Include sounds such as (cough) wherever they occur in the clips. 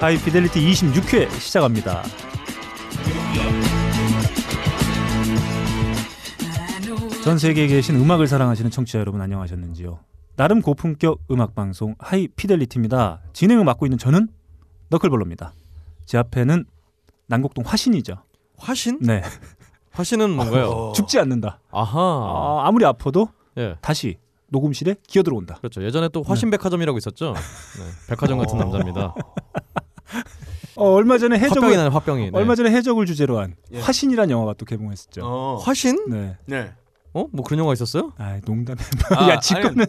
하이피델리티 26회 시작합니다. 전 세계에 계신 음악을 사랑하시는 청취자 여러분 안녕하셨는지요? 나름 고품격 음악 방송 하이피델리티입니다. 진행을 맡고 있는 저는 너클볼로입니다. 제 앞에는 난곡동 화신이죠. 화신? 네, 화신은 뭔가요? 어. 죽지 않는다. 아하. 아, 아무리 아파도 예. 다시 녹음실에 기어 들어온다. 그렇죠. 예전에 또 화신백화점이라고 있었죠. 네. 백화점 같은 (laughs) 남자입니다. 어, 얼마 전에 화병이 해적을 나는 화병이. 네. 얼마 전에 해적을 주제로 한 예. 화신이란 영화가 또 개봉했었죠. 어. 화신? 네. 네. 어? 뭐 그런 영화 있었어요? 아, 농담해. 아, 야, 지금은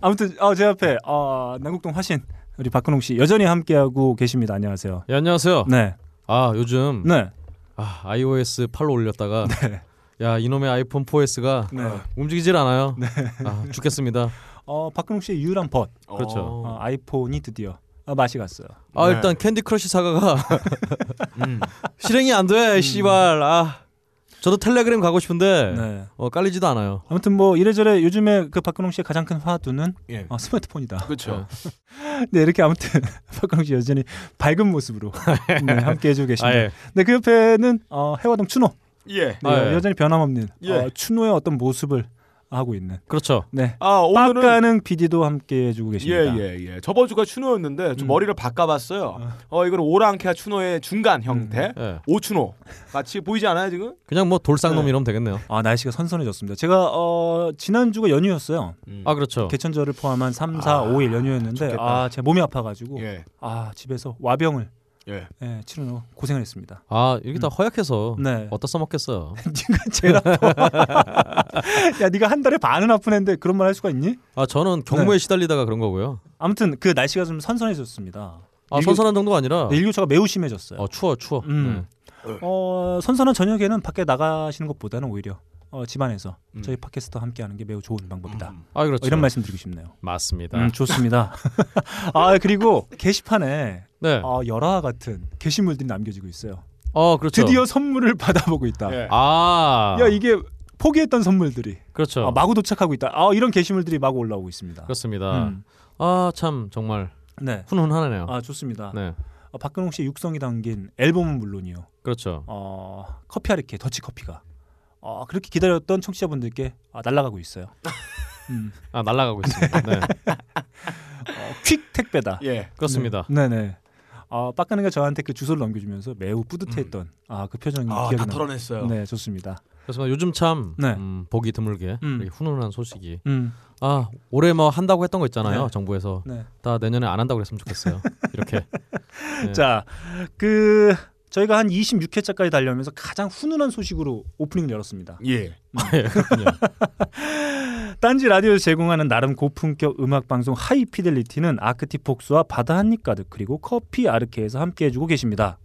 아무튼 어, 제 앞에 어, 남국동 화신 우리 박근홍 씨 여전히 함께하고 계십니다. 안녕하세요. 예, 안녕하세요. 네, 아, 음. 요즘 네, 아, iOS 8로 올렸다가 네. 야, 이놈의 아이폰 4S가 네. 움직이질 않아요. 아, 죽겠습니다. 어, 박근홍 씨의 유일한 벗 아니, 그렇죠. 어, 아이폰이 드디어 어, 맛이 갔어요. 아, 네. 일단 캔디 크러쉬 (laughs) 사과가 음. 실행이 안 음. 돼. 씨발. 아. 저도 텔레그램 가고 싶은데 네. 어, 깔리지도 않아요. 아무튼 뭐 이래저래 요즘에 그 박근홍 씨의 가장 큰 화두는 예. 어, 스마트폰이다. (laughs) 그렇죠. 네, 이렇게 아무튼 (laughs) 박근홍 씨 여전히 (laughs) 밝은 모습으로 네, 함께해 주고 계십니다. 아, 예. 네, 그 옆에는 어, 해화동 추노. 예. 네, 아, 예. 여전히 변함없는 예. 어, 추노의 어떤 모습을 하고 있는. 그렇죠. 네. 아, 오늘은 빡가는 PD도 함께 해주고 계십니다. 예예예. 저번 주가 추노였는데 좀 음. 머리를 바꿔봤어요. 어 이건 오랑캐와 추노의 중간 형태. 예. 오추노 같이 보이지 않아요 지금? 그냥 뭐 돌상놈 네. 이러면 되겠네요. 아 날씨가 선선해졌습니다. 제가 어, 지난주가 연휴였어요. 아, 그렇죠. 개천절을 포함한 3, 4, 아, 5일 연휴였는데 좋겠다. 아 제가 몸이 아파가지고 예. 아 집에서 와병을 예. 예, 치르느라 고생을 했습니다. 아 이렇게 다 허약해서 음. 네. (laughs) 어디다 써먹겠어요. 네가 제일 아파. (laughs) 야 네가 한 달에 반은 아픈 애인데 그런 말 할 수가 있니? 아 저는 네. 경무에 시달리다가 그런 거고요. 아무튼 그 날씨가 좀 선선해졌습니다. 아 일교- 선선한 정도가 아니라 네, 일교차가 매우 심해졌어요. 어, 추워 추워. 음. 어, 선선한 저녁에는 밖에 나가시는 것보다는 오히려 어, 집안에서 음. 저희 팟캐스트와 함께하는 게 매우 좋은 방법이다. 음. 아 어, 그렇죠. 이런 말씀 드리고 싶네요. 맞습니다. 음, 좋습니다. (laughs) 아 그리고 게시판에 네. 아, 열화 같은 게시물들이 남겨지고 있어요. 어 그렇죠. 드디어 선물을 (laughs) 받아보고 있다. 예. 아 야 이게 포기했던 선물들이 그렇죠. 아, 마구 도착하고 있다. 아 이런 게시물들이 마구 올라오고 있습니다. 그렇습니다. 음, 아 참 정말 네. 훈훈하네요. 아 좋습니다. 네. 아, 박근홍 씨의 육성이 담긴 앨범은 물론이요. 그렇죠. 어, 커피 아르케 더치 커피가 어, 그렇게 기다렸던 청취자분들께 아, 날아가고 있어요. (laughs) 음, 아 날아가고 있습니다. (laughs) 네. 어, 퀵 택배다. 예. 음. 그렇습니다. 네네. 아, 빡가는가 저한테 그 주소를 넘겨주면서 매우 뿌듯했던 음. 아, 그 표정이 기억이 아다 나- 털어냈어요. 네, 좋습니다. 그래서 요즘 참 네. 음, 보기 드물게 음. 이렇게 훈훈한 소식이 음, 아 올해 뭐 한다고 했던 거 있잖아요 네. 정부에서 네. 다 내년에 안 한다고 그랬으면 좋겠어요. 이렇게 네. 자, 그 저희가 한 26회차까지 달려오면서 가장 훈훈한 소식으로 오프닝을 열었습니다. 예. 예, 그렇군요. 딴지 라디오에서 제공하는 나름 고품격 음악 방송 하이피델리티는 아크틱 폭스와 바다 한입 가득 그리고 커피 아르케에서 함께 해주고 계십니다.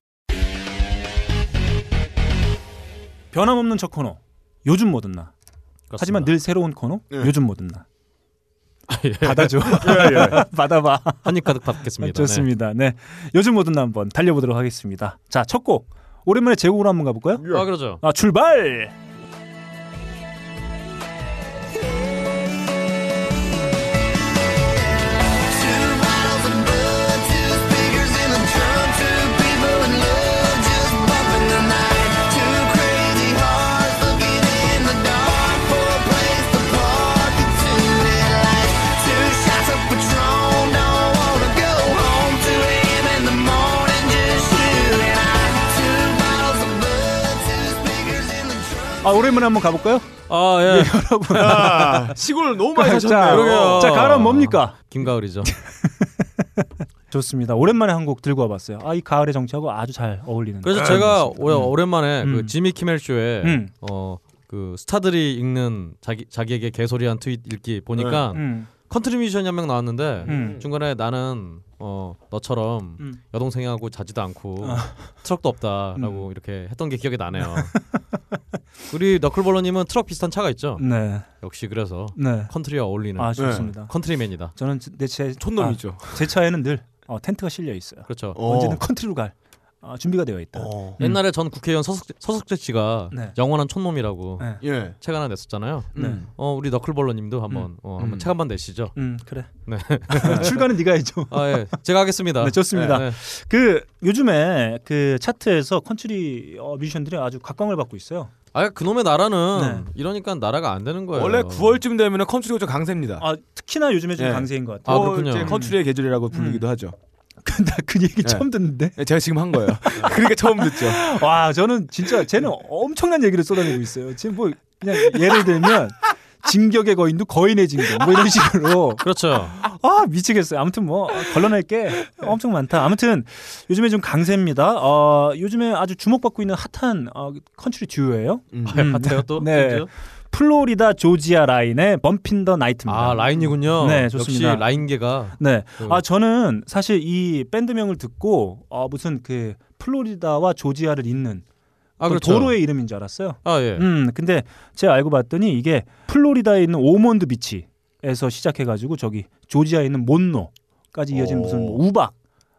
변함없는 저 코너 요즘 뭐든 나 하지만 (laughs) 늘 새로운 코너 예. 요즘 뭐든 나 예. (laughs) 받아줘 예, 예. (laughs) 받아봐 한입 가득 받겠습니다. 좋습니다 네. 요즘 뭐든 나 한번 달려보도록 하겠습니다 자 첫 곡 오랜만에 제곡으로 한번 가볼까요? 네. 아 그러죠. 아 출발 아 오랜만에 한번 가볼까요? 아 예. 아, 시골 너무 많이 자, 사셨네요. 그러게요. 아, 자 가을은 뭡니까? (laughs) 김가을이죠. 좋습니다 오랜만에 한 곡 들고 와봤어요 아 이 가을의 정치하고 아주 잘 어울리는 그래서 아, 제가 좋습니다. 오- 오랜만에 음. 그 지미 키멜 쇼에 음. 어 그 스타들이 읽는 자기 자기에게 개소리한 트윗 읽기 보니까 음. 컨트리 뮤지션이 한 명 나왔는데 음. 중간에 나는 어 너처럼 음. 아. 여동생하고 자지도 않고 트럭도 음. 없다라고 이렇게 했던 게 기억이 나네요. (laughs) 우리 너클볼러님은 트럭 비슷한 차가 있죠. 네, 역시 그래서 네. 컨트리와 어울리는 아 좋습니다. 컨트리맨이다. 저는 내제 촌놈이죠. 아, 제 차에는 늘 어, 텐트가 실려 있어요. 그렇죠. 어. 언제든 컨트리로 갈. 아, 준비가 되어 있다. 어. 옛날에 전 국회의원 서숙, 서숙재 씨가 네. 영원한 촌놈이라고 네. 예. 책 하나 냈었잖아요. 네. 음. 어 우리 너클볼러님도 한번 어, 한번 음. 책 한번 내시죠. 음 그래. 네. (laughs) 출간은 네가 해줘. 아 예, 제가 하겠습니다. 네, 좋습니다. 네. 그 요즘에 그 차트에서 컨트리 어, 뮤지션들이 아주 각광을 받고 있어요. 아 그놈의 나라는 네. 이러니까 나라가 안 되는 거예요. 원래 9월쯤 되면은 컨트리가 좀 강세입니다. 아 특히나 요즘에 좀 예. 강세인 것 (laughs) 같아요. 아, 그렇군요. 이제 컨트리의 계절이라고 부르기도 하죠. 근데 그 얘기 예. 처음 듣는데. 예, 제가 지금 한 (laughs) 거예요. 그러니까 처음 듣죠. 와 저는 진짜 쟤는 엄청난 얘기를 쏟아내고 있어요. 지금 뭐 그냥 예를 들면 진격의 거인도 거인의 진격 뭐 이런 식으로 (laughs) 그렇죠. 아 미치겠어요. 아무튼 뭐 걸러낼 게 엄청 많다. 아무튼 요즘에 좀 강세입니다. 어 요즘에 아주 주목받고 있는 핫한 어, 컨트리 듀오예요. 음. 음. 같아요 또. 그렇죠? 네. 진짜? 플로리다 조지아 라인의 범핀 더 나이트입니다. 아 라인이군요. 네, 좋습니다. 역시 라인계가 네. 또 아 저는 사실 이 밴드명을 듣고 어, 무슨 그 플로리다와 조지아를 잇는 아, 어떤 그렇죠. 도로의 이름인 줄 알았어요. 아 예. 음, 근데 제가 알고 봤더니 이게 플로리다에 있는 오몬드 비치에서 시작해가지고 저기 조지아에 있는 몬노까지 이어진 오. 무슨 뭐 우박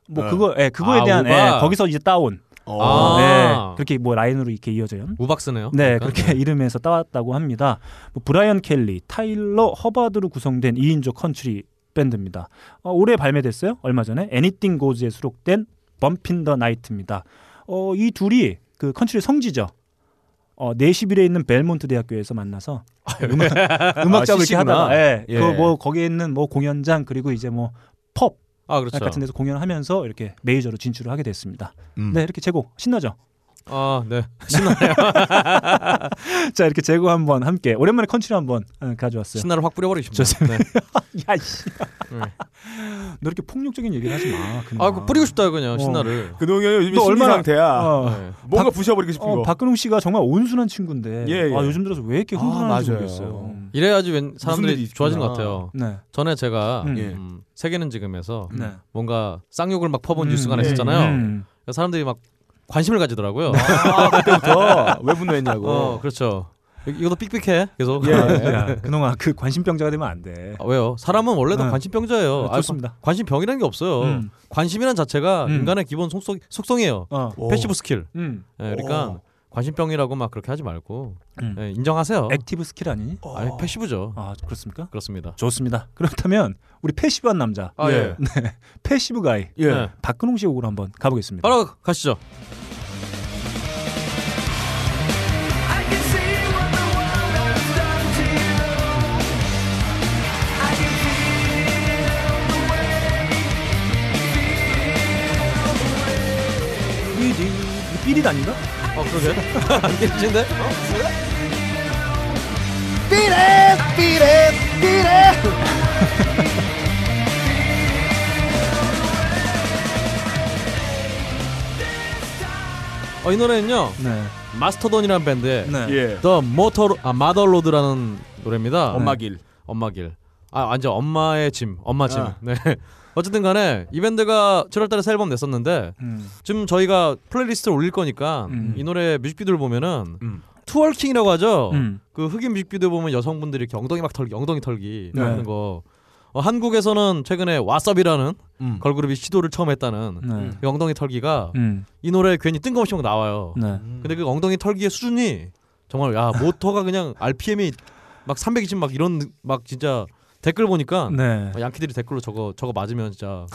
뭐 네. 그거 예 그거에 아, 대한 우박. 예, 거기서 이제 따온 아. 네, 그렇게 뭐 라인으로 이렇게 이어져요. 그러니까? 우박스네요. 네, 약간. 그렇게 이름에서 따왔다고 합니다. 뭐 브라이언 켈리, 타일러 허바드로 구성된 2인조 컨트리 밴드입니다. 어, 올해 발매됐어요. 얼마 전에 애니띵 고즈에 수록된 범핀 더 나이트입니다. 어, 이 둘이 그 컨트리 성지죠. 어, 내시빌에 있는 벨몬트 대학교에서 만나서 음악, 음악 잡을 게 CC 구나. 하다가 예, 예. 그 뭐 거기에 있는 뭐 공연장 그리고 이제 뭐펍 아 그렇죠. 같은 데서 공연하면서 이렇게 메이저로 진출을 하게 됐습니다. 음. 네, 이렇게 제곡 신나죠. 아 네. 자 이렇게 재고 한번 함께 오랜만에 컨트리 한번 어, 가져왔어요. 신나를 확 뿌려버리십니다. 좋습니다. 네. (laughs) 야씨, 네. 너 이렇게 폭력적인 얘기를 하지 마. 그냥. 아, 그 뿌리고 싶다 그냥 어. 신나를. 그동이 요즘 너 심리 얼마나- 상태야. 어. 네. 뭔가 부셔버리고 싶은 어, 거. 박근홍 씨가 정말 온순한 친구인데 예, 예. 아, 요즘 들어서 왜 이렇게 아, 흥분하는지 맞아요. 모르겠어요. 이래야지 웬 일이 사람들이 있구나. 좋아지는 것 같아요. 네, 전에 제가 음. 예. 음, 세계는 지금에서 네. 뭔가 쌍욕을 막 퍼본 음, 뉴스가 예, 났었잖아요. 음. 네. 그래서 사람들이 막 관심을 가지더라고요. 아, 그때부터 (laughs) 왜 분노했냐고. 어, 그렇죠. 이- 이것도 삑삑해. 계속. 아, 야, 근홍아 그 관심병자가 되면 안 돼. 아, 왜요? 사람은 원래도 네. 관심병자예요. 네, 아, 좋습니다. 관- 관심병이라는 게 없어요. 음. 관심이란 자체가 음. 인간의 기본 속성, 속성이에요. 어, 오. 패시브 스킬. 음. 예, 그러니까 오. 관심병이라고 막 그렇게 하지 말고 음. 예, 인정하세요. 액티브 스킬 아니니? 어. 아니, 패시브죠. 아 그렇습니까? 그렇습니다. 좋습니다. 그렇다면 우리 패시브한 남자, 네. 아, 예. 예. (laughs) 패시브 가이 예. 네. 박근홍 씨 곡으로 한번 가보겠습니다. 바로 가시죠. 어, I can see what the world has done to you. I can feel the 이, 이, 이 삐릿 아닌가? 어, 그러게. (laughs) 안 깨진데? 어, 이 노래는요. 네. 마스터돈이라는 밴드의 네. 예. The Motor 아 마더로드라는 노래입니다. 네. 엄마길. 엄마길. 아 완전 엄마의 짐, 엄마 짐. 아. (laughs) 네. 어쨌든간에 이 밴드가 7월달에 새 앨범 냈었는데 음. 지금 저희가 플레이리스트를 올릴 거니까 음. 이 노래 뮤직비디오를 보면은 음. 투월킹이라고 하죠. 음. 그 흑인 뮤직비디오 보면 여성분들이 이렇게 엉덩이 막 털기, 엉덩이 털기 네. 하는 거. 어, 한국에서는 최근에 왓썹이라는 음. 걸그룹이 시도를 처음 했다는 네. 이 엉덩이 털기가 음. 이 노래에 괜히 뜬금없이 막 나와요. 네. 근데 그 엉덩이 털기의 수준이 정말 야 모터가 그냥 RPM이 막 320 막 이런 막 진짜 댓글 보니까 네. 어, 양키들이 댓글로 저거 저거 맞으면 진짜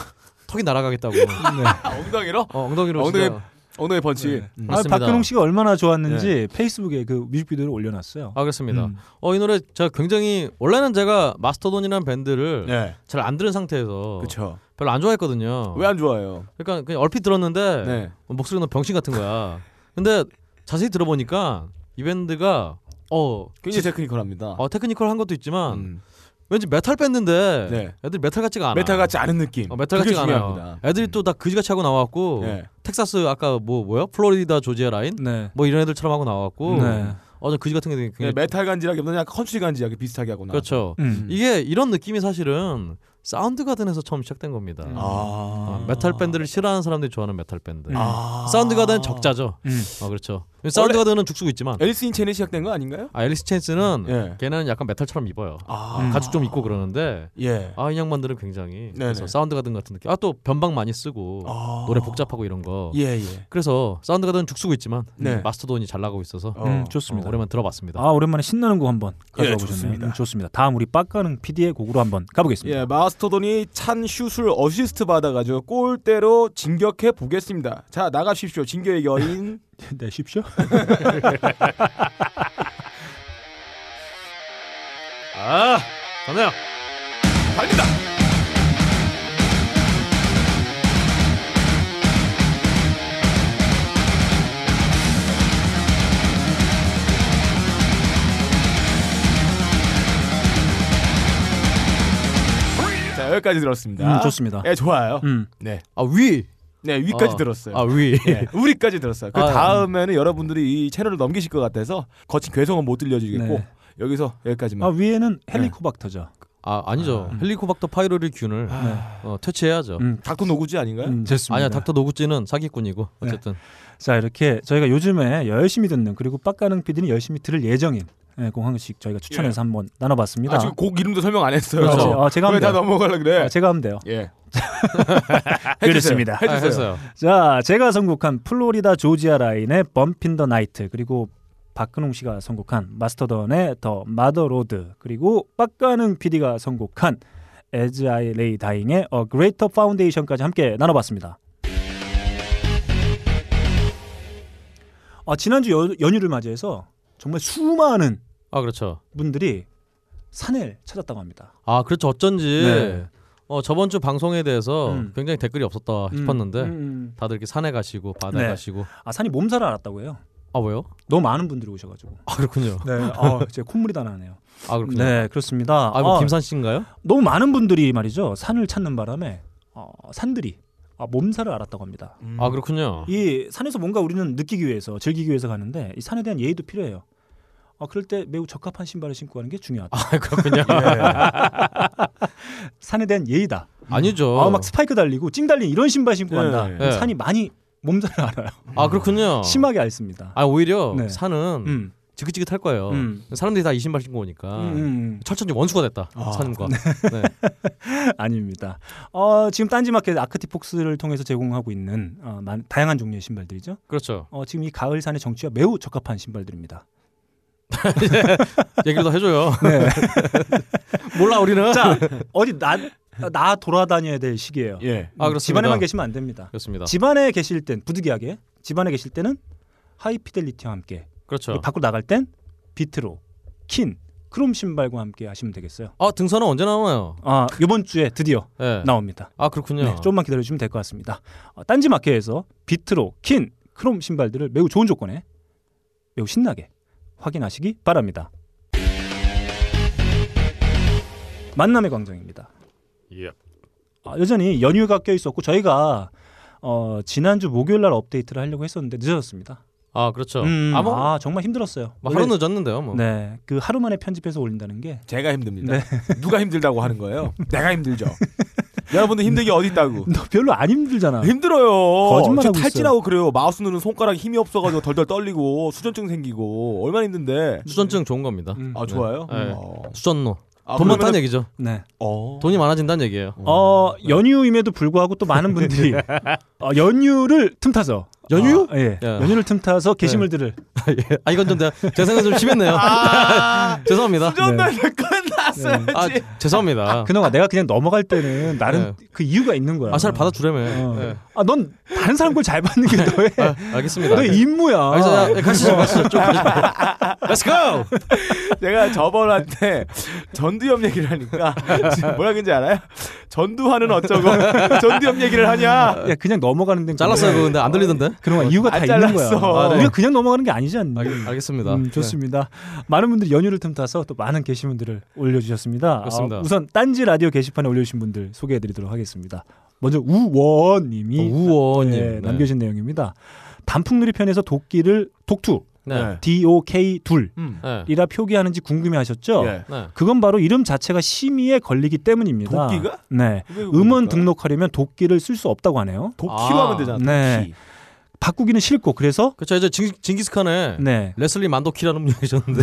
턱이 날아가겠다고 아, 엉덩이로? 어, 엉덩이로 엉덩이- 진짜- 엉덩이 펀치. 음. 네. 아, 맞습니다. 박근홍 씨가 얼마나 좋았는지 페이스북에 그 뮤직비디오를 올려놨어요. 아 그렇습니다. 음. 어 이 노래 제가 굉장히 원래는 제가 마스터돈이라는 밴드를 네. 잘 안 들은 상태에서 그렇죠. 별로 안 좋아했거든요. 왜 안 좋아요? 그러니까 그냥 얼핏 들었는데 뭐 어. 네. 목소리가 너무 병신 같은 거야. 근데 자세히 들어보니까 이 밴드가 어, 굉장히 지- 테크니컬합니다. 어 테크니컬한 것도 있지만 음. 왠지 메탈 밴드인데 네. 애들 메탈 같지가 않아. 메탈 같지 않은 느낌. 어, 메탈 그게 같지가 않아요. 중요합니다. 음. 애들이 또 다 그지같이 하고 나왔고 네. 텍사스 아까 뭐 뭐야 플로리다 조지아 라인 네. 뭐 이런 애들처럼 하고 나왔고 네. 어좀 그지 같은 게 되게 음. 네, 굉장히 메탈 간지라기보다는 약간 컨트리 간지하게 비슷하게 하거나. 그렇죠. 음. 이게 이런 느낌이 사실은 사운드 가든에서 처음 시작된 겁니다. 음. 아. 어, 메탈 밴드를 싫어하는 사람들이 좋아하는 메탈 밴드. 음. 아. 사운드 가든 적자죠. 음. 어, 그렇죠. 사운드가드는 죽쓰고 있지만 앨리스 인 체인에 시작된 거 아닌가요? 아 앨리스 체인스는 예. 걔는 약간 메탈처럼 입어요. 아, 음. 가죽 좀 입고 그러는데 예. 아 인양만들은 굉장히 네네. 그래서 사운드가든 같은 느낌. 아 또 변방 많이 쓰고 아. 노래 복잡하고 이런 거. 예, 예. 그래서 사운드가든 죽쓰고 있지만 네. 마스터돈이 잘 나가고 있어서 어. 음, 좋습니다. 어, 오랜만에 들어봤습니다. 아 오랜만에 신나는 곡 한번 가져와 예, 보셨네요. 좋습니다. 음, 좋습니다. 다음 우리 빡가는 PD의 곡으로 한번 가보겠습니다. 예, 마스터돈이 찬 슛을 어시스트 받아가지고 골대로 진격해 보겠습니다. 자, 나가십시오. 진격의 (laughs) 여인. 네, 쉽죠? 아, 전해요. 달린다. 자, 여기까지 들었습니다. 음, 좋습니다. 예, 좋아요. 음, 네, 아 위. 네 위까지 아, 들었어요. 아 위. 예, 우리까지 들었어요. 그 아, 다음에는 여러분들이 이 채널을 넘기실 것 같아서 거친 괴성은 못 들려주겠고 네. 여기서 여기까지만. 아 위에는 헬리코박터죠. 아 아니죠. 헬리코박터 파이로리 균을 어, 퇴치해야죠. 음, 닥터 노구지 네? 아닌가요? 음, 좋습니다. 아니야 닥터 노구찌는 사기꾼이고 어쨌든 자 이렇게 저희가 요즘에 열심히 듣는 그리고 빡가는 PD는 열심히 들을 예정인 예, 곡 하나씩 저희가 추천해서 한번 나눠봤습니다. 아, 지금 곡 이름도 설명 안 했어요. 그렇죠. 아, 제가 왜다 합니다. 넘어가려 그래? 아, 제가 하면 돼요. 예. 그렇습니다. 아, 해주세요. 했어요. 자, 제가 선곡한 플로리다 조지아 라인의 범핀 더 나이트 그리고 박근홍 씨가 선곡한 마스터던의 더 마더 로드 그리고 빡가능 PD가 선곡한 As I Lay Dying의 A Greater Foundation까지 함께 나눠봤습니다. 아, 지난주 여- 연휴를 맞이해서 정말 수많은 아 그렇죠. 분들이 산을 찾았다고 합니다. 아 그렇죠. 어쩐지 네. 어, 저번 주 방송에 대해서 음. 굉장히 댓글이 없었다 음, 아, 싶었는데 음, 음. 다들 이렇게 산에 가시고 바다에 네. 가시고 아 산이 몸살을 앓았다고 해요. 아 왜요? 너무 많은 분들이 오셔가지고. 아 그렇군요. 네, 아, 제 콧물이 다 나네요. 아 그렇군요. 네, 그렇습니다. 아 이거 아, 김산 씨인가요? 너무 많은 분들이 말이죠 산을 찾는 바람에 어, 산들이 아, 몸살을 앓았다고 합니다. 아 그렇군요. 이 산에서 뭔가 우리는 느끼기 위해서 즐기기 위해서 가는데 이 산에 대한 예의도 필요해요. 아, 그럴 때 매우 적합한 신발을 신고 가는 게 중요하다. 아 (laughs) 그렇군요. 예. 산에 대한 예의다. 아니죠. 아, 막 스파이크 달리고 찡 달린 이런 신발 신고 간다. 예, 어. 예. 산이 많이 몸살을 앓아요. 아 그렇군요. 심하게 앓습니다. 아 오히려 네. 산은 음, 지긋지긋할 거예요. 음. 사람들이 다 이 신발 신고 오니까 음, (laughs) 음, 철천지 원수가 됐다 아. 산과. 네. 음. 아닙니다. 어, 지금 딴지마켓 아크티폭스를 통해서 제공하고 있는 어, 많- 다양한 종류의 신발들이죠. 그렇죠. 어, 지금 이 가을 산의 정취와 매우 적합한 신발들입니다. 얘기를 더 해줘요. (laughs) 네. 몰라 우리는. 자 어디 나, 나 돌아다녀야 될 시기예요. 예. 아 그렇습니다. 집안에만 계시면 안 됩니다. 그렇습니다. 집안에 계실 땐 부득이하게 집안에 계실 때는 하이피델리티와 함께 그렇죠. 밖으로 나갈 땐 비트로 킨 크롬 신발과 함께 하시면 되겠어요. 아 등산은 언제 나오나요? 아 이번 주에 드디어 예. 나옵니다. 아 그렇군요. 네, 조금만 기다려주시면 될 것 같습니다. 어, 딴지 마켓에서 비트로 킨 크롬 신발들을 매우 좋은 조건에 매우 신나게 확인하시기 바랍니다. 만남의 광장입니다. 예. 아, 여전히 연휴가 껴 있었고 저희가 어, 지난주 목요일 날 업데이트를 하려고 했었는데 늦어졌습니다. 아 그렇죠. 음, 아, 아무 뭐, 정말 힘들었어요. 뭐 하루 늦었는데요. 뭐. 네, 그 하루 만에 편집해서 올린다는 게 제가 힘듭니다. 네. 누가 힘들다고 하는 (laughs) 거예요? 내가 힘들죠. 여러분들 힘든 게 어디 있다고? 너 별로 안 힘들잖아. 힘들어요. 거짓말하고 저 탈진하고 그래요. 마우스 누르는 손가락이 힘이 없어가지고 덜덜 떨리고 수전증 생기고 얼마나 힘든데. 수전증 좋은 겁니다. 음. 아 좋아요. 네. 어. 수전노. 아, 돈 많다는 그러면은- 얘기죠. 네. 어. 돈이 많아진다는 얘기예요. 어, 연휴임에도 불구하고 또 (laughs) 많은 분들이 어, 연휴를 틈타서 연휴요? 어, 예. 예. 연휴를 틈타서 게시물들을 예. 아 이건 좀 내가 제 생각 좀 심했네요. 아, (laughs) 죄송합니다. 네. 수전만 (laughs) 끝났어야지. 아 죄송합니다. 아, 그놈아 내가 그냥 넘어갈 때는 나름 그 이유가 있는 거야. 잘 네. 받아주려면. 어. 예. 아, 넌 다른 사람 걸 잘 받는 게 너의 아, 알겠습니다. 너의 임무야. 아, 자, 자, 가시죠, 가시죠. 좀 가시죠. Let's go. 제가 저번 한때 전두엽 얘기를 (laughs) 하니까 지금 뭐라 그런지 알아요? 전두환은 어쩌고 (laughs) 전두엽 얘기를 하냐? 야, 그냥 넘어가는 데는 잘랐어요. 그거 근데 안 들리던데. 그런 이유가 다 안 있는 거야. 잘랐어. 아, 네. 우리가 그냥 넘어가는 게 아니지 않나. 알, 알겠습니다. 음, 좋습니다. 많은 분들이 연휴를 틈타서 또 많은 게시문들을 올려주셨습니다. 그렇습니다. 아, 우선 딴지 라디오 게시판에 올려주신 분들 소개해드리도록 하겠습니다. 먼저 우원님이 네. 어, 우원님 예, 네. 남겨진 내용입니다. 단풍놀이 편에서 도끼를 독투 네. DOK 둘이라 음. 네. 표기하는지 궁금해하셨죠? 예. 네. 그건 바로 이름 자체가 심의에 걸리기 때문입니다. 도끼가? 네. 그게 음원 뭡니까? 등록하려면 도끼를 쓸 수 없다고 하네요. 도끼로 아. 하면 되잖아. 네. 도끼. 바꾸기는 싫고 그래서 그렇죠. 이제 징, 징기스칸에 네. 레슬리 만도키라는 분이 계셨는데.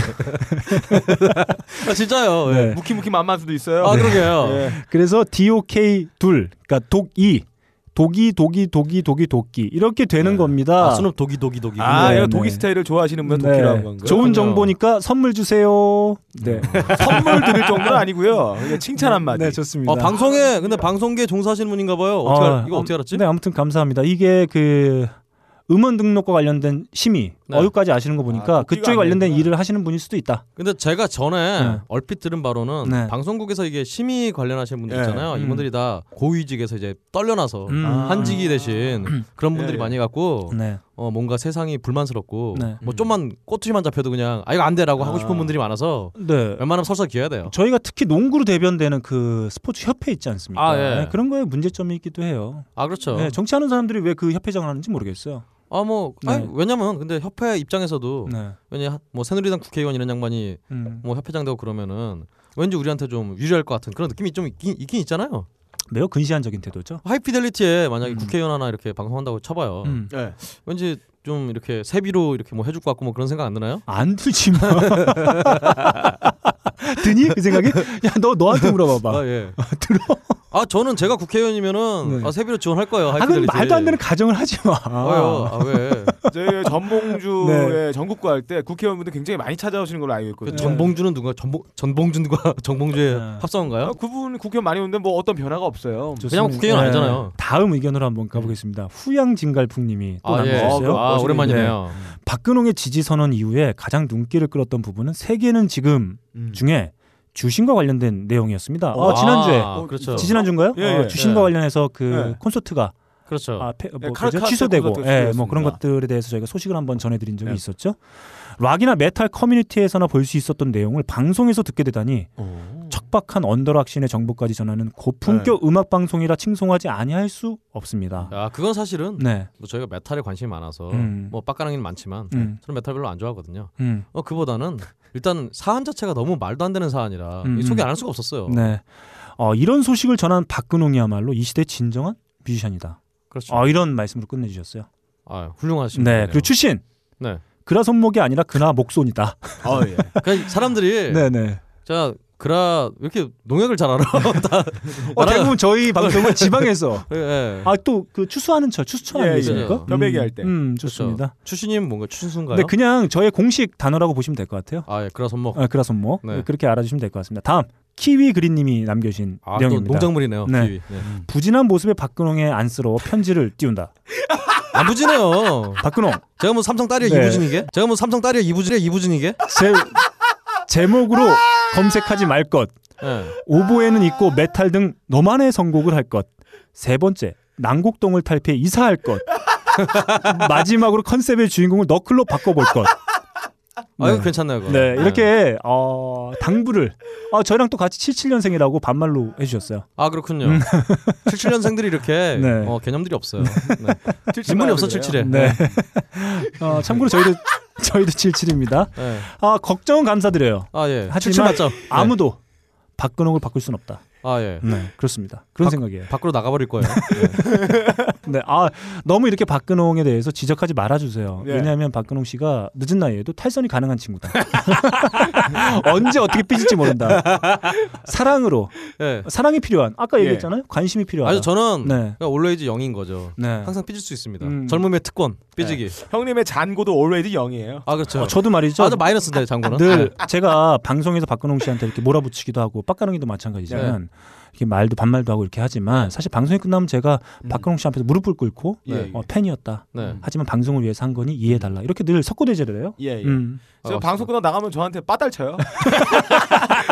아, 진짜요. 예. 네. 무키무키 만만수도 있어요. 아, 그러게요. 예. 그래서 DOK 둘, 그러니까 독이 독이 독이 독이 독이 독기 이렇게 되는 네. 겁니다. 아, 어, 수는 독이 독이 독이. 아, 네, 이거 네. 독일 스타일을 좋아하시는 분 네. 독일이라고 한 거. 좋은 그렇군요. 정보니까 선물 주세요. 네, 선물 드릴 정도는 아니고요. 그냥 칭찬 한마디. 네 좋습니다. 아, 방송에 근데 방송계 종사하시는 분인가 봐요. 어떻게 아, 알, 이거 어떻게 암- 알았지? 네, 아무튼 감사합니다. 이게 그 음원 등록과 관련된 심의 네. 어유까지 아시는 거 보니까 아, 그쪽에 복귀가 관련된 아니구나. 일을 하시는 분일 수도 있다. 근데 제가 전에 네. 얼핏 들은 바로는 네. 방송국에서 이게 심의 관련하시는 분들 예. 있잖아요. 음. 이분들이 다 고위직에서 이제 떨려나서 음. 아. 한직이 대신 그런 분들이 예, 예. 많이 갖고 네, 어, 뭔가 세상이 불만스럽고 네. 뭐 좀만 꼬투리만 잡혀도 그냥 아 이거 안 돼라고 하고 싶은 아. 분들이 많아서 네. 웬만하면 설사 기어야 돼요. 저희가 특히 농구로 대변되는 그 스포츠 협회 있지 않습니까? 아, 예. 네, 그런 거에 문제점이 있기도 해요. 아 그렇죠. 네, 정치하는 사람들이 왜 그 협회장을 하는지 모르겠어요. 아뭐 네. 왜냐면 근데 협회 입장에서도 네. 왜냐 뭐 새누리당 국회의원 이런 양반이 음, 뭐 협회장 되고 그러면은 왠지 우리한테 좀 유리할 것 같은 그런 느낌이 좀 있긴, 있긴 있잖아요. 매우 근시안적인 태도죠. 하이피델리티에 만약에 음. 국회의원 하나 이렇게 방송한다고 쳐봐요. 음. 예. 왠지 좀 이렇게 세비로 이렇게 뭐 해줄 것 같고 뭐 그런 생각 안 드나요? 안 들지 뭐. (laughs) 드니 그 생각이? 야 너 너한테 물어봐봐. 아 예. 들어. (laughs) 아 저는 제가 국회의원이면은 네. 아, 세비로 지원할 거예요. 아, 그건 하이피델리티. 말도 안 되는 가정을 하지 마. 아요. 아 (laughs) 왜? 저희 전봉주의 네. 전국과 할 때 국회의원분들 굉장히 많이 찾아오시는 걸로 알고 그 있거든요. 전봉주는 누가 전봉 전봉준과 (laughs) 정봉주의 네. 합성인가요? 아, 그분 국회의원 많이 오는데 뭐 어떤 변화가 없어요. 좋습니다. 그냥 국회의원 아니잖아요. 다음 의견으로 한번 가보겠습니다. 후양진갈풍님이 또 아 예. 네. 남겨주셨어요. 그, 아 멋있는데. 오랜만이네요. 박근홍의 지지 선언 이후에 가장 눈길을 끌었던 부분은 세계는 지금 음. 중에 주신과 관련된 내용이었습니다. 어, 어, 지난주에 아, 그렇죠. 지지난주인가요? 예, 예. 어, 주신과 예. 관련해서 그 예. 콘서트가 그렇죠. 아, 폐- 뭐 예, 뭐죠? 카르카스 취소되고 콘서트 예, 뭐 그런 취소됐습니다. 것들에 대해서 저희가 소식을 한번 전해드린 적이 예. 있었죠. 락이나 메탈 커뮤니티에서나 볼 수 있었던 내용을 방송에서 듣게 되다니 음. 음. 척박한 언더락신의 정보까지 전하는 고품격 음악 방송이라 칭송하지 아니할 수 없습니다. 아 그건 사실은 네. 뭐 저희가 메탈에 관심이 많아서 음. 뭐 빡가랑이는 많지만 음. 저는 메탈 별로 안 좋아하거든요. 음. 어 그보다는 일단 사안 자체가 너무 말도 안 되는 사안이라 음, 이게 소개 음. 안 할 수가 없었어요. 네. 어, 이런 소식을 전한 박근홍이야말로 이 시대 진정한 뮤지션이다. 그렇죠. 어, 이런 말씀으로 끝내주셨어요. 아 훌륭하신 네. 분이네요. 그리고 출신 네. 그라 손목이 아니라 그나 목손이다. 어, 예. 그러니까 사람들이 (laughs) 네, 네. 자 그라 왜 이렇게 농약을 잘 알아? 다 어, 나라가- 대부분 저희 (laughs) 방송은 지방에서 (laughs) 예, 예. 아 또 그 추수하는 철 추수철 예, 아니겠습니까? 예. 벼베기 할 때. 음, 그렇죠. 좋습니다. 추신님 뭔가 추신순가요? 근데 그냥 저의 공식 단어라고 보시면 될 것 같아요. 아예 그라 손목. 아, 그라 손목 네. 그렇게 알아주시면 될 것 같습니다. 다음 키위 그린님이 남겨주신 아 또 내용입니다. 농작물이네요. 네. 기위. 네. 부진한 모습에 박근홍의 안쓰러워 편지를 띄운다. 안 부지네요. 박근홍 제가 뭐 삼성 딸이야 네. 이부진이게? 제가 뭐 삼성 딸이야 이부진이야 이부진이게? 예. 제 제목으로 검색하지 말 것. 예. 오보에는 있고 메탈 등 너만의 선곡을 할 것. 세 번째 난곡동을 탈피해 이사할 것. 마지막으로 컨셉의 주인공을 너클로 바꿔볼 것. 아 이거 네. 괜찮네요. 그거. 네, 이렇게 어, 당부를 어, 저랑 또 같이 77년생이라고 반말로 해주셨어요. 아 그렇군요. (laughs) 77년생들이 이렇게 음. 네. 어, 개념들이 없어요. 네. (laughs) 질문이 없어 77에. 네. (laughs) 어, 참고로 저희도 저희도 77입니다. 아 걱정 감사드려요. 예. 아 예. 하지만 77 맞죠? 네. 아무도 박근홍을 바꿀 순 없다. 아 예. 네, 그렇습니다. 그런 박- 생각이에요. 밖으로 나가버릴 (laughs) 거예요. 네. 네, 아 너무 이렇게 박근홍에 대해서 지적하지 말아주세요. 네. 왜냐하면 박근홍 씨가 늦은 나이에도 탈선이 가능한 친구다. (laughs) 언제 어떻게 삐질지 모른다. 사랑으로 예. 사랑이 필요한. 아까 예. 얘기했잖아요. 관심이 필요하다. 아주 저는 네. 그러니까 올레이즈 영인 거죠. 네. 항상 삐질 수 있습니다. 음. 네. 젊음의 특권 삐지기. 형님의 잔고도 already 0이에요. 아 그렇죠. 어, 저도 말이죠. 아주 마이너스인데 장군은. 네. 늘 제가 방송에서 박근홍 씨한테 이렇게 몰아붙이기도 하고 빡가릉이도 네. 마찬가지지만 이렇게 말도 반말도 하고 이렇게 하지만 사실 방송이 끝나면 제가 박근홍 씨 앞에서 무릎을 꿇고 예, 예. 어, 팬이었다. 음. 네. 하지만 방송을 위해서 한 거니 이해해달라. 이렇게 늘 석고대제를 해요. 예, 예. 음. 저 아, 방송 끝나고 나가면 저한테 빠달 쳐요. (laughs)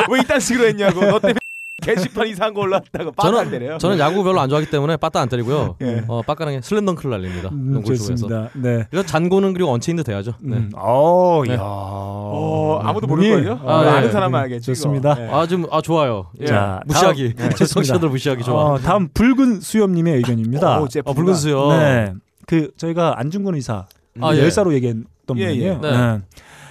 왜 이딴 식으로 했냐고. 너 때문에 (laughs) 게시판 이상한 거 올라왔다고 빠달 때려요. 저는 네. 야구 별로 안 좋아하기 때문에 빠따 안 (laughs) 때리고요. 예. 어 빠까랑에 슬램덩크를 날립니다. 음, 농구 좋아해서. 좋습니다. 네. 이거 잔고는 그리고 언체인드 돼야죠. 네. 음. 어, 네. 야. 어, 아무도 눈이- 모를 거예요. 아, 아는 예. 사람만 알겠죠. 좋습니다. 이거. 예. 아 좀 아 좋아요. 예. 자, 무시하기. (laughs) 다음- 네, 좋습니다. 청취자들 무시하기 좋아. 어, 다음 붉은 수염님의 의견입니다. (laughs) 어, 제 아 붉은 수요. 네. 그 저희가 안중근 의사 아, 예. 열사로 얘기했던 예, 예. 분이에요. 네. 네.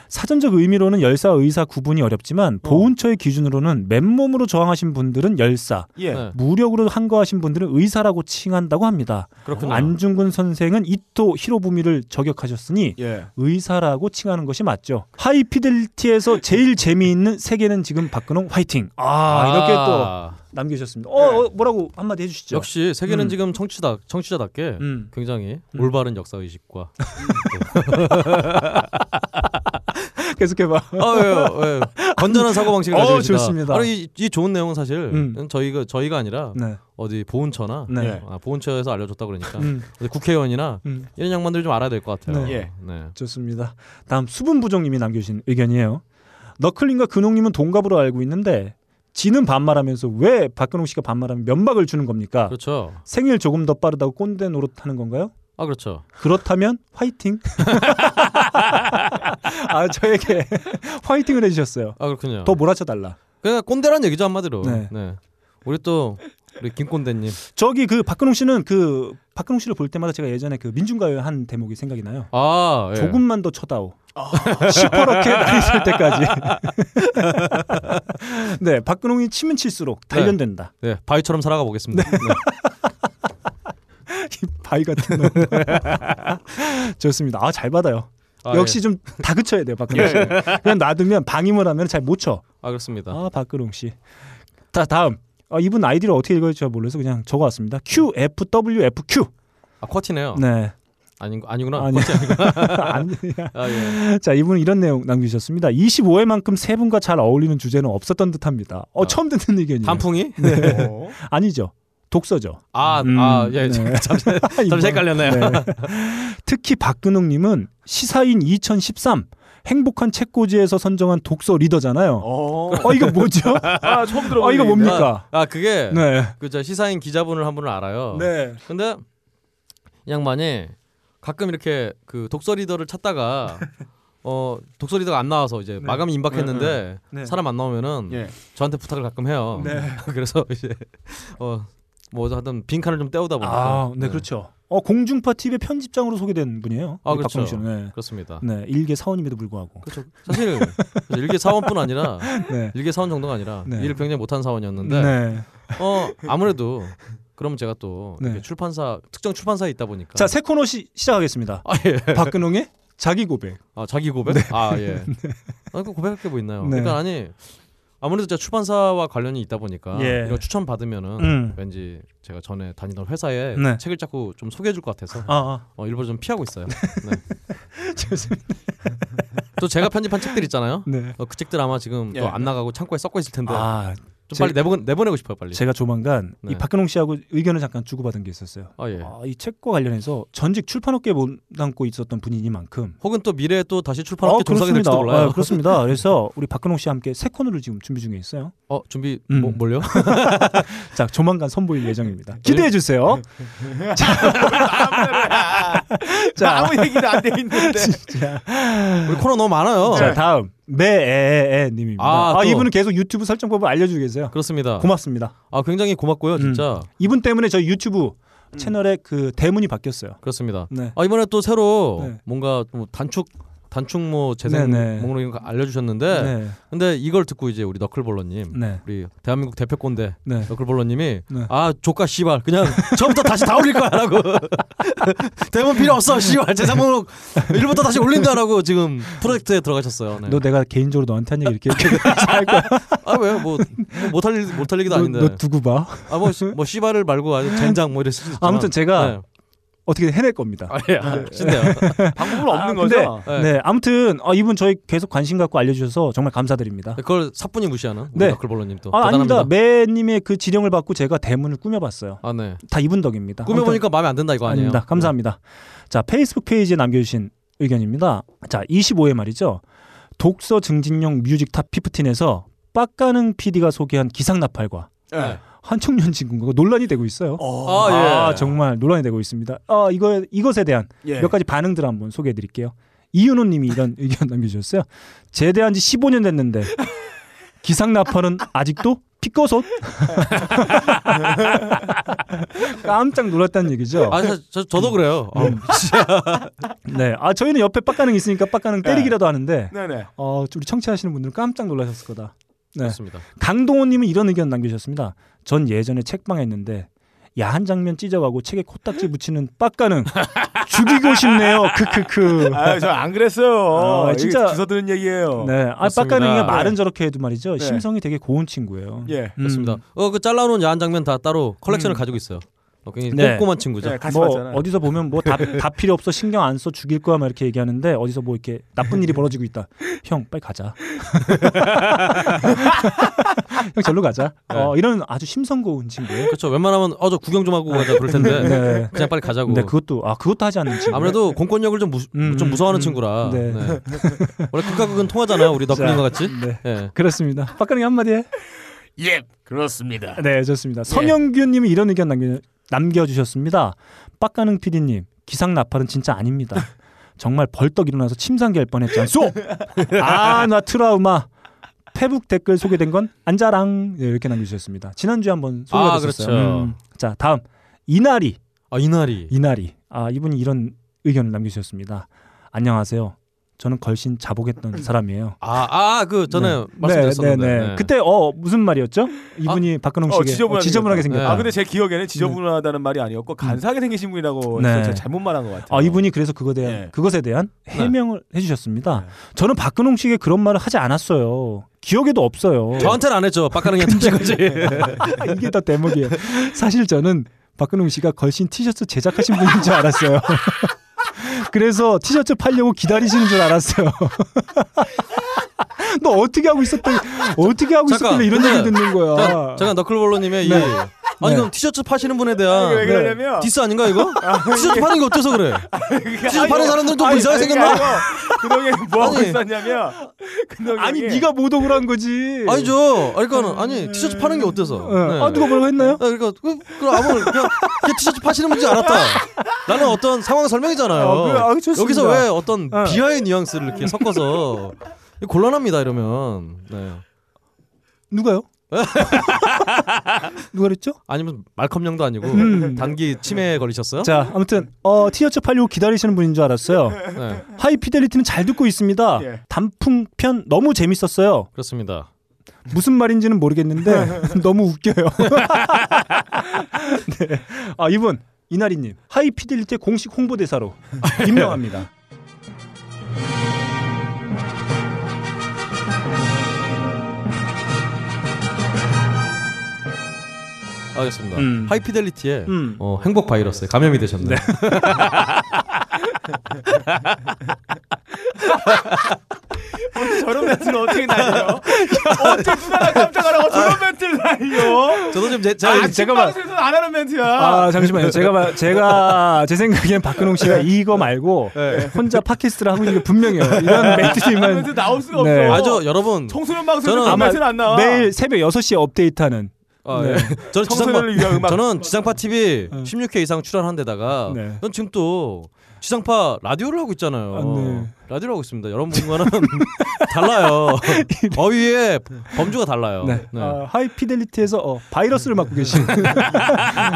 사전적 의미로는 열사 의사 구분이 어렵지만 보훈처의 기준으로는 맨몸으로 저항하신 분들은 열사, 예. 네. 무력으로 항거하신 분들은 의사라고 칭한다고 합니다. 그렇군요. 안중근 선생은 이토 히로부미를 저격하셨으니 예. 의사라고 칭하는 것이 맞죠. 하이피델리티에서 제일 재미있는 세계는 지금 박근홍 화이팅. 아, 이렇게 또 남겨주셨습니다. 어, 어, 뭐라고 한마디 해주시죠. 네. 역시 세계는 음. 지금 청취자 청취자답게 음. 굉장히 음. 올바른 역사 의식과 어. 계속해봐. 아예 (laughs) 예. 건전한 사고 방식을 어, 가지고 계시다. 좋습니다. 바로 이, 이 좋은 내용은 사실 음. 저희가 저희가 아니라 네. 어디 보훈처나 네. 예. 아, 보훈처에서 알려줬다 그러니까 음, 어디 국회의원이나 음, 이런 양반들 좀 알아야 될 것 같아요. 네. 예. 네. 좋습니다. 다음 수분부정님이 남겨주신 의견이에요. 너클링과 근홍님은 동갑으로 알고 있는데 지는 반말하면서 왜 박근홍 씨가 반말하면 면박을 주는 겁니까? 그렇죠. 생일 조금 더 빠르다고 꼰대 노릇하는 건가요? 아 그렇죠. 그렇다면 화이팅. (laughs) 아 저에게 화이팅을 해주셨어요. 아 그렇군요. 더 몰아쳐 달라. 그냥 꼰대란 얘기죠 한마디로. 네. 네. 우리 또 우리 김꼰대님. 저기 그 박근홍 씨는 그 박근홍 씨를 볼 때마다 제가 예전에 그 민중가요 한 대목이 생각이 나요. 아 예. 조금만 더 쳐다오. 시퍼렇게 나이 살 때까지. (laughs) 네, 박근홍이 치면 칠수록 단련된다. 네 바위처럼 살아가 보겠습니다. 네. 이 바위 같은 놈. (laughs) 좋습니다. 아, 잘 받아요. 아, 역시 예. 좀 다그쳐야 돼요, 박근홍 씨. 그냥 놔두면 방임을 하면 잘 못 쳐. 아 그렇습니다. 아, 박근홍 씨. 자, 다음. 아, 이분 아이디를 어떻게 읽을지 잘 몰라서 그냥 적어왔습니다. QFWFQ. 아 쿼티네요. 네. 아닌 아니구나. 아니. 쿼티 아니구나. (laughs) 아니야. 아 예. 자, 이분은 이런 내용 남기셨습니다. 25회만큼 세 분과 잘 어울리는 주제는 없었던 듯합니다. 어, 아. 처음 듣는 의견이에요. 단풍이? 네. 어. 아니죠. 독서죠. 아, 음, 아, 예, 네. 잠시, 잠시 (laughs) 이번- 헷갈렸네요. 네. 특히 박근홍님은 시사인 2013 행복한 책꽂이에서 선정한 독서 리더잖아요. 어. 어, 이거 (laughs) 뭐죠? 아, 처음 들어. 어, 이거 뭡니까? 아, 그게 네. 그저 시사인 기자분을 한 분을 알아요. 네. 근데 이 양반이 가끔 이렇게 그 독서 리더를 (laughs) 찾다가 어 독서 리더가 안 나와서 이제 마감이 임박했는데 네. 사람 안 나오면은 예. 저한테 부탁을 가끔 해요. 네. (laughs) 그래서 이제 어뭐 하여튼 빈칸을 좀 때우다 보니까 아, 네, 그렇죠. 어, 공중파 TV의 편집장으로 소개된 분이에요. 아, 이 박근홍 그렇죠. 씨는. 그렇습니다. 네. 네, 일개 사원임에도 불구하고. 그렇죠. 사실 일개 사원뿐 아니라 네. 일개 사원 정도가 아니라 네. 일을 굉장히 못한 사원이었는데 네. 어 아무래도 그럼 제가 또 네. 이렇게 출판사 특정 출판사에 있다 보니까 자, 새 코너 시, 시작하겠습니다. 아, 예. 박근홍의 자기 고백. 아 자기 고백 아 (laughs) 예. 아, 그 고백할 게 뭐 있나요? 네. 그러니까 아니 아무래도 제가 출판사와 관련이 있다 보니까 예. 이런 추천 받으면은 음. 왠지 제가 전에 다니던 회사에 네. 책을 자꾸 좀 소개해 줄 것 같아서 아, 어, 일부러 좀 피하고 있어요. 네. 아. (laughs) 죄송해요. 또 제가 편집한 책들 있잖아요. 네. 어, 그 책들 아마 지금 예. 또 안 나가고 창고에 썩고 있을 텐데 아, 좀 빨리 내보 내보내고 싶어요 빨리. 제가 조만간 이 네. 박근홍 씨하고 의견을 잠깐 주고받은 게 있었어요. 아 예. 아, 이 책과 관련해서 전직 출판업계에 몸담고 있었던 분이니만큼 혹은 또 미래에 또 다시 출판업계 종사가 그렇습니다. 될지도 몰라요. 아, 그렇습니다. 그래서 우리 박근홍 씨와 함께 새 코너를 지금 준비 중에 있어요. 어 준비 음. 뭐, 뭘요? 자, 조만간 선보일 예정입니다. 네. 기대해 주세요. 자, 아무 얘기도 안 돼 있는데. 자, 우리 코너 너무 많아요. 자, 다음 매에에 님입니다. 네. 아, 아, 또. 이분은 계속 유튜브 설정법을 알려주고 계세요. 그렇습니다. 고맙습니다. 아 굉장히 음. 고맙고요, 진짜. 이분 때문에 저희 유튜브 음. 채널의 그 대문이 바뀌었어요. 그렇습니다. 네. 아 이번에 또 새로 네. 뭔가 뭐 단축 단축 뭐 재생 네네. 목록 이런 거 알려주셨는데 네. 근데 이걸 듣고 이제 우리 너클볼러님 네. 우리 대한민국 대표 꼰대 네. 너클볼러님이 네. 아 조카 씨발 그냥 처음부터 다시 다 올릴 거야라고 (laughs) 대본 필요 없어 씨발 재생 목록 일부터 다시 올린다라고 지금 프로젝트에 들어가셨어요. 네. 너 내가 개인적으로 너한테 한 얘기 이렇게 (laughs) 할 거야. 아 왜요? 뭐 못할 일 못할 얘기도 너, 아닌데 너 두고 봐. 아뭐 뭐 씨발을 말고 아주 젠장 뭐 이랬을 수 있지만. 네. 아무튼 제가 네. 어떻게 해낼 겁니다. 아, 예, 하신대요. 방법은 없는 아, 근데- 거죠. 네. 네, 아무튼 어, 이분 저희 계속 관심 갖고 알려주셔서 정말 감사드립니다. 그걸 사뿐히 무시하는 우리 네. 너클볼러님 또 아, 네, 대단합니다. 아닙니다. 매님의 그 지령을 받고 제가 대문을 꾸며봤어요. 아 네. 다 이분 덕입니다. 꾸며보니까 마음에 안 든다 이거 아무튼 아니에요? 아닙니다. 감사합니다. 자, 페이스북 페이지에 남겨주신 의견입니다. 자, 25회 말이죠. 독서 증진용 뮤직 탑 15에서 빡가능 PD가 소개한 기상나팔과 예. 네. 한 청년 친구가 논란이 되고 있어요. 어. 아, 예. 아, 정말 논란이 되고 있습니다. 아, 이거 이것에 대한 예. 몇 가지 반응들 한번 소개해 드릴게요. 이윤호 (laughs) 님이 이런 의견 남겨주셨어요. 제대한 지 15년 됐는데 기상나팔은 아직도 피꺼솥 (laughs) 깜짝 놀랐다는 얘기죠. 아, 저, 저, 음. 저도 그래요. 어, 진짜. 네, 아 저희는 옆에 빡가능 있으니까 빡가능 네. 때리기라도 하는데 네네. 어 우리 청취하시는 분들은 깜짝 놀라셨을 거다. 네. 그렇습니다. 강동호님은 이런 의견 남기셨습니다. 전 예전에 책방에 있는데 야한 장면 찢어가고 책에 코딱지 붙이는 빡가능 죽이고 싶네요. 크크크. 아저 안 그랬어요. 아, 진짜- 진짜 주워 드는 얘기예요. 네, 아 맞습니다. 빡가능이가 말은 네. 저렇게 해도 말이죠. 네. 심성이 되게 고운 친구예요. 예. 그렇습니다. 음, 어, 그 잘라놓은 야한 장면 다 따로 컬렉션을 음. 가지고 있어요. 어, 굉장히 네. 꼼꼼한 친구죠. 네, 같이 뭐 봤잖아. 어디서 보면 뭐 다 다 필요 없어 신경 안 써 죽일 거야 막 이렇게 얘기하는데 어디서 뭐 이렇게 나쁜 일이 벌어지고 있다. 형 빨리 가자. (laughs) 형 절로 가자. 어, 이런 아주 심성 고운 친구예요. 그렇죠. 웬만하면 어, 저 구경 좀 하고 가자 그럴 텐데 (laughs) 네. 그냥 빨리 가자고. 근데 그것도 아 그것도 하지 않는 친구. 아무래도 공권력을 좀, 무, 음, 좀 무서워하는 음, 친구라. 네. 네. (laughs) 원래 극과 극은 통하잖아요. 우리 너클링과 같이. 네. 예. 그렇습니다. 빡가능이 한마디 해. 예. 그렇습니다. 네, 좋습니다. 성영규님이 이런 의견 남겨, 남겨주셨습니다. 빡가능 PD님, 기상 나팔은 진짜 아닙니다. (laughs) 정말 벌떡 일어나서 침상 갤 뻔했잖소. 아, 나 트라우마. 페북 댓글 소개된 건 안자랑 네, 이렇게 남겨주셨습니다. 지난주에 한번 소개가 아, 됐었어요. 그렇죠. 자, 다음 이나리. 아 이날이. 이날이 아 이분이 이런 의견을 남기셨습니다. 안녕하세요. 저는 걸신 자복했던 사람이에요. 아아그 전에 말씀드렸었는데. 네. 아, 그때 어 무슨 말이었죠? 이분이 박근홍 씨에게 어, 지저분하게 어, 지저분하게 생겼다. 생겼다. 음. 아 근데 제 기억에는 지저분하다는 말이 아니었고 간사하게 생기신 분이라고 해서 네. 제가 잘못 말한 것 같아요. 아 이분이 그래서 그거에 대한 예. 그것에 대한 네. 해명을 해주셨습니다. 네. 저는 박근홍 씨에게 그런 말을 하지 않았어요. 기억에도 없어요. (laughs) 아, 저한테는 안 했죠. 빡가는 게 터진 거지. 네. 이게 다 대목이에요. 사실 저는 박근홍 씨가 걸신 티셔츠 제작하신 분인 줄 알았어요. (laughs) 그래서 티셔츠 팔려고 기다리시는 줄 알았어요. (laughs) 너 어떻게 하고 있었던 어떻게 하고 잠깐, 있었길래 이런 얘기 근데 듣는 거야? 잠깐, 잠깐 너클볼로님의 아. 네. 이 아니 네. 그럼 티셔츠 파시는 분에 대한 이게 왜 그러냐면 디스 아닌가 이거? 티셔츠 파는 게 어때서 그래? 티셔츠 파는 사람들은 좀 이상하게 생겼나? 그동에 뭐 하고 아니. 있었냐면 그동에 아니 네가 모독을 한 거지. 아니죠. 아니, 그러니까 아니 티셔츠 파는 게 어때서? 어, 아 누가 뭐라고 했나요? 아, 그러니까 그, 그 아무 그냥, 그냥 티셔츠 파시는 분지 알았다. 나는 어떤 상황 설명이잖아요. 어, 그래, 아, 좋습니다. 여기서 왜 어떤 어. 비하의 뉘앙스를 이렇게 섞어서 이거 곤란합니다 이러면. 네. (laughs) 누가요? 누가 그랬죠? 아니면 말컴령도 아니고 음. 단기 치매에 걸리셨어요? 자, 아무튼 어, 티셔츠 팔려고 기다리시는 분인 줄 알았어요. 네, 하이피델리티는 잘 듣고 있습니다. 예. 단풍 편 너무 재밌었어요. 그렇습니다. 무슨 (laughs) 말인지는 모르겠는데 너무 웃겨요. (laughs) 네. 아, 이분 이나리님 하이피델리티 의 (laughs) 공식 홍보대사로 임명합니다. 알겠습니다. 음. 하이피델리티의 음. 어, 행복 바이러스에 감염이 되셨네. 요 저런 멘트는 어떻게 (laughs) 날려? 어째 누가 나 깜짝하라고 저런 멘트를 날려? 저도 지금 제, 제가 아, 이제 제가 제가 에서안 하는 멘트야. 아 잠시만요. 제가 봐- 제가 제 생각에는 박근홍 네. 씨가 이거 말고 혼자 팟캐스트를 하고 있는 게 분명해요. (laughs) 이런 그런 멘트지만 멘트 나올 수가 네. 없어. 아저 여러분 청소년 방송에서 저는 그런 아마 멘트는 안 나와. 매일 새벽 6시에 업데이트하는 아, 네. 예. 저는 청소년을 위한 지상파 음악. 저는 지상파 TV 네. 16회 이상 출연한 데다가 네. 넌 지금 또 지상파 라디오를 하고 있잖아요. 아, 네. 라디오를 하고 있습니다. 여러분과는 (laughs) 달라요. 어휘의 범주가 달라요. 네. 네. 어, 하이피델리티에서 어, 바이러스를 맡고 계신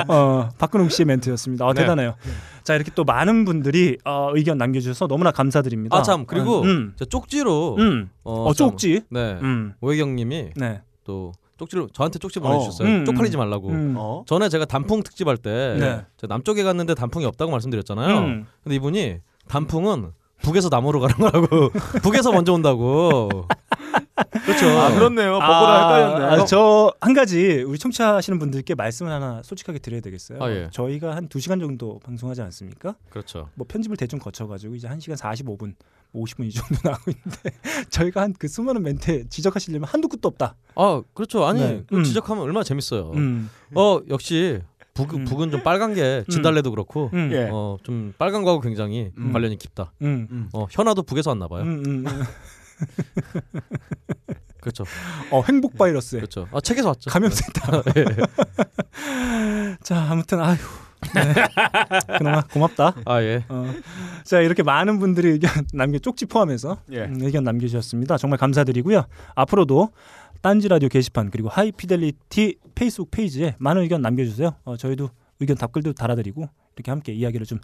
어, 박근홍 씨의 멘트였습니다. 아, 네. 대단해요. 자 이렇게 또 많은 분들이 어, 의견 남겨주셔서 너무나 감사드립니다. 아 참 그리고 음, 저 쪽지로 음. 어, 참, 쪽지. 네 음. 오해경님이 네. 또 쪽지를 저한테 쪽지 어. 보내주셨어요. 음, 쪽팔리지 말라고. 음. 어? 전에 제가 단풍 특집 할 때 네. 남쪽에 갔는데 단풍이 없다고 말씀드렸잖아요. 음. 근데 이분이 단풍은 북에서 남으로 가는 거라고 (laughs) 북에서 먼저 온다고 그렇죠 아 그렇네요. 버거라 헷갈렸네. 아, 저한 가지 우리 청취하시는 분들께 말씀을 하나 솔직하게 드려야 되겠어요. 아, 예. 저희가 한 2시간 정도 방송하지 않습니까? 그렇죠 뭐 편집을 대충 거쳐가지고 이제 1시간 45분 50분 이 정도 (laughs) 나오고 있는데 저희가 한 그 수많은 멘트 지적하시려면 한두 끝도 없다. 아 그렇죠 아니 네. 그거 음. 지적하면 얼마나 재밌어요 음. 어 역시 북, 음. 북은 좀 빨간 게 진달래도 그렇고 음. 예. 어 좀 빨간 거하고 굉장히 음. 관련이 깊다 음. 어 현아도 북에서 왔나 봐요 음, 음, 음. 그렇죠 어, 행복 바이러스 에 그렇죠 아 책에서 왔죠 감염됐다. (laughs) 자, 아무튼 아휴. 네. 그나마 고맙다. 아예 어. 자, 이렇게 많은 분들이 의견 (laughs) 남겨 쪽지 포함해서 예. 음, 의견 남겨 주셨습니다. 정말 감사드리고요. 앞으로도 딴지 라디오 게시판 그리고 하이피델리티 페이스북 페이지에 많은 의견 남겨주세요. 어, 저희도 의견 답글도 달아드리고 이렇게 함께 이야기를 좀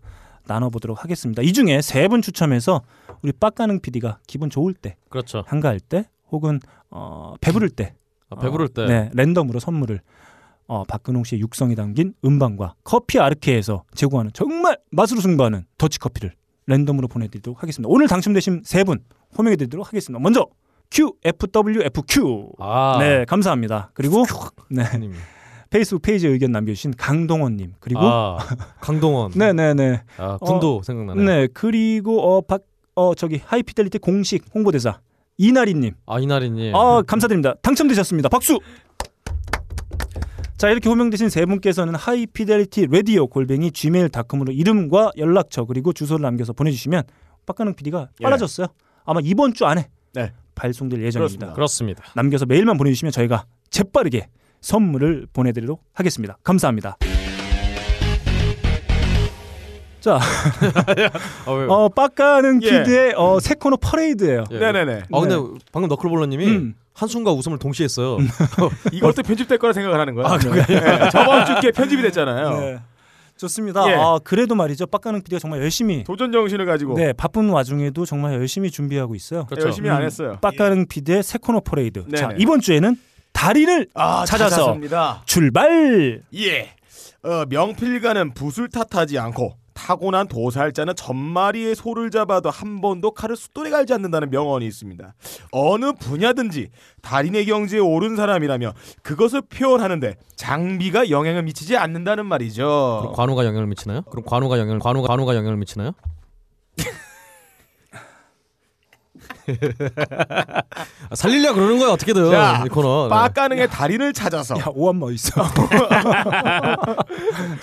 나눠보도록 하겠습니다. 이 중에 세 분 추첨해서 우리 빡가능 PD가 기분 좋을 때, 그렇죠. 한가할 때, 혹은 어, 배부를 때, 아, 배부를 때. 어, 네, 랜덤으로 선물을 어, 박근홍 씨의 육성이 담긴 음반과 커피 아르케에서 제공하는 정말 맛으로 승부하는 더치 커피를 랜덤으로 보내드리도록 하겠습니다. 오늘 당첨되신 세 분 호명해드리도록 하겠습니다. 먼저 QFWFQ 아, 네 감사합니다. 그리고 네, 님. 페이스북 페이지에 의견 남겨주신 강동원님 그리고 아, 강동원. 네네네 아, 군도 생각나네. 네 그리고 어박어 저기 하이피델리티 공식 홍보대사 이나리님 아, 예. 이나리님. 아 감사드립니다. 당첨되셨습니다. 박수. 자 이렇게 호명되신 세 분께서는 하이피델리티 라디오 골뱅이 gmail.com으로 이름과 연락처 그리고 주소를 남겨서 보내주시면 박가능 PD가 예. 빨라졌어요. 아마 이번 주 안에 네. 발송될 그렇습니다. 예정입니다. 그렇습니다. 남겨서 메일만 보내주시면 저희가 재빠르게 선물을 보내드리도록 하겠습니다. 감사합니다. (laughs) 자, 아, 왜? 어, 빡가는 예. PD의 어, 새 코너 퍼레이드예요. 예. 네네네. 아, 근데 네. 방금 너클볼러님이 음. 한숨과 웃음을 동시에 했어요. 이것도 편집될 거라 생각을 하는 거야. 아, 네. 저번 주께 편집이 됐잖아요. 네. 좋습니다. 예. 아, 그래도 말이죠. 빡가는 PD가 정말 열심히 도전 정신을 가지고 네, 바쁜 와중에도 정말 열심히 준비하고 있요 음, 그렇죠. 열심히 안 했어요. 빡가는 PD의 새 코너 퍼레이드. 네네. 자, 이번 주에는 다리를 아, 찾아서. 찾았습니다. 출발. 예. 어, 명필가는 붓을 탓하지 않고 타고난 도살자는 천 마리의 소를 잡아도 한 번도 칼을 숫돌에 갈지 않는다는 명언이 있습니다. 어느 분야든지 달인의 경지에 오른 사람이라며 그것을 표현하는데 장비가 영향을 미치지 않는다는 (laughs) 그럼 말이죠. 관우가 영향을 미치나요? 그럼 관우가 영향을 관우가 관우가 영향을 (laughs) 미치나요? 아, 살리려 그러는 거야 어떻게든 자, 이 코너. 네. 빡가능의 달인을 찾아서 그렇죠. 야, 오한마 있어.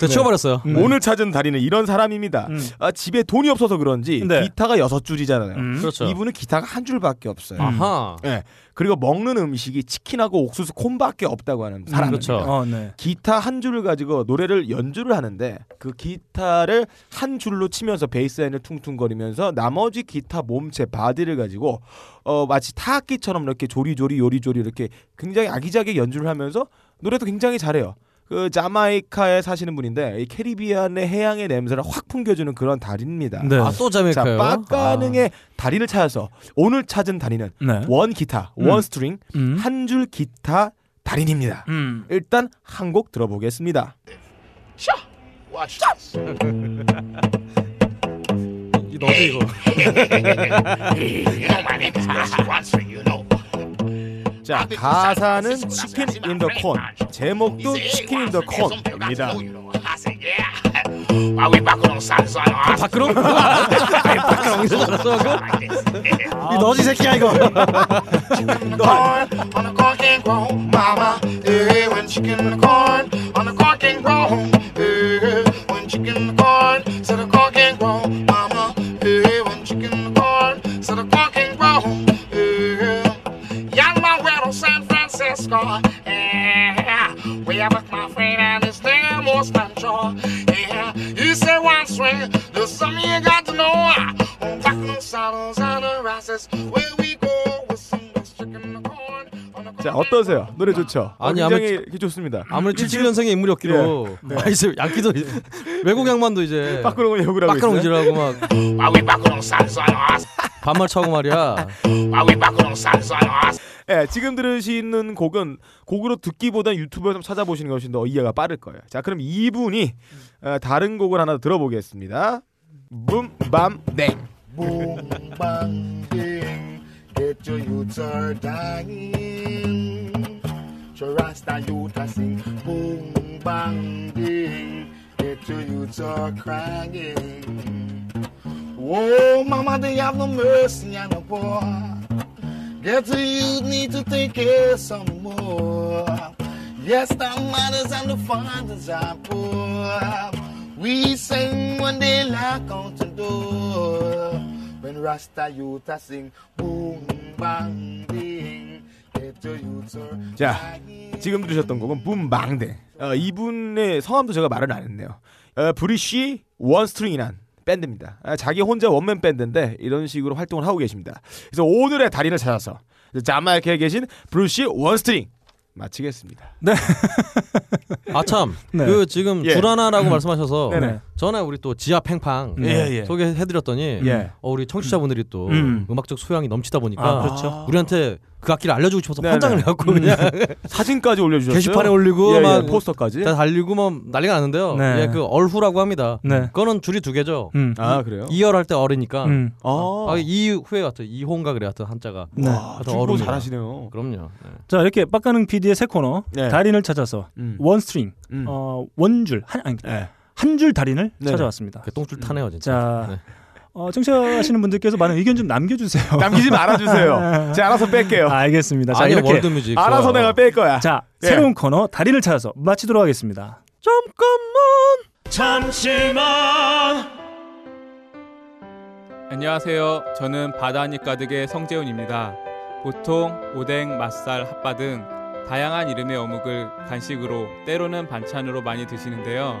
저 치워버렸어요. 오늘 찾은 달인은 이런 사람입니다. 음. 아, 집에 돈이 없어서 그런지 네. 기타가 여섯 줄이잖아요. 음. 그렇죠. 음. 이분은 기타가 한 줄밖에 없어요. 아하. 예. 그리고 먹는 음식이 치킨하고 옥수수 콘밖에 없다고 하는 사람. 그렇죠. 어, 네. 기타 한 줄을 가지고 노래를 연주를 하는데 그 기타를 한 줄로 치면서 베이스라인을 퉁퉁거리면서 나머지 기타 몸체 바디를 가지고 어 마치 타악기처럼 이렇게 조리조리 요리조리 이렇게 굉장히 아기자기 연주를 하면서 노래도 굉장히 잘해요. 그 자마이카에 사시는 분인데 이 캐리비안의 해양의 냄새를 확 풍겨주는 그런 달입니다. 네. 아 또 자, 자메이카요. 빡가능의 다리를 찾아서 오늘 찾은 다리는 네. 원 기타, 음. 원 스트링, 음. 한 줄 기타 달인입니다. 음. 일단 한 곡 들어보겠습니다. 아, 이 너도 이거. (laughs) 아, 네. 자, 가사는 치킨 인 더 콘, 제목도 치킨 인 더 콘입니다. 아, 박근홍? 박근홍 아, 이거 아, 예. 이 너지 새끼야 이거. 음. corn on the corking grown mama eh, when chicken corn on the corking grown eh, when chicken corn so the corking grown mama eh, when chicken corn so the corking grown eh, young man we're on San Francisco eh, we have with my friend and his name was Pancho eh, he said one swing there's something you got to know ah, on Tucking saddles and the races where we go with some chicken corn on the 자, 어떠세요? 노래 좋죠? 어, 아니, 굉장히 이렇게 좋습니다. 아무리 77년생의 인물이었기로 아 이제 양기도 이제- 외국 양반도 이제 빠꾸롱을 욕을 하고 네. 빡가롱 있어요. 지라고 막 Why we back on Sanzanoas? 반말 차고 말이야. Why we back on Sanzanoas? 예, 지금 들으시는 곡은 곡으로 듣기보단 유튜브에서 찾아보시는 것이 더 이해가 빠를 거예요. 자, 그럼 이분이 어, 다른 곡을 하나 들어보겠습니다. 붐밤땡. 네. Boom, bang, ding. Get your youths are dying. Rasta youth are sing. Boom, bang, ding. Get your youths are crying. Oh, mama, they have no mercy on the poor. Get your youth need to take care some more. Yes, the mothers and the fathers are poor. We sing when they lock out the door. When Rasta youth are sing, boom, bang, ding. Get your youth are 자, crying. 지금 들으셨던 곡은 붐망대. 어, 이분의 성함도 제가 말을 안 했네요. 어, 브리쉬 원스트링이란 밴드입니다. 아, 자기 혼자 원맨 밴드인데 이런 식으로 활동을 하고 계십니다. 그래서 오늘의 달인을 찾아서 자마이카에 계신 브루시 원스트링 마치겠습니다. 아참 네. 그 지금 예. 주라나라고 말씀하셔서 네네. 전에 우리 또 지하 팽팡 예, 예. 소개해드렸더니 예. 어, 우리 청취자분들이 또 음. 음. 악적 소양이 넘치다 보니까 아, 그렇죠. 음. 우리한테 그 악기를 알려주고 싶어서 네네. 환장을 해갖고 그냥 사진까지 올려주셨어요. 게시판에 올리고 예, 예, 막 포스터까지. 다 달리고 막 난리가 났는데요. 네. 예, 그 얼후라고 합니다. 네. 그거는 줄이 두 개죠. 음. 아 그래요? 이열 할 때 얼이니까 음. 아, 아, 이후에 같아 이혼가 그래 같은 한자가 네. 와, 하여튼 중국어 어른이야. 잘하시네요. 그럼요. 네. 자 이렇게 빡가능 PD의 새 코너 네. 달인을 찾아서 음. 원스트링 음. 어, 원줄 한 아니 네. 한줄 달인을 네네. 찾아왔습니다. 그 똥줄 타네요 진짜. 자 네. 어, 청취하시는 분들께서 많은 의견 좀 남겨주세요. (laughs) 남기지 말아주세요. 제가 알아서 뺄게요. 알겠습니다. 자 아니 이렇게 월드뮤직. 알아서 좋아요. 내가 뺄 거야. 자 예. 새로운 코너 달인을 찾아서 마치도록 하겠습니다. 안녕하세요. 저는 바다니 가득의 성재훈입니다. 보통 오뎅, 맛살, 핫바 등 다양한 이름의 어묵을 간식으로 때로는 반찬으로 많이 드시는데요.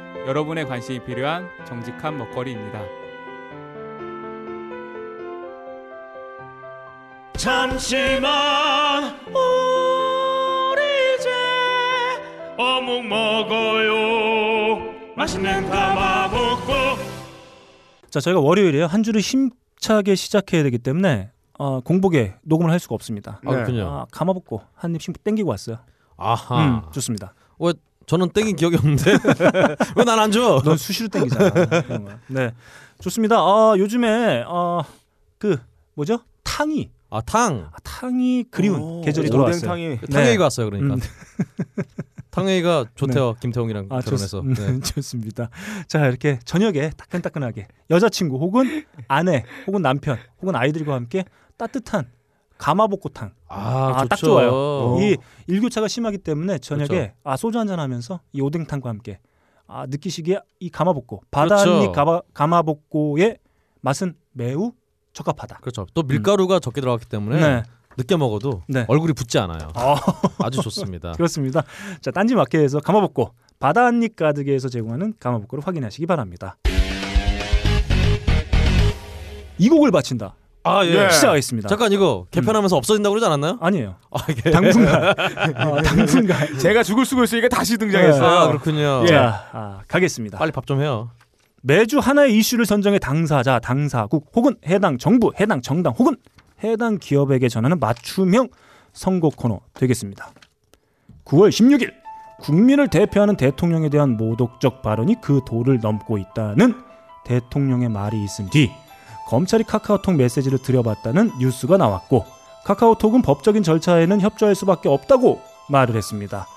여러분의 관심이 필요한 정직한 먹거리입니다. 자 저희가 월요일에요 한 주를 힘차게 시작해야 되기 때문에 어, 공복에 녹음을 할 수가 없습니다. 아, 그렇군요. 아, 감아먹고 한입씩 땡기고 왔어요. 아하. 음, 좋습니다. 저는 땡긴 기억이 (laughs) 없는데 왜 난 안 줘? 넌 수시로 땡기잖아. 그런 거. 네, 좋습니다. 아, 요즘에 아, 그 뭐죠? 탕이 아 탕. 아, 탕이 그리운 오, 계절이 돌아왔어요. 오뎅탕이 탕웨이가 왔어요 그러니까. 음. (laughs) 탕웨이가 좋대요 김태웅이랑 아, 결혼해서. (laughs) 좋, 네. 습니다자 이렇게 저녁에 따끈따끈하게 여자친구 혹은 아내 혹은 남편 혹은 아이들과 함께 따뜻한 가마복고탕 아, 아, 딱 좋죠. 좋아요. 어. 이 일교차가 심하기 때문에 저녁에 그렇죠. 아 소주 한잔 하면서 이 오뎅탕과 함께 아 느끼시기에 이 가마복고 바다잎 그렇죠. 가마, 가마복고의 맛은 매우 적합하다. 그렇죠. 또 밀가루가 적게 들어갔기 때문에 음. 네. 늦게 먹어도 네. 얼굴이 붓지 않아요. (laughs) 어. 아주 좋습니다. (laughs) 그렇습니다. 자 딴지 마켓에서 가마복고 바다 한입 가득에서 제공하는 가마복고를 확인하시기 바랍니다. 이 곡을 바친다. 아 예. 네. 시작하겠습니다. 잠깐 음. 이거 개편하면서 없어진다고 그러지 않았나요? 아니에요. 아 이게. (laughs) 당분간 어, 당분간 제가 죽을 수가 있으니까 다시 네. 아 등장했어요. 그렇군요. 자 아, 가겠습니다. 빨리 밥 좀 해요. 매주 하나의 이슈를 선정해 당사자, 당사국 혹은 해당 정부, 해당 정당 혹은 해당 기업에게 전하는 맞춤형 선거 코너 되겠습니다. 9월 16일 국민을 대표하는 대통령에 대한 모독적 발언이 그 도를 넘고 있다는 대통령의 말이 있은 뒤 검찰이 카카오톡 메시지를 들여봤다는 뉴스가 나왔고 카카오톡은 법적인 절차에는 협조할 수밖에 없다고 말을 했습니다.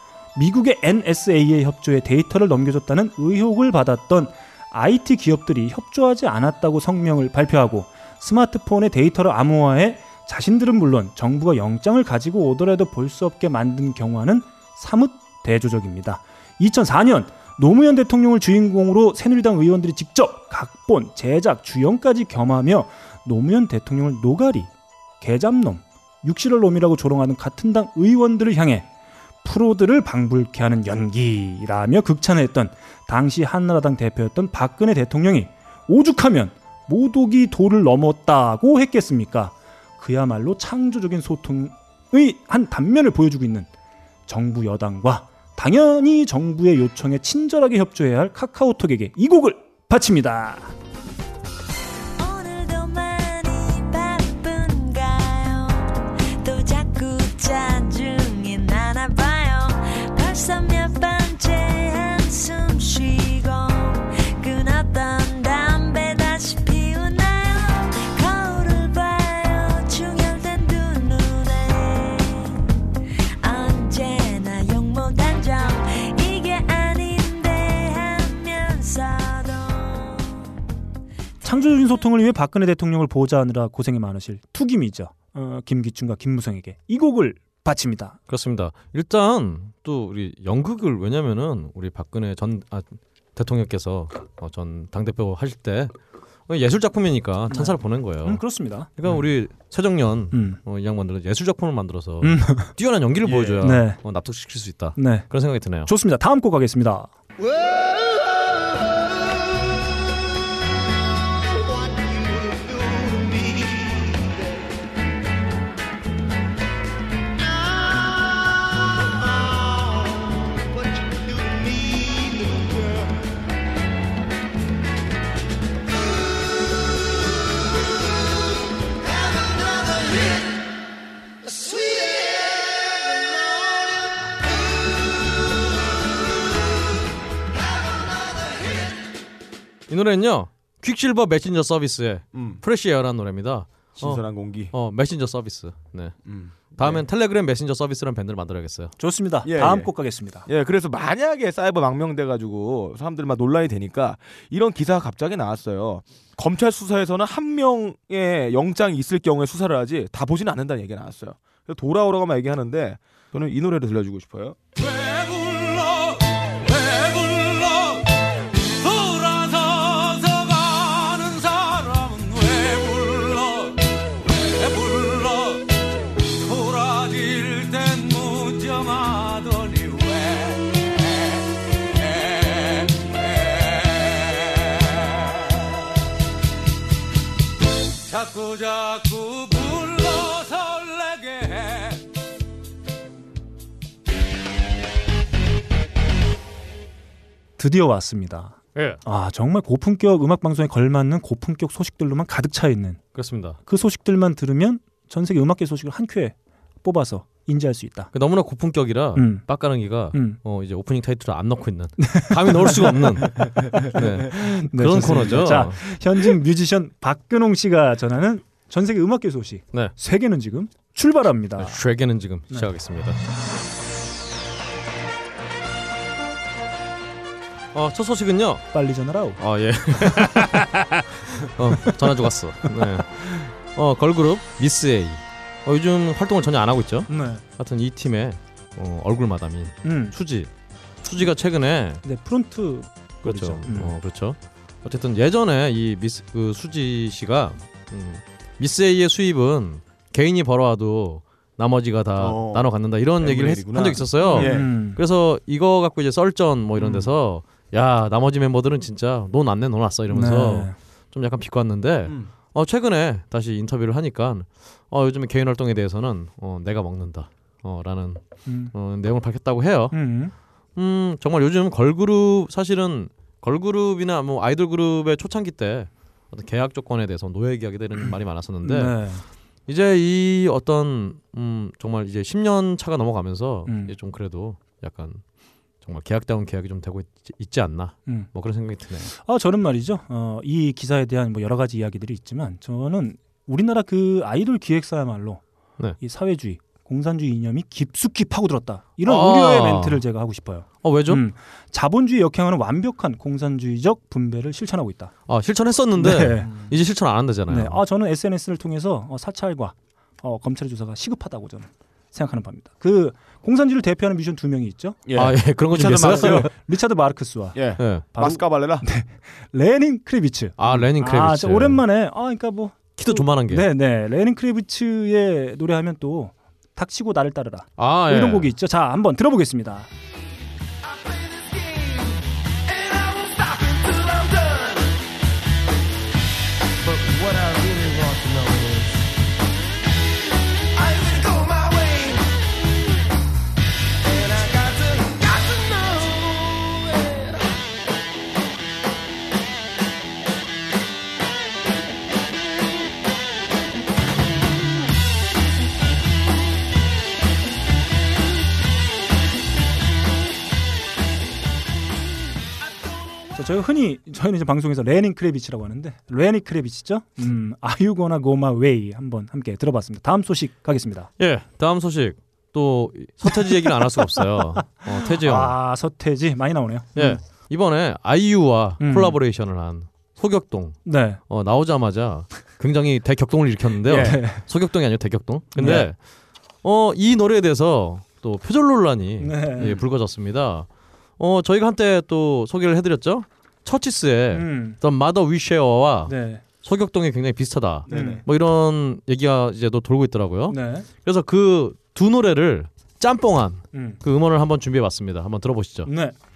미국의 NSA의 협조에 데이터를 넘겨줬다는 의혹을 받았던 IT 기업들이 협조하지 않았다고 성명을 발표하고 스마트폰의 데이터를 암호화해 자신들은 물론 정부가 영장을 가지고 오더라도 볼 수 없게 만든 경우와는 사뭇 대조적입니다. 2004년 노무현 대통령을 주인공으로 새누리당 의원들이 직접 각본, 제작, 주연까지 겸하며 노무현 대통령을 노가리, 개잡놈, 육실을놈이라고 조롱하는 같은 당 의원들을 향해 프로들을 방불케 하는 연기라며 극찬했던 당시 한나라당 대표였던 박근혜 대통령이 오죽하면 모독이 도를 넘었다고 했겠습니까? 그야말로 창조적인 소통의 한 단면을 보여주고 있는 정부 여당과 당연히 정부의 요청에 친절하게 협조해야 할 카카오톡에게 이 곡을 바칩니다. 오늘도 많이 바쁜가요? 또 자꾸 짜증이 나나 봐요. 벌써 몇 번째 한숨 쉬고 끊었던 담배 다시 피우나요? 거울을 봐요. 충혈된 두 눈에. 언제나 욕 못한 점 이게 아닌데 하면서도 민주적인 소통을 위해 박근혜 대통령을 보좌하느라 고생이 많으실 투김이죠. 어, 김기춘과 김무성에게 이 곡을 바칩니다. 그렇습니다. 일단 또 우리 연극을 왜냐면은 우리 박근혜 전 아, 대통령께서 어, 전 당대표 하실 때 어, 예술 작품이니까 찬사를 보낸 거예요. 음, 그렇습니다. 그러니까 우리 최정년 음. 어, 이 양반들은 예술 작품을 만들어서 음. 뛰어난 (laughs) 연기를 보여줘야 네. 어, 납득시킬 수 있다. 네. 그런 생각이 드네요. 좋습니다. 다음 곡 가겠습니다. 이 노래는요. 퀵실버 메신저 서비스의 음. 프레시 에어라는 노래입니다. 신선한 공기. 어 메신저 서비스. 네. 음. 다음엔 텔레그램 메신저 서비스라는 밴드를 만들어야겠어요. 좋습니다. 예, 다음 예. 곡 가겠습니다. 예, 그래서 만약에 사이버 망명돼 가지고 사람들 막 논란이 되니까 이런 기사가 갑자기 나왔어요. 검찰 수사에서는 한 명의 영장이 있을 경우에 수사를 하지 다 보지는 않는다는 얘기가 나왔어요. 그래서 돌아오라고만 얘기하는데 저는 이 노래를 들려주고 싶어요. 배불러 배불러 돌아서서 가는 사람은 왜 불러 왜 불러 돌아질 땐 무점하더니 왜 자꾸 자꾸 불러 설레게 해 드디어 왔습니다. 예. 아 정말 고품격 음악 방송에 걸맞는 고품격 소식들로만 가득 차 있는 그렇습니다. 그 소식들만 들으면 전 세계 음악계 소식을 한 큐에 뽑아서 인지할 수 있다. 그 너무나 고품격이라 음. 빡가능이가 음, 어 이제 오프닝 타이틀을 안 넣고 있는 감히 넣을 수가 (laughs) 없는 네, 네, 그런 좋습니다. 코너죠. 자 현직 뮤지션 박근홍 씨가 전하는 전 세계 음악계 소식. 네. 세계는 지금 출발합니다. 아, 쉐게는 지금 네. 시작하겠습니다. 어, 첫 소식은요. 빨리 전화라오. 아 예. (laughs) 어, 전화 주고 왔어. 네. 어 걸그룹 미스 A. 어, 요즘 활동을 전혀 안 하고 있죠. 네. 하여튼 이 팀의 어, 얼굴 마담인 음. 수지. 수지가 최근에 네 프론트 그렇죠. 그렇죠. 음. 어, 그렇죠. 어쨌든 예전에 이 미스 그 수지 씨가 음, 미스 A의 수입은 개인이 벌어와도 나머지가 다 어. 나눠 갖는다 이런 얘기를 했- 일이구나. 한 적이 있었어요. 예. 음. 그래서 이거 갖고 이제 썰전 뭐 이런 음. 데서 야 나머지 멤버들은 진짜 돈 안 내, 돈 왔어 이러면서 네. 좀 약간 비꼬았는데 음. 어, 최근에 다시 인터뷰를 하니까 어, 요즘에 개인 활동에 대해서는 어, 내가 먹는다. 어, 라는 음. 어, 내용을 밝혔다고 해요. 음. 음 정말 요즘 걸그룹 사실은 걸그룹이나 뭐 아이돌 그룹의 초창기 때 어떤 계약 조건에 대해서 노예 계약이 (clears throat) 되는 말이 많았었는데 네. 이제 이 어떤 음 정말 이제 10년 차가 넘어가면서 음. 이제 좀 그래도 약간 정말 계약다운 계약이 좀 되고 있, 있지 않나 음. 뭐 그런 생각이 드네요. 아 저는 말이죠. 어, 이 기사에 대한 뭐 여러 가지 이야기들이 있지만 저는 우리나라 그 아이돌 기획사야말로 네. 이 사회주의, 공산주의 이념이 깊숙이 파고들었다. 이런 아. 우려의 멘트를 제가 하고 싶어요. 어 왜죠? 음, 자본주의 역행하는 완벽한 공산주의적 분배를 실천하고 있다. 아 실천했었는데 음. 네. 이제 실천 안 한다잖아요. 네. 아 저는 SNS를 통해서 어, 사찰과 어, 검찰의 조사가 시급하다고 저는 생각하는 바입니다. 그 공산주의를 대표하는 뮤지션 두 명이 있죠. 예. 아, 예, 그런 거좀 리차드 있어요. 마르크. 리차드 마르크스와 예. 예. 바로 마스카발레라. 레닌 크레비츠. 아 레닌 크레비츠. 아, 저 오랜만에 아 그러니까 뭐 키도 조만한 게. 네, 네. 레닌 크레비츠의 노래하면 또 닥치고 나를 따르라. 뭐 아 예. 이런 곡이 있죠. 자, 한번 들어보겠습니다. 자, 저희 흔히 저희는 이제 방송에서 레닌 크레비츠라고 하는데 레닌 크레비츠죠. 음, 아유거나 고마 웨이 한번 함께 들어봤습니다. 다음 소식 가겠습니다. 예, 다음 소식 또 서태지 얘기를 안 할 수가 없어요. 어, 태지 형. 아, 서태지 많이 나오네요. 예, 이번에 아이유와 음. 콜라보레이션을 한 소격동 네. 어, 나오자마자 굉장히 대격동을 일으켰는데요. 예. 소격동이 아니고 대격동. 네. 근데 어, 이 노래에 대해서 또 표절 논란이 네. 예, 불거졌습니다. 어, 저희가 한때 또 소개를 해드렸죠. 처치스의 음. The Mother We Share와 네. 소격동이 굉장히 비슷하다. 네네. 뭐 이런 얘기가 이제 또 돌고 있더라고요. 네. 그래서 그 두 노래를 짬뽕한 음. 그 음원을 한번 준비해봤습니다. 한번 들어보시죠. 네. (laughs)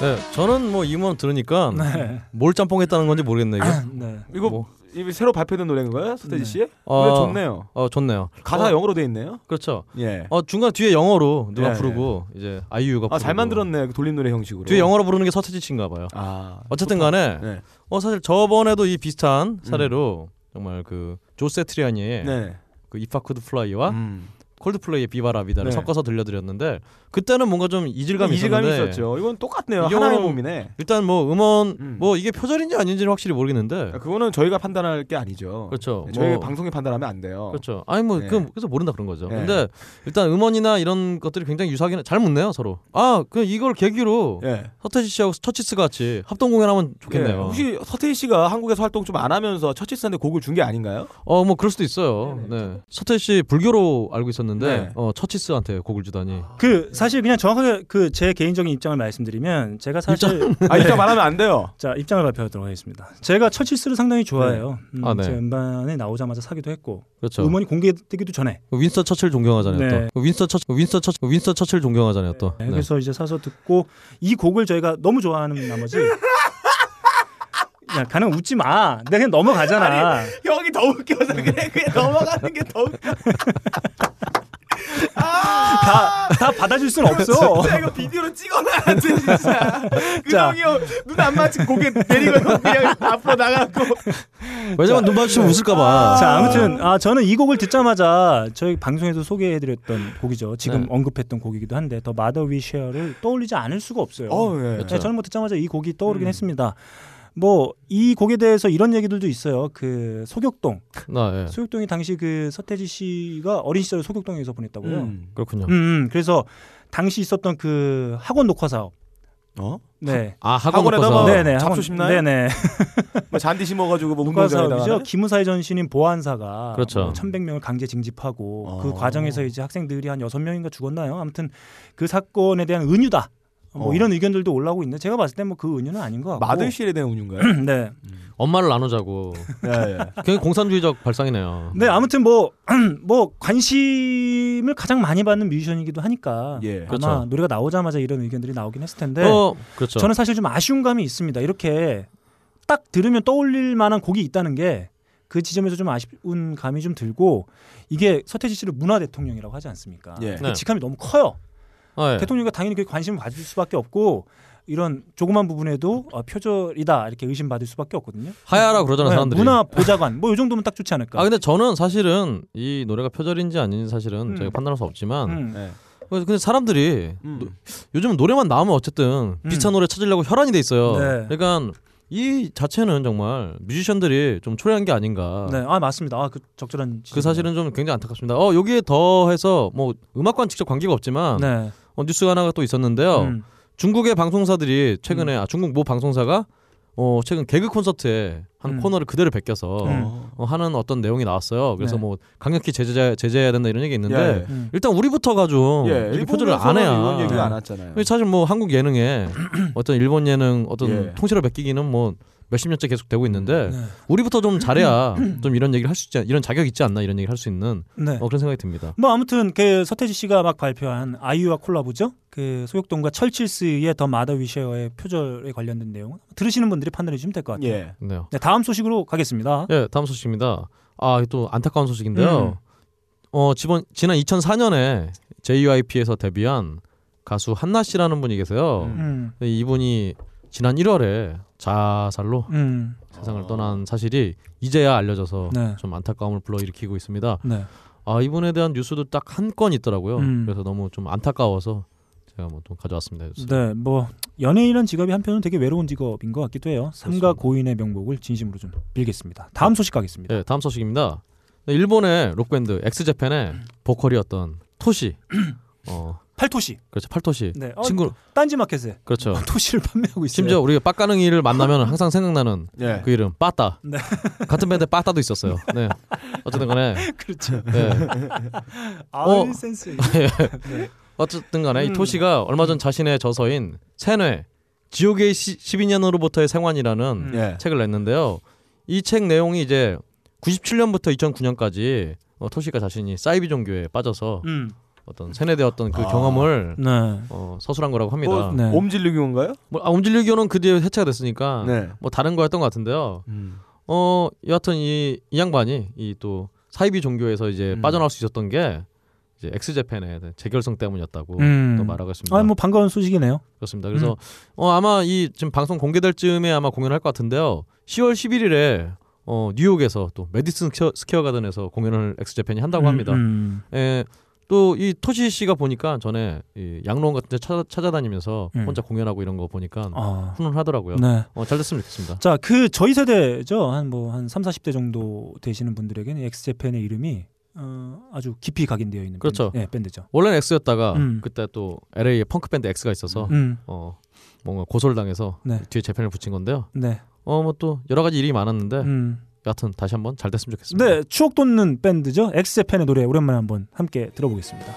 네, 저는 뭐 이 음원 들으니까 네. 뭘 짬뽕했다는 건지 모르겠네요. 아. 이게. 네. 이거 뭐. 이미 새로 발표된 노래인가요, 서태지 네. 씨? 노래 어, 좋네요. 어, 좋네요. 가사 어, 영어로 돼 있네요. 그렇죠. 예. 어 중간 뒤에 영어로 누가 예, 부르고 이제 아이유가 아 잘 부르고. 만들었네. 그 돌림 노래 형식으로. 어, 뒤에 영어로 부르는 게 서태지 씨인가 봐요. 아. 어쨌든 간에 네. 음. 어 사실 저번에도 이 비슷한 사례로 정말 그 조세트리아니의 네. 그 이파크드 플라이와 음. 콜드플레이의 비바라비다를 네. 섞어서 들려드렸는데 그때는 뭔가 좀 이질감이, 이질감이 있었는데 있었죠. 이건 똑같네요. 이거는- 하나의 몸이네. 일단 뭐 음원 음. 뭐 이게 표절인지 아닌지는 확실히 모르겠는데 그러니까 그거는 저희가 판단할 게 아니죠. 그렇죠. 네, 저희 뭐- 가 방송에 판단하면 안 돼요. 그렇죠. 아니 뭐 네. 그 그래서 모른다 그런 거죠. 네. 근데 일단 음원이나 이런 것들이 굉장히 유사하긴 해- 잘 묻네요 서로. 아 그 이걸 계기로 예. 서태지 씨하고 처치스 같이 합동 공연하면 예. 좋겠네요. 혹시 서태희 씨가 한국에서 활동 좀 안 하면서 처치스한테 곡을 준 게 아닌가요? 어 뭐 그럴 수도 있어요. 네. 서태지 씨 불교로 알고 있었는데 네. 아, 어 처치스한테 곡을 주다니. 그 사실 그냥 정확하게 그 제 개인적인 입장을 말씀드리면 제가 사실 아 이따 말하면 안 (laughs) 돼요. 자 입장을 발표하도록 하겠습니다. 제가 처치스를 상당히 좋아해요. 음, 아, 네. 제 음반에 나오자마자 사기도 했고 그렇죠. 그 음원이 공개되기도 전에 윈스터 처칠 존경하잖아요. 네. 또 윈스터 처 윈스터 처 윈스터 처칠 존경하잖아요. 또. 네, 네. 그래서 이제 사서 듣고 이 곡을 저희가 너무 좋아하는 나머지 야 가능 웃지 마. 내가 그냥 넘어가잖아. 형이 더 웃겨서 그래. 그냥 넘어가는 게 더 웃겨. 다, 다 받아줄 수는 (laughs) (laughs) 없어. 이거 비디오로 찍어놔야지 진짜. (laughs) 그 자. 형이 눈안 맞고 고개 내리고 그냥 앞으로 나가고. 네. 왜냐면 눈 마주치면 웃을까봐. 자 아무튼 아 저는 이 곡을 듣자마자 저희 방송에서 소개해드렸던 곡이죠. 지금 네. 언급했던 곡이기도 한데 더 마더 위 쉐어를 떠올리지 않을 수가 (laughs) 없어요. 어, 예. 네, 저는 뭐 듣자마자 이 곡이 음. 떠오르긴 했습니다. 뭐 이 곡에 대해서 이런 얘기들도 있어요. 그 소격동, 나 네. 예. 소격동이 당시 그 서태지 씨가 어린 시절 소격동에서 보냈다고요. 음. 음. 그렇군요. 음, 그래서 당시 있었던 그 학원 녹화 사업. 어? 네, 아 학원 학원에다가- 녹화사. 네. 잡수 학원, 심나요? 네네. 뭐 잔디 심어가지고 뭐 국가 운동장에다가. 사업이죠. 하는? 기무사의 전신인 보안사가 그렇죠. 뭐 1,100명을 강제 징집하고 어. 그 과정에서 이제 학생들이 한 6명인가 죽었나요? 아무튼 그 사건에 대한 은유다. 뭐 어. 이런 의견들도 올라오고 있는데 제가 봤을 때 뭐 그 은유는 아닌 것 같고. 마들실에 대한 운인가요? 네. 엄마를 나누자고. 예, 예. 굉장히 공산주의적 발상이네요. 네, 아무튼 뭐, (clears throat) 뭐 관심을 가장 많이 받는 뮤지션이기도 하니까 예. 아마 그렇죠. 노래가 나오자마자 이런 의견들이 나오긴 했을 텐데 어, 그렇죠. 네. 저는 사실 좀 아쉬운 감이 있습니다. 이렇게 딱 들으면 떠올릴 만한 곡이 있다는 게 그 지점에서 좀 아쉬운 감이 좀 들고 이게 서태지 씨를 문화 대통령이라고 하지 않습니까? 예. 그 네. 직함이 너무 커요. 아, 예. 대통령과 당연히 그 관심을 받을 수밖에 없고 이런 조그만 부분에도 어, 표절이다 이렇게 의심받을 수밖에 없거든요. 하야라 그러잖아 네, 사람들이. 문화 보좌관 뭐 이 정도면 딱 좋지 않을까? 아 근데 저는 사실은 이 노래가 표절인지 아닌지 사실은 음. 제가 판단할 수 없지만 음. 예. 근데 사람들이 음. 노- 요즘 노래만 나오면 어쨌든 비슷한 노래 찾으려고 혈안이 돼 있어요. 음. 네. 그러니까 이 자체는 정말 뮤지션들이 좀 초래한 게 아닌가. 네, 아 맞습니다. 아, 그 적절한 어. 그 지적이네요. 사실은 좀 굉장히 안타깝습니다. 어 여기에 더해서 뭐 음악과는 직접 관계가 없지만 네. 어, 뉴스가 하나가 또 있었는데요. 음. 중국의 방송사들이 최근에 음. 아, 중국 모 방송사가 어 최근 개그 콘서트에 한 음. 코너를 그대로 베껴서 음. 어, 하는 어떤 내용이 나왔어요. 그래서 네. 뭐 강력히 제재 제재해야 된다 이런 얘기 있는데 예. 음. 일단 우리부터가 좀 예, 이렇게 일본 표절을 안 해야. 이런 얘기를 안 네. 했잖아요. 사실 뭐 한국 (clears throat) 예능에 어떤 일본 예능 어떤 예. 음, 통째로 베끼기는 뭐 몇십 년째 계속 되고 있는데 네. 우리부터 좀 (clears throat) 잘해야 좀 이런 얘기를 할 수 있지 않- 이런 자격 있지 않나 이런 얘기를 할 수 있는 네. 어, 그런 생각이 듭니다. 뭐 아무튼 그 서태지 씨가 막 발표한 아이유와 콜라보죠. 그 소격동과 철칠스의 더 마더 위셰어의 표절에 관련된 내용 들으시는 분들이 판단해 주시면 될 것 같아요. 예. 네요. 네, 다음 소식으로 가겠습니다. 예, 다음 소식입니다. 아, 또 안타까운 소식인데요. 음. 어, 지번, 지난 2004년에 JYP에서 데뷔한 가수 한나 씨라는 분이 계세요. 음. 음. 근데 이분이 지난 1월에 자살로 음. 세상을 아. 떠난 사실이 이제야 알려져서 네. 좀 안타까움을 불러일으키고 있습니다. 네. 아 이분에 대한 뉴스도 딱 한 건 있더라고요. 음. 그래서 너무 좀 안타까워서 제가 뭐 좀 가져왔습니다. 뉴스. 네. 뭐 연예인이란 직업이 한편은 되게 외로운 직업인 것 같기도 해요. 삼가 그렇습니다. 고인의 명복을 진심으로 좀 빌겠습니다. 다음 소식 가겠습니다. 네, 다음 소식입니다. 네, 일본의 록밴드 엑스제팬의 보컬이었던 (clears throat) 토시, 어 팔토시. 그렇죠 팔토시 네. 어, 아, 친구 딴지마켓에 그렇죠. 토시를 판매하고 있어요. 심지어 우리가 빡가능이를 만나면 항상 생각나는 예. 그 이름 빠따. 네. 같은 밴드 빠따도 있었어요. 네. 어쨌든 간에 (laughs) 그렇죠. 네. 아, 어. 센스. 어쨌든 간에 음. 이 토시가 얼마 전 자신의 저서인 세뇌 지옥의 시, 12년으로부터의 생환이라는 음. 예. 책을 냈는데요. 이 책 내용이 이제 97년부터 2009년까지 어, 토시가 자신이 사이비 종교에 빠져서 음. 어떤 세뇌되었던 그 아. 경험을 네. 어, 서술한 거라고 합니다. 뭐, 네. 옴질리기인가요? 뭐, 아, 옴질리교는 그 뒤에 해체가 됐으니까 네. 뭐 다른 거였던 것 같은데요. 어 여하튼 이, 이 양반이 이 또 사이비 종교에서 이제 음. 빠져나올 수 있었던 게 이제 엑스제팬의 재결성 때문이었다고 음. 또 말하고 있습니다. 아, 뭐 음. 반가운 소식이네요. 그렇습니다. 그래서 어, 아마 이 지금 방송 공개될 즈음에 아마 공연할 것 같은데요. 10월 11일에 어, 뉴욕에서 또 메디슨 스퀘어, 스퀘어 가든에서 공연을 엑스제팬이 한다고 합니다. 음, 예, 또 이 토시 씨가 보니까 전에 이 양로원 같은 데 찾아, 찾아다니면서 음. 혼자 공연하고 이런 거 보니까 음. 아. 훈훈하더라고요. 네. 어, 잘 됐으면 좋겠습니다. 자, 그 저희 세대죠. 한 뭐 한 3, 40대 정도 되시는 분들에게는 엑스제팬의 이름이 어, 아주 깊이 각인되어 있는 그렇죠. 밴드. 예, 밴드죠. 원래는 엑스였다가 음. 그때 또 LA의 펑크 밴드 엑스가 있어서 음. 어, 뭔가 고소를 당해서 네. 뒤에 재팬을 붙인 건데요. 네. 어 뭐 또 여러 가지 일이 많았는데 음. 여하튼 다시 한번 잘 됐으면 좋겠습니다. 네, 추억 돋는 밴드죠. 엑스제팬의 노래 오랜만에 한번 함께 들어보겠습니다.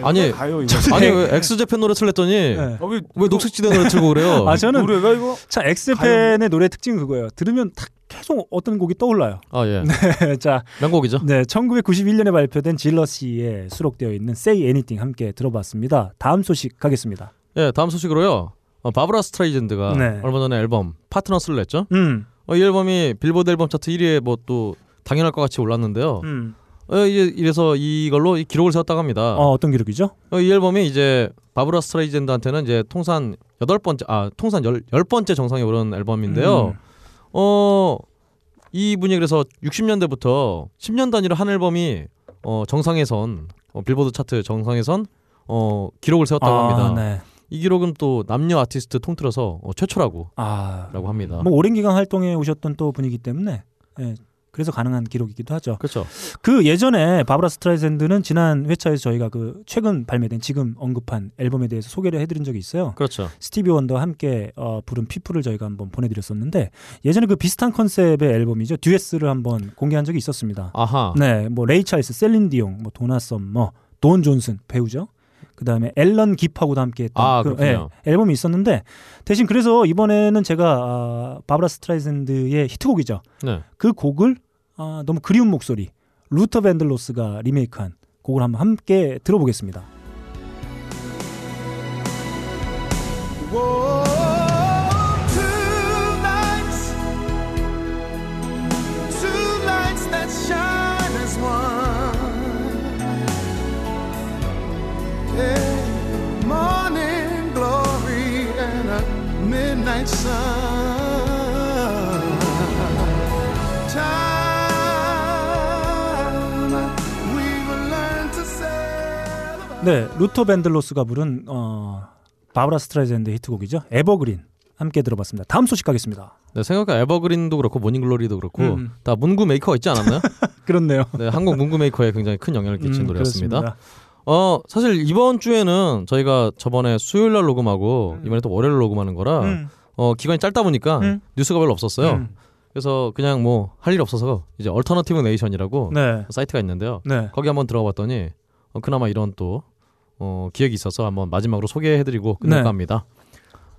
아니, 가요 이거. (laughs) 아니 (laughs) 왜 엑스제팬 노래 틀렸더니 네. 아, 왜, 왜 녹색지대 어, 노래 틀고 (laughs) 그래요? 아, 저는 노래가 이거? 자, 엑스제팬의 노래 특징은 그거예요. 들으면 탁 계속 어떤 곡이 떠올라요. (laughs) 아 예. 자, 명곡이죠. (laughs) 네, 1991년에 발표된 질러시에 수록되어 있는 Say Anything 함께 들어봤습니다. 다음 소식 가겠습니다. 예, 다음 소식으로요. 어, 바브라 스트라이젠드가 네. 얼마 전에 앨범 파트너스를 냈죠. 음. 어, 이 앨범이 빌보드 앨범 차트 1위에 뭐 또 당연할 것 같이 올랐는데요. 음. 어, 이제 이래서 이걸로 이 기록을 세웠다고 합니다. 어, 어떤 기록이죠? 어, 이 앨범이 이제 바브라 스트라이젠드한테는 이제 통산 여덟 번째 아 통산 열, 열 번째 정상에 오른 음. 앨범인데요. 어 이분이 그래서 60년대부터 10년 단위로 한 앨범이 어 정상에선 어, 빌보드 차트 정상에선 어 기록을 세웠다고 아, 합니다. 네. 이 기록은 또 남녀 아티스트 통틀어서 어, 최초라고 아, 라고 합니다. 뭐 오랜 기간 활동해 오셨던 또 분이기 때문에 예, 그래서 가능한 기록이기도 하죠. 그렇죠. 그 예전에 바브라 스트라이샌드는 지난 회차에서 저희가 그 최근 발매된 지금 언급한 앨범에 대해서 소개를 해드린 적이 있어요. 그렇죠. 스티비 원더와 함께 어, 부른 피플을 저희가 한번 보내드렸었는데 예전에 그 비슷한 컨셉의 앨범이죠 듀엣스를 한번 공개한 적이 있었습니다. 아하. 네, 뭐 레이 찰스, 셀린 디옹, 뭐 도나 썸머, 돈 존슨 배우죠. 그다음에 앨런 깁하고도 함께 했던 아, 그, 그렇군요. 예, 앨범이 있었는데 대신 그래서 이번에는 제가 아, 바브라 스트라이샌드의 히트곡이죠. 네. 그 곡을 아, 너무 그리운 목소리 루터 밴들로스가 리메이크한 곡을 한번 함께 들어보겠습니다. 네, 루터 밴들로스가 부른 어, 바브라 스트라이샌드 히트곡이죠. 에버그린 함께 들어봤습니다. 다음 소식 가겠습니다. 네, 생각해 에버그린도 그렇고 모닝글로리도 그렇고 음. 다 문구 메이커가 있지 않았나요? 그렇네요. 네, 한국 문구 메이커에 굉장히 큰 영향을 끼친 음, 노래였습니다. 그렇습니다. 어 사실 이번 주에는 저희가 저번에 수요일 날 녹음하고 이번에 또 월요일 녹음하는 거라 음, 어 기간이 짧다 보니까 음. 뉴스가 별로 없었어요. 음. 그래서 그냥 뭐 할 일 없어서 이제 얼터너티브 네이션이라고 네, 사이트가 있는데요. 네. 거기 한번 들어가 봤더니 어, 그나마 이런 또 어, 기억이 있어서 한번 마지막으로 소개해드리고 끝낼까 네. 합니다.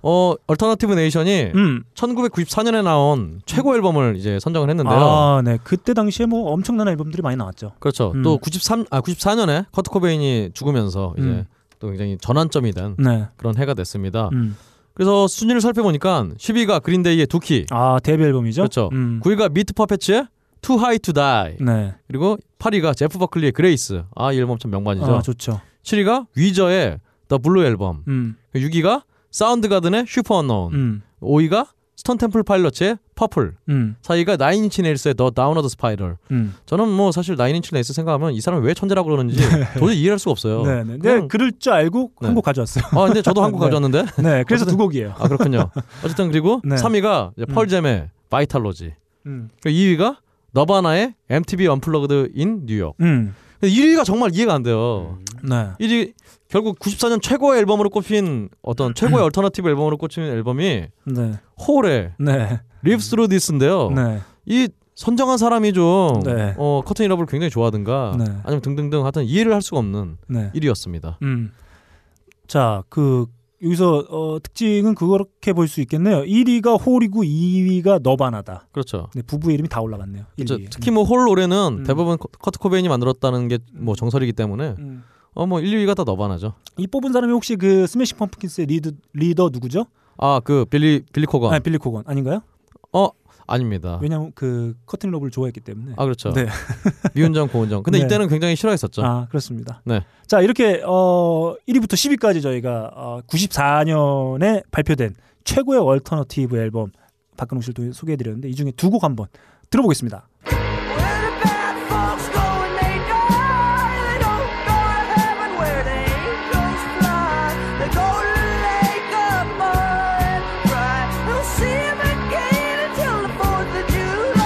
어, 얼터너티브 네이션이 음. 1994년에 나온 최고 앨범을 이제 선정을 했는데요. 아, 네. 그때 당시에 뭐 엄청난 앨범들이 많이 나왔죠. 그렇죠. 음. 또 93, 아 94년에 커트 코베인이 죽으면서 이제 음. 또 굉장히 전환점이 된 네. 그런 해가 됐습니다. 음. 그래서 순위를 살펴보니까 10위가 그린데이의 두키, 아, 데뷔 앨범이죠? 그렇죠. 음. 9위가 미트 퍼페츠의 Too High to Die, 네. 그리고 8위가 제프 버클리의 그레이스. 아, 이 앨범 참 명반이죠. 아, 좋죠. 7위가 위저의 The Blue 앨범. 음. 6위가 사운드 가든의 슈퍼 언노운. 음. 5위가 스턴 템플 파일럿의 Purple. 음. 4위가 나인인치 네일스의 The Down of the Spiral. 음. 저는 뭐 사실 나인인치 네일스 생각하면 이 사람이 왜 천재라고 (laughs) 그러는지 도저히 이해할 수가 없어요. 네, 네. 네, 그냥- 그럴 줄 알고 네. 한 곡 가져왔어요. 아 근데 저도 한국 (laughs) 네. 가져왔는데 네. 그래서 두 곡이에요. 아 그렇군요. 어쨌든 그리고 네. 3위가 이제 음. 펄잼의 그러니까 바이탈로지. 음. 그리고 2위가 너바나의 MTV 언플러그드 인 뉴욕. 음. 근데 1위가 정말 이해가 안 돼요. 네. 1위 결국 94년 최고의 앨범으로 꼽힌 (clears throat) 어떤 최고의 얼터너티브 앨범으로 꼽힌 앨범이 네. 홀의 네. Live Through This인데요. 네. 이 선정한 사람이 좀 네. 어, 커튼 이러블 굉장히 좋아하든가 네. 아니면 등등등 하여튼 이해를 할 수가 없는 네. 1위였습니다. 음. 자, 그 여기서 어, 특징은 그렇게 볼 수 있겠네요. 1위가 홀이고 2위가 너바나다. 그렇죠. 네, 부부의 이름이 다 올라갔네요. 그렇죠. 1위. 특히 뭐 홀 노래는 음. 대부분 커- 커트 코베인이 만들었다는 게 뭐 정설이기 때문에 음. 어 뭐 1, 2위가 다 너바나죠. 이 뽑은 사람이 혹시 그 스매싱 펌프킨스의 리드, 리더 누구죠? 아 그 빌리 빌리 코건 아, 빌리 코건 아닌가요? 아닙니다. 왜냐면 그 커튼 러브를 좋아했기 때문에. 아 그렇죠. 네. (laughs) 미운정 고운정. 근데 네. 이때는 굉장히 싫어했었죠. 아, 그렇습니다. 네. 자, 이렇게 어 1위부터 10위까지 저희가 어, 94년에 발표된 최고의 얼터너티브 앨범 박근홍 씨를 통해 소개해 드렸는데 이 중에 두 곡 한번 들어보겠습니다. Where the bad folks go when they die? They don't go to heaven where the angels fly. They go to Lake of Mud and Pride. We'll see 'em again until the Fourth of July.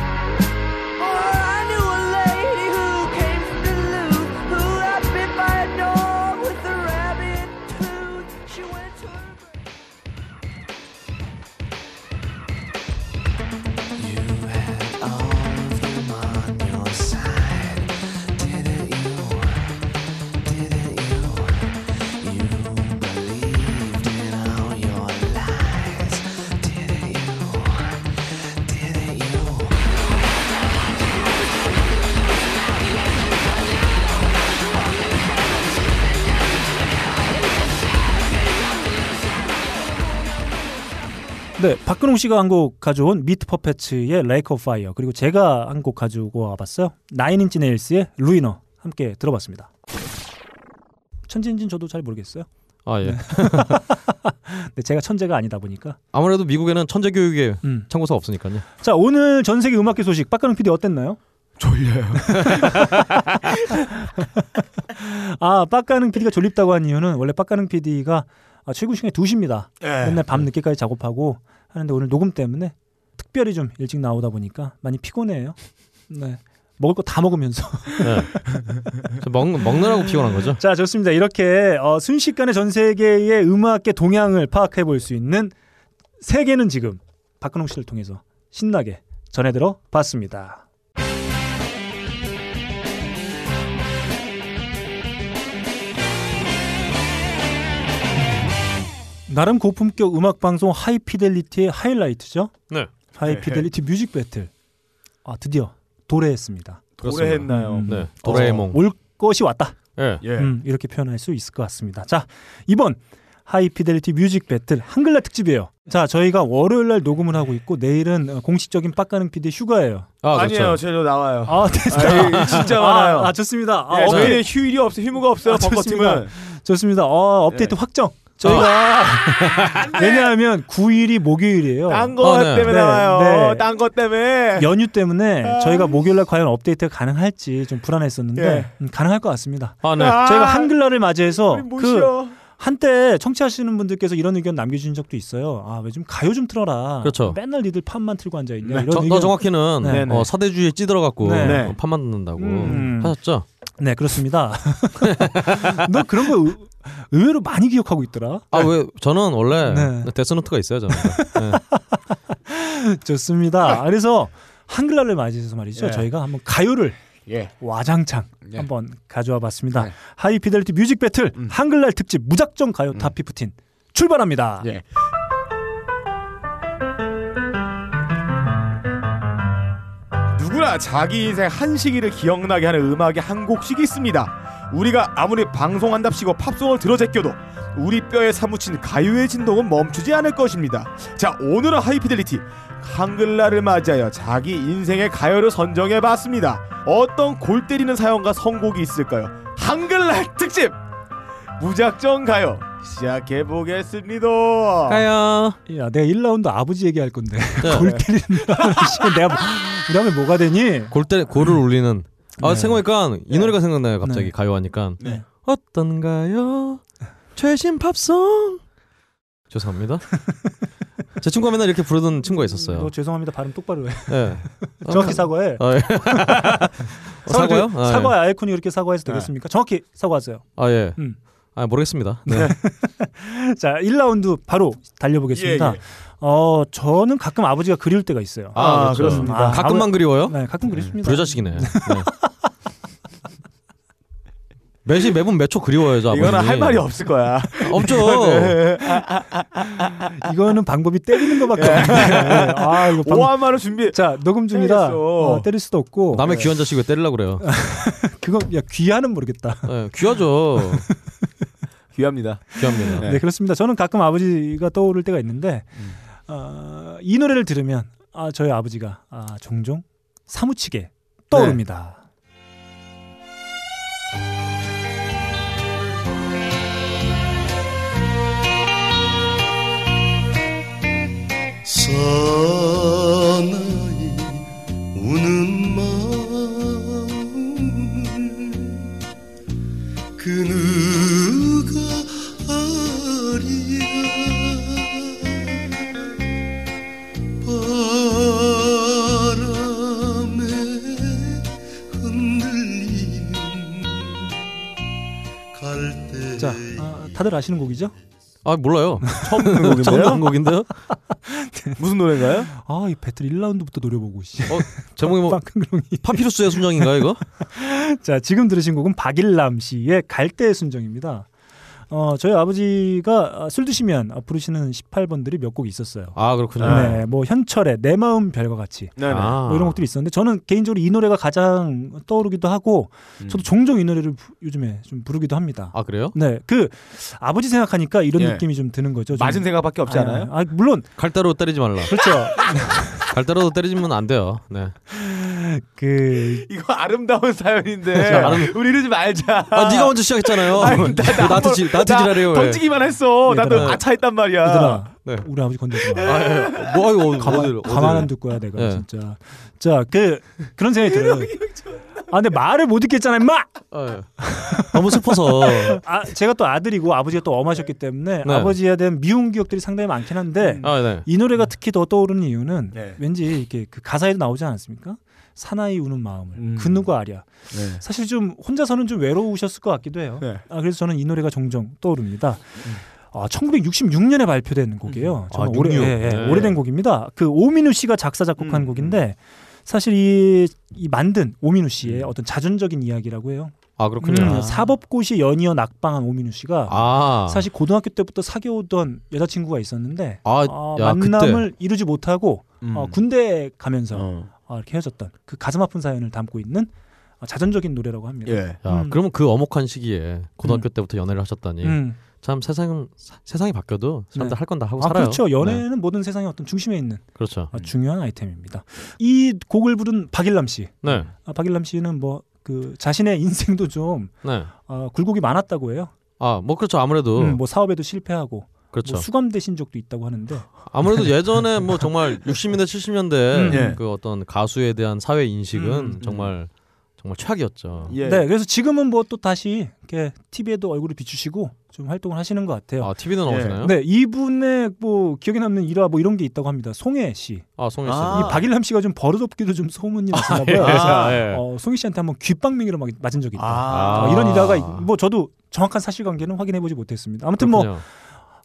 Or I knew a lady who came from Duluth who I bit by a dog with a rabbit tooth. She went to her grave. 네, 박근홍 씨가 한 곡 가져온 미트 퍼페츠의 레이크 오브 파이어 그리고 제가 한 곡 가지고 와봤어요. 나인인치 네일스의 루이너 함께 들어봤습니다. 천재인지는 저도 잘 모르겠어요. 아 네. 예. 근데 제가 천재가 아니다 보니까. 아무래도 미국에는 천재 교육에 음. 참고서 없으니까요. 자, 오늘 전 세계 음악계 소식 박근홍 PD 어땠나요? 졸려요. (laughs) 아, 박가능 PD가 졸립다고 한 이유는 원래 박가능 PD가 아, 출근 시간이 2시입니다. 예. 네. 맨날 밤 늦게까지 작업하고 하는데 오늘 녹음 때문에 특별히 좀 일찍 나오다 보니까 많이 피곤해요. 네. 먹을 거 다 먹으면서. 네. 먹 먹느라고 피곤한 거죠. 자, 좋습니다. 이렇게 어, 순식간에 전 세계의 음악계 동향을 파악해 볼 수 있는 세계는 지금 박근홍 씨를 통해서 신나게 전해 들어 봤습니다. 나름 고품격 음악 방송 하이피델리티의 하이라이트죠. 네. 하이피델리티 뮤직 배틀. 아, 드디어 도래했습니다. 도래했나요? 음. 네. 도라에몽. 어, 올 것이 왔다. 예. 예. 음, 이렇게 표현할 수 있을 것 같습니다. 자, 이번 하이피델리티 뮤직 배틀 한글날 특집이에요. 자, 저희가 월요일 날 녹음을 하고 있고 내일은 어, 공식적인 빡가는 PD 휴가예요. 아 아, 그렇죠. 니에요 제대로 나와요. 아, 됐다. 아, 예, 진짜 많아요. 아, 아, 좋습니다. 아, 예, 업데이트, 저희는 휴일이 없어요. 휴무가 없어요. 아, 벙커 좋습니다. 팀은. 좋습니다. 어, 네. 업데이트 확정. 아, 저희가 왜냐하면 9일이 목요일이에요. 딴 거 어, 네. 때문에 네, 나와요. 네. 딴 거 때문에. 연휴 때문에 저희가 목요일 날 과연 업데이트가 가능할지 좀 불안했었는데 아. 예. 음, 가능할 것 같습니다. 아 네. 아, 저희가 한글날을 맞이해서 우리 못 그 쉬어. 한때 청취하시는 분들께서 이런 의견 남겨주신 적도 있어요. 아 왜 좀 가요 좀 틀어라. 그렇죠. 네. 맨날 니들 판만 틀고 앉아 있냐. 이런 저, 의견. 너 정확히는 네, 네. 어, 사대주의에 찌들어갖고 네. 네. 어, 판만 듣는다고 음. 하셨죠. 네 그렇습니다. (laughs) 너 그런 거 의- 의외로 많이 기억하고 있더라. (laughs) 아 왜 저는 원래 네. 데스노트가 있어요 저는. 네. 좋습니다. 그래서 한글날을 맞이해서 말이죠. 예. 저희가 한번 가요를 예. 와장창 예. 한번 가져와 봤습니다. 네. 하이피델리티 뮤직 배틀 음. 한글날 특집 무작정 가요 탑 피프틴 출발합니다. 예. 누구나 자기 인생 한 시기를 기억나게 하는 음악이 한 곡씩 있습니다. 우리가 아무리 방송한답시고 팝송을 들어 제껴도 우리 뼈에 사무친 가요의 진동은 멈추지 않을 것입니다. 자, 오늘은 하이피델리티 한글날을 맞이하여 자기 인생의 가요를 선정해 봤습니다. 어떤 골 때리는 사연과 선곡이 있을까요? 한글날 특집 무작정 가요 시작해 보겠습니다. 가요. 예. 야, 내가 1라운드 아버지 얘기할 건데 (laughs) 네. 골 때린다. 내가 뭐- 그러면 뭐가 되니? 골때 골을 울리는. 아 네. 생각하니까 이 노래가 생각나요. 갑자기 네. 가요 하니까. 네. 어떤가요? 최신 팝송. (laughs) 죄송합니다. 제 친구가 맨날 이렇게 부르던 친구가 있었어요. 너 죄송합니다. 발음 똑바로 해. 예. 정확히 (laughs) 사과해. 아, 예. 어, 사과요? 아, 예. 네. 사과 아이콘이 이렇게 사과해서 되겠습니까? 정확히 사과하세요. (laughs) 아 예. 음. 아 모르겠습니다. 네. 자, 1라운드 바로 달려보겠습니다. 예, 예. 어, 저는 가끔 아버지가 그리울 때가 있어요. 아, 아, 그렇죠. 그렇습니다. 아, 가끔만 그리워요? 네, 가끔 그립습니다. 부여자식이네. 네. 매시 매분 몇 초 그리워요, 저 아버지. 이거는 할 말이 없을 거야. 없죠. (laughs) 네. 이거는 방법이 때리는 예. 것밖에 없네. 아, 이거 방법. 5만 원 준비. 자, 녹음 중이라 때리겠어. 어, 때릴 수도 없고 남의 귀한 자식 왜 때리려고 그래요? 그건 야 귀하는 모르겠다. 네, 귀하죠. 귀합니다. 귀합니다. 네. 음. 네. 그렇습니다. 저는 가끔 아버지가 떠오를 때가 있는데 어, 이 노래를 들으면 아, 저희 아버지가 아, 종종 사무치게 떠오릅니다. 사나이 우는 마음을 그 누가 아리야 바람에 흔들리는 갈대 자, 아, 다들 아시는 곡이죠? 아 몰라요. 처음 듣는 곡인데요? 처음 듣는 곡인데요? 무슨 노래인가요? 아, 이 배틀 1라운드부터 노려보고 씨. 제목이 어. (laughs) 뭐 빵큰그렁이. 파피루스의 순정인가 이거? 자, 지금 들으신 곡은 박일남 씨의 갈대의 순정입니다. 어, 저희 아버지가 아, 술 드시면 아, 부르시는 18번들이 몇 곡 있었어요. 아 그렇군요. 네, 뭐 현철의 내 마음 별과 같이 네, 네. 아. 뭐 이런 곡들이 있었는데 저는 개인적으로 이 노래가 가장 떠오르기도 하고 음. 저도 종종 이 노래를 부- 요즘에 좀 부르기도 합니다. 아 그래요? 네, 그 아버지 생각하니까 이런 예. 느낌이 좀 드는 거죠. 좀. 맞은 생각밖에 없지 않아요? 아, 아, 물론 갈대로 때리지 말라. (laughs) 그렇죠. 갈대로 때리면 안 돼요. 네. 그 이거 아름다운 사연인데 아름- 우리 이러지 말자. (laughs) 아 네가 먼저 시작했잖아요. 왜 나한테 지 나한테 지랄해요. 왜? 던지기만 했어. 나도 얘들아. 아차했단 말이야. 얘들아, 네. 우리 아버지 건들지 (laughs) 마. 아, 예. 뭐 이거 어디- 가만, 어디를- 가만 안 어디를- 둘 거야 내가 예. 진짜. 자, 그 그런 (laughs) 생각이 들어요. 아, 근데 말을 못 듣겠잖아, 임마. 아, 예. 너무 (laughs) 슬퍼서 아, 제가 또 아들이고 아버지가 또 엄하셨기 때문에 네. 아버지에 대한 미운 기억들이 상당히 많긴 음. 한데 아 네. 이 노래가 특히 더 떠오르는 이유는 네. 왠지 이렇게 그 가사에도 나오지 않았습니까? 사나이 우는 마음을 음. 그 누가 아랴. 네. 사실 좀 혼자서는 좀 외로우셨을 것 같기도 해요. 네. 아, 그래서 저는 이 노래가 종종 떠오릅니다. 아, 1966년에 발표된 곡이에요. 음. 아, 정말 오래, 66. 예, 예, 네. 오래된 곡인데 그 오민우 씨가 작사 작곡한 음. 곡인데 사실 이, 이 만든 오민우 씨의 어떤 자존적인 이야기라고 해요. 아 음. 그렇군요. 음, 사법고시 연이어 낙방한 오민우 씨가 아 사실 고등학교 때부터 사귀어오던 여자친구가 있었는데 아, 어, 야, 음. 만남을 이루지 못하고 어, 군대 가면서 어. 어, 이렇게 헤어졌던 그 가슴 아픈 사연을 담고 있는 어, 자전적인 노래라고 합니다. 예. 야, 음. 그러면 그 어목한 시기에 고등학교 때부터 연애를 하셨다니 음. 참 세상은 사- 세상이 바뀌어도 사람들 네. 할 건 다 하고 아, 살아요. 그렇죠. 네, 연애는 모든 세상의 어떤 중심에 있는 그렇죠. 아, 중요한 아이템입니다. 이 곡을 부른 박일남 씨. 네, 아, 박일남 씨는 뭐 그 자신의 인생도 좀 네. 어, 굴곡이 많았다고 해요. 아, 뭐 그렇죠. 아무래도 음, 뭐 사업에도 실패하고 그렇죠. 뭐 수감되신 적도 있다고 하는데 아무래도 예전에 뭐 정말 (laughs) 60년대 70년대 음. 예. 그 어떤 가수에 대한 사회 인식은 음, 음. 정말 정말 최악이었죠. 예. 네, 그래서 지금은 뭐 또 다시 이렇게 TV에도 얼굴을 비추시고 좀 활동을 하시는 것 같아요. 아, TV도 예. 나오시나요? 네, 이분의 뭐 기억에 남는 일화 뭐 이런 게 있다고 합니다. 송혜 씨, 아, 송혜 씨. 아. 이 박일남 씨가 좀 버릇없기도 좀 소문이 났나 봐요. 예. 그래서 아, (laughs) 예. 어, 송혜 씨한테 한번 귓방맹이로 막 맞은 적이 있다. 아. 어, 이런 일화가 있- 뭐 저도 정확한 사실관계는 확인해보지 못했습니다. 아무튼 뭐 그렇군요.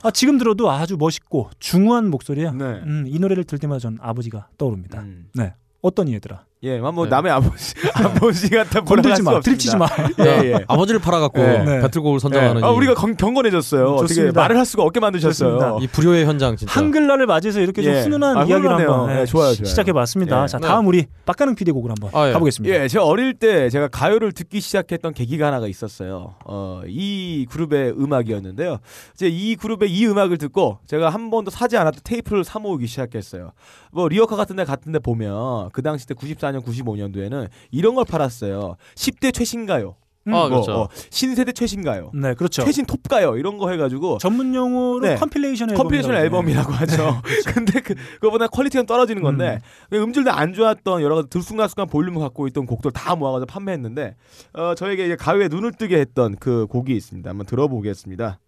아, 지금 들어도 아주 멋있고 중후한 음, 목소리야. 네. 음, 이 노래를 들 때마다 전 아버지가 떠오릅니다. 음. 네. 어떤 이해들아? 예, 뭐 네. 남의 아버지 아버지 같아 건들지 마, 들이치지 마. 예, 예. 아버지를 팔아갖고 네. 네. 배틀곡을 선정하는 예. 아, 이- 우리가 건, 경건해졌어요. 어떻게 좋습니다. 말을 할 수가 없게 만드셨어요. 좋습니다. 이 불효의 현장 진짜 그- 한글날을 맞이해서 이렇게 좀 예. 훈훈한 아, 이야기를 훈훈하네요. 한번 예, 좋아요, 좋아요. 시작해봤습니다. 예. 자 네. 다음 우리 빡가는 피디 곡으로 한번 아, 예. 가보겠습니다. 예, 제가 어릴 때 제가 가요를 듣기 시작했던 계기가 하나가 있었어요. 어, 이 그룹의 음악이었는데요. 이제 이 그룹의 이 음악을 듣고 제가 한 번도 사지 않았던 테이프를 사 모으기 시작했어요. 뭐 리어카 같은 데 같은 데 보면 그 당시 때 94년 95년도에는 이런 걸 팔았어요. 10대 최신 가요. 뭐, 아, 그렇죠. 어, 신세대 최신 가요. 네 그렇죠. 최신 톱 가요 이런 거 해 가지고 전문 용어로 네. 컴필레이션 네. 앨범 컴필레이션 앨범이라고 (laughs) 하죠. 그렇죠. 근데 그, 그거보다 퀄리티는 떨어지는 건데 음. 질도안 좋았던 여러 가지 들쑥날쑥한 볼륨을 갖고 있던 곡들 다 모아가지고 판매했는데 어, 저에게 이제 가요에 눈을 뜨게 했던 그 곡이 있습니다. 한번 들어보겠습니다.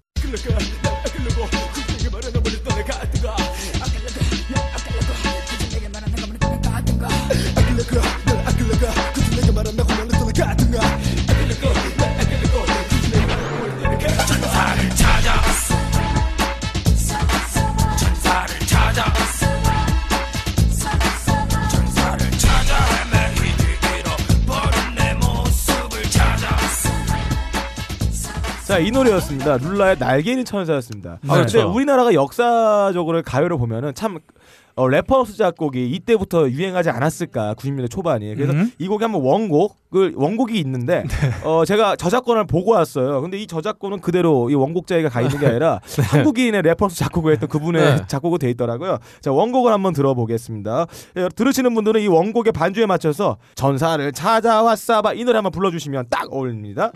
자, 이 노래였습니다. 룰라의 날개는 천사였습니다. 네. 아, 근데 그렇죠. 우리나라가 역사적으로 가요를 보면은 참 어, 래퍼 수작곡이 이때부터 유행하지 않았을까 90년대 초반이 그래서 음. 이 곡이 한번 원곡을 원곡이 있는데 네. 어, 제가 저작권을 보고 왔어요 근데 이 저작권은 그대로 이 원곡자에게 가 있는 (laughs) 게 아니라 한국인의 래퍼 수작곡을 했던 그분의 네. 작곡으로 돼 있더라고요 자 원곡을 한번 들어보겠습니다 예, 들으시는 분들은 이 원곡의 반주에 맞춰서 전사를 찾아왔사바 이 노래 한번 불러주시면 딱 어울립니다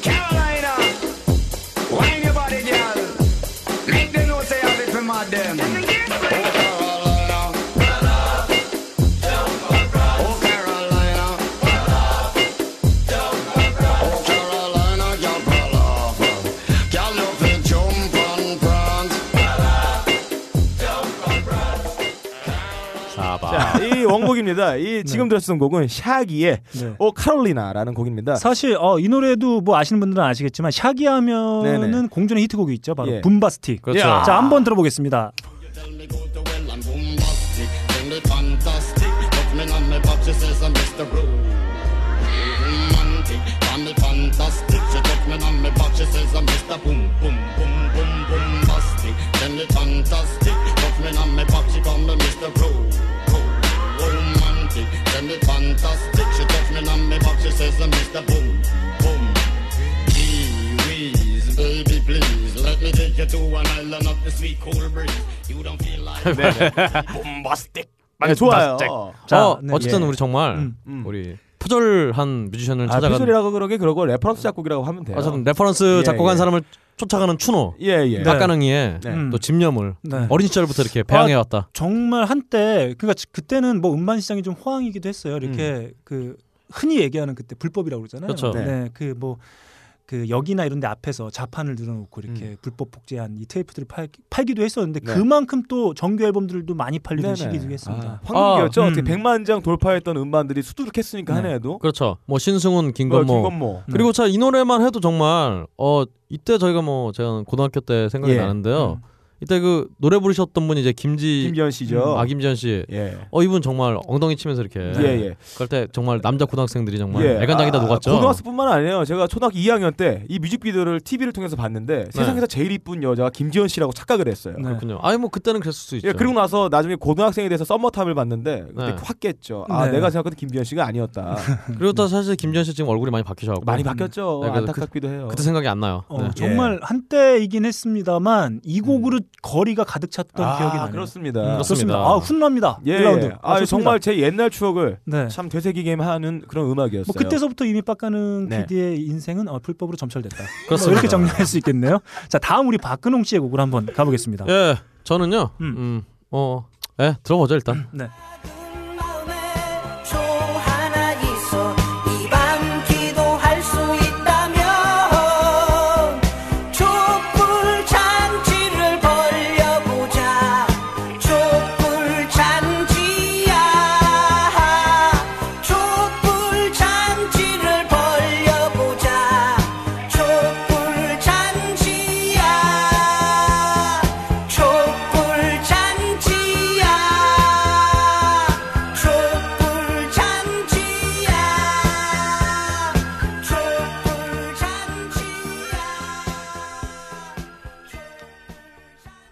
Carolina, wine your body, girl. Make them know say I'm for mad them. Oh Carolina, oh Carolina, oh Carolina, y'all pull off. Y'all know they jump and prance. 사바 자, 이 원곡입니다. 이 지금 들었던 곡은 샤기의 네. 오 카롤리나라는 곡입니다. 사실 어, 이 노래도 뭐 아시는 분들은 아시겠지만 샤기 하면은 네네. 공존의 히트곡이 있죠. 바로 예. 붐바스틱. 그렇죠. 야. 자 한번 들어보겠습니다. Tell me go to well and bombastic, tell me fantastic. Touch me on my pop, she says I'm Mr. Rude. Romantic, call me fantastic. She touch me on my pop, she says I'm Mr. Boom, boom, boom, boom, bombastic. Tell me fantastic, touch me on my pop, she call me Mr. Rude. Rude. Romantic, tell me fantastic. She touch me on my pop, she says I'm Mr. Boom, boom. Kiwis, baby, please. Let me take you to an island of the sweet cool breeze. You don't feel like 붐바스틱. 네, 좋아요. 자, 어, 네, 어쨌든 예. 우리 정말 음, 음. 우리 표절한 뮤지션을 아, 찾아간 피셜이라고 그러게 그러고 레퍼런스 작곡이라고 하면 돼요. 어쨌든 레퍼런스 예, 작곡한 예. 사람을 쫓아가는 추노 예, 예. 네. 박가능이의 네. 음. 또 집념을 네. 어린 시절부터 이렇게 배양해왔다 정말 한때 그러니까 지- 그때는 뭐 음반 시장이 좀 호황이기도 했어요. 음. 이렇게 그 흔히 얘기하는 그때 불법이라고 그러잖아요. 그렇죠. 네. 그 뭐 그 역이나 이런 데 앞에서 자판을 늘어놓고 이렇게 불법 복제한 이 테이프들을 팔, 팔기도 했었는데 음. 네. 그만큼 또 정규 앨범들도 많이 네네. 팔리던 시기도 했습니다. 아, 황금기였죠. 아, 음. 어떻게 100만 장 돌파했던 음반들이 수두룩했으니까 네. 한 해에도. 그렇죠 뭐 음. 신승훈 어, 김건모 김건모. 네. 그리고 참 이 노래만 해도 정말 어 이때 저희가 뭐 제가 고등학교 때 생각이 예. 음. 나는데요 이때 그 노래 부르셨던 분이 이제 김지 김기현 씨죠. 아 김지현 씨 예. 어 이분 정말 엉덩이 치면서 이렇게 예, 예. 그럴 때 정말 남자 고등학생들이 네. 정말 예. 애간장이다 아, 녹았죠. 고등학생뿐만 아니에요. 제가 초등학교 2학년 때 이 뮤직비디오를 TV를 통해서 봤는데 세상에서 제일 이쁜 여자가 김지현 씨라고 착각을 했어요. 네. 그렇군요. 아니 뭐 그때는 그랬을 수 있죠. 예, 그리고 나서 나중에 고등학생이 돼서 썸머탐을 봤는데 그때 네. 확 깼죠. 아, 네. 내가 생각했던 김지현 (laughs) 씨가 아니었다. 그리고 또 사실 김지현 씨 지금 얼굴이 많이 바뀌셔가지고 음. 많이 바뀌었죠. 그렇죠. 네, 그래서 안타깝기도 해요. 그때 생각이 안 나요. 어, 네. 정말 예. 한때이긴 했습니다만 이 곡으로 거리가 가득 찼던 음. 아, 기억이 나네요. 그렇습니다. 음, 그렇습니다. 그렇습니다. 아, 훈훈합니다. 예, 1라운드. 아, 정말 제 옛날 추억을 네. 참 되새기게 하는 그런 음악이었어요. 뭐 그때서부터 이미 빡가는 네. PD의 인생은 어, 불법으로 점철됐다. 그렇습니다. 뭐 이렇게 정리할 수 있겠네요. 자, 다음 우리 박근홍 씨의 곡으로 한번 가보겠습니다. 예, 저는요. 음. 음, 어, 예, 들어보죠 일단. (clears throat) 네. 작은 마음에 총 하나 있어 이 밤 기도할 수 있다면 촛불 잔치를 벌려보자 촛불 잔치야 촛불 잔치를 벌려보자 촛불 잔치야 촛불 잔치야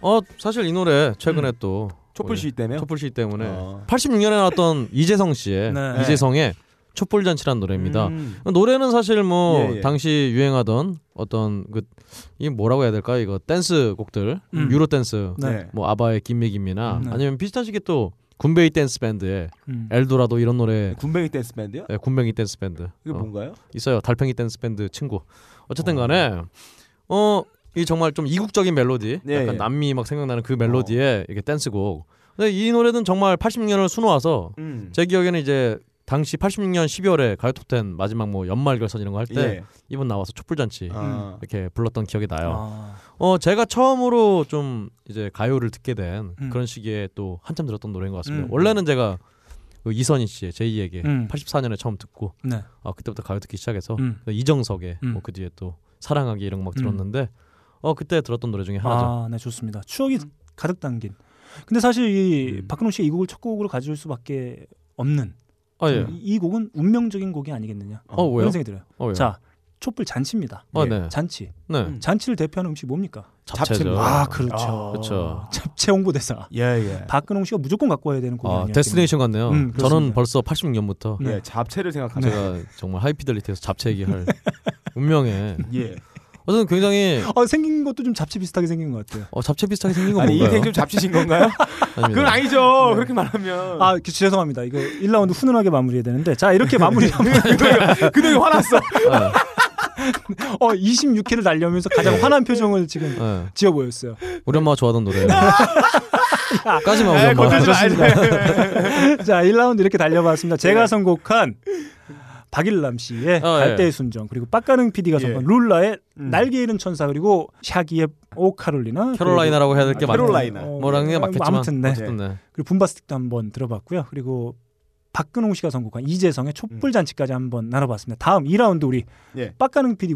어 사실 이 노래 최근에 또 음. 촛불 시위 때문에. 촛불 시위 때문에 어. 86년에 나왔던 이재성 씨의 네. 이재성의 촛불 잔치란 노래입니다. 음. 노래는 사실 뭐 예, 예. 당시 유행하던 어떤 그이 뭐라고 해야 될까 이거 댄스 곡들 음. 유로 댄스 네. 네. 뭐 아바의 김미김이나 네. 아니면 비슷한 시기 또 군베이 댄스 밴드의 음. 엘도라도 이런 노래 군뱅이 댄스 밴드요? 네, 군뱅이 댄스 밴드 그게 어, 뭔가요? 있어요 달팽이 댄스 밴드 친구 어쨌든 간에 어이 정말 좀 이국적인 멜로디 예, 약간 예. 남미 막 생각나는 그 멜로디에 이렇게 댄스곡 근데 이 노래는 정말 86년을 수놓아서 음. 제 기억에는 이제 당시 86년 12월에 가요톱텐 마지막 뭐 연말 결선 이런 거 할 때 음. 예. 이분 나와서 촛불잔치 아. 이렇게 불렀던 기억이 예. 나요. 아, 어 제가 처음으로 좀 이제 가요를 듣게 된 음. 그런 시기에 또 한참 들었던 노래인 것 같습니다. 음. 원래는 제가 그 이선희 씨의 제이에게 음. 84년에 처음 듣고 네. 어, 그때부터 가요 듣기 시작해서 음. 이정석의 음. 뭐 그 뒤에 또 사랑하기 이런 거 막 음. 들었는데 어 그때 들었던 노래 중에 하나죠. 아, 네, 좋습니다. 추억이 가득 담긴. 근데 사실 이 음. 박근홍 씨의 이 곡을 첫 곡으로 가져올 수밖에 없는 아 네. 예. 이, 이 곡은 운명적인 곡이 아니겠느냐. 어 왜요? 그런 생각이 들어요. 어 왜요? 자, 촛불 잔치입니다. 어 예. 네. 잔치. 네. 음. 잔치를 대표하는 음식 이 뭡니까? 잡채죠. 아, 그렇죠. 아, 그렇죠. 잡채 홍보대사. 예, 예. 박근홍 씨가 무조건 갖고 와야 되는 곡이 아, 아니었겠 데스티네이션 같네요. 음, 저는 그렇습니다. 벌써 86년부터 네. 예, 잡채를 생각하죠. 제가 정말 하이피델리티에서 잡채 (laughs) 얘기할 운명에 네. 예. 어쨌든 굉장히 어, 생긴 것도 좀 잡채 비슷하게 생긴 것 같아요. 어, 잡채 비슷하게 생긴 건 아니, 뭔가요? 인생 좀 잡치신 건가요? 아닙니다. 그건 아니죠. 그렇게 말하면. 네. 아, 그- 죄송합니다. 이거 1라운드 훈훈하게 마무리해야 되는데 자, 이렇게 마무리하면 그동이 화났어. (laughs) 어, 26회를 날려면서 가장 화난 표정을 지금 예. 지어 보였어요. 우리 엄마가 좋아하던 노래. 아, 까지만 우리 에이, 엄마. 건들지 가 말래. (laughs) 자, 1라운드 이렇게 달려봤습니다. 제가 선곡한 박일남 씨의 아, 갈대의 예. 순정 그리고 빡가능 PD가 선곡한 예. 룰라의 음. 날개 잃은 천사 그리고 샤기의 오카롤리나 캐롤라이나라고 해야 될 게 아, 맞나? 캐롤라이나. 뭐라는 게 맞겠지만 어, 아무튼 네. 어쨌든 네. 그리고 붐바스틱도 한번 들어봤고요. 그리고 박근홍 씨가 선곡한 음. 이재성의 촛불 잔치까지 한번 나눠봤습니다. 다음 2라운드 우리 예. 빡가능 PD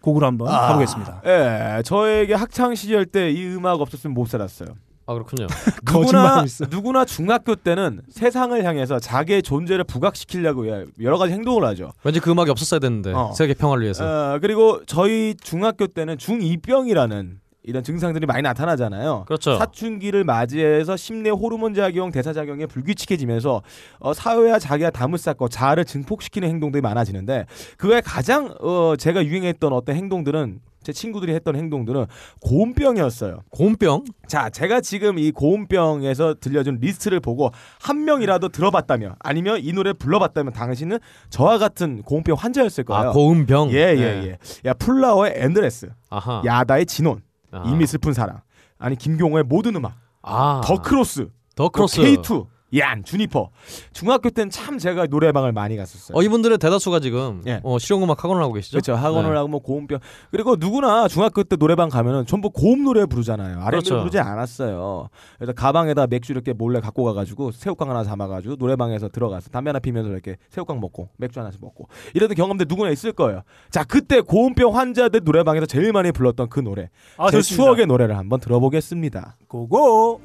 곡으로 한번 아. 어? 가보겠습니다. 예, 저에게 학창 시절 때 이 음악 없었으면 못 살았어요. 아 그렇군요. (laughs) 거짓말 누구나 있어. 누구나 중학교 때는 세상을 향해서 자기의 존재를 부각시키려고 여러 가지 행동을 하죠. 왠지 그 음악이 없었어야 됐는데 어. 세계 평화를 위해서. 어, 그리고 저희 중학교 때는 중2병이라는 이런 증상들이 많이 나타나잖아요. 그렇죠. 사춘기를 맞이해서 심내 호르몬 작용, 대사 작용에 불규칙해지면서 어, 사회와 자기와 담을 쌓고 자아를 증폭시키는 행동들이 많아지는데 그에 가장 어, 제가 유행했던 어떤 행동들은 제 친구들이 했던 행동들은 고음병이었어요. 곰병? 자, 제가 지금 이 고음병에서 들려준 리스트를 보고 한 명이라도 들어봤다면 아니면 이 노래 불러봤다면 당신은 저와 같은 고음병 환자였을 거예요. 아 고음병. 예, 네. 예, 예. 야, 플라워의 엔드레스, 아하. 야다의 진혼, 아. 이미 슬픈 사랑, 아니 김경호의 모든 음악, 아. 더 크로스, 더 크로스. K2, 얀, 주니퍼. 중학교 때는 참 제가 노래방을 많이 갔었어요. 어 이분들의 대다수가 지금 예. 어, 실용음악 학원을 하고 계시죠? 그렇죠. 학원을 네. 하고 뭐 고음병 그리고 누구나 중학교 때 노래방 가면은 전부 고음 노래 부르잖아요. R&B 그렇죠. 부르지 않았어요. 그래서 가방에다 맥주 이렇게 몰래 갖고 가가지고 새우깡 하나 담아가지고 노래방에서 들어가서 담배 하나 피면서 이렇게 새우깡 먹고 맥주 하나씩 먹고 이런 경험들 누구나 있을 거예요. 자 그때 고음병 환자들 노래방에서 제일 많이 불렀던 그 노래 아, 제 좋습니다. 추억의 노래를 한번 들어보겠습니다. 고고.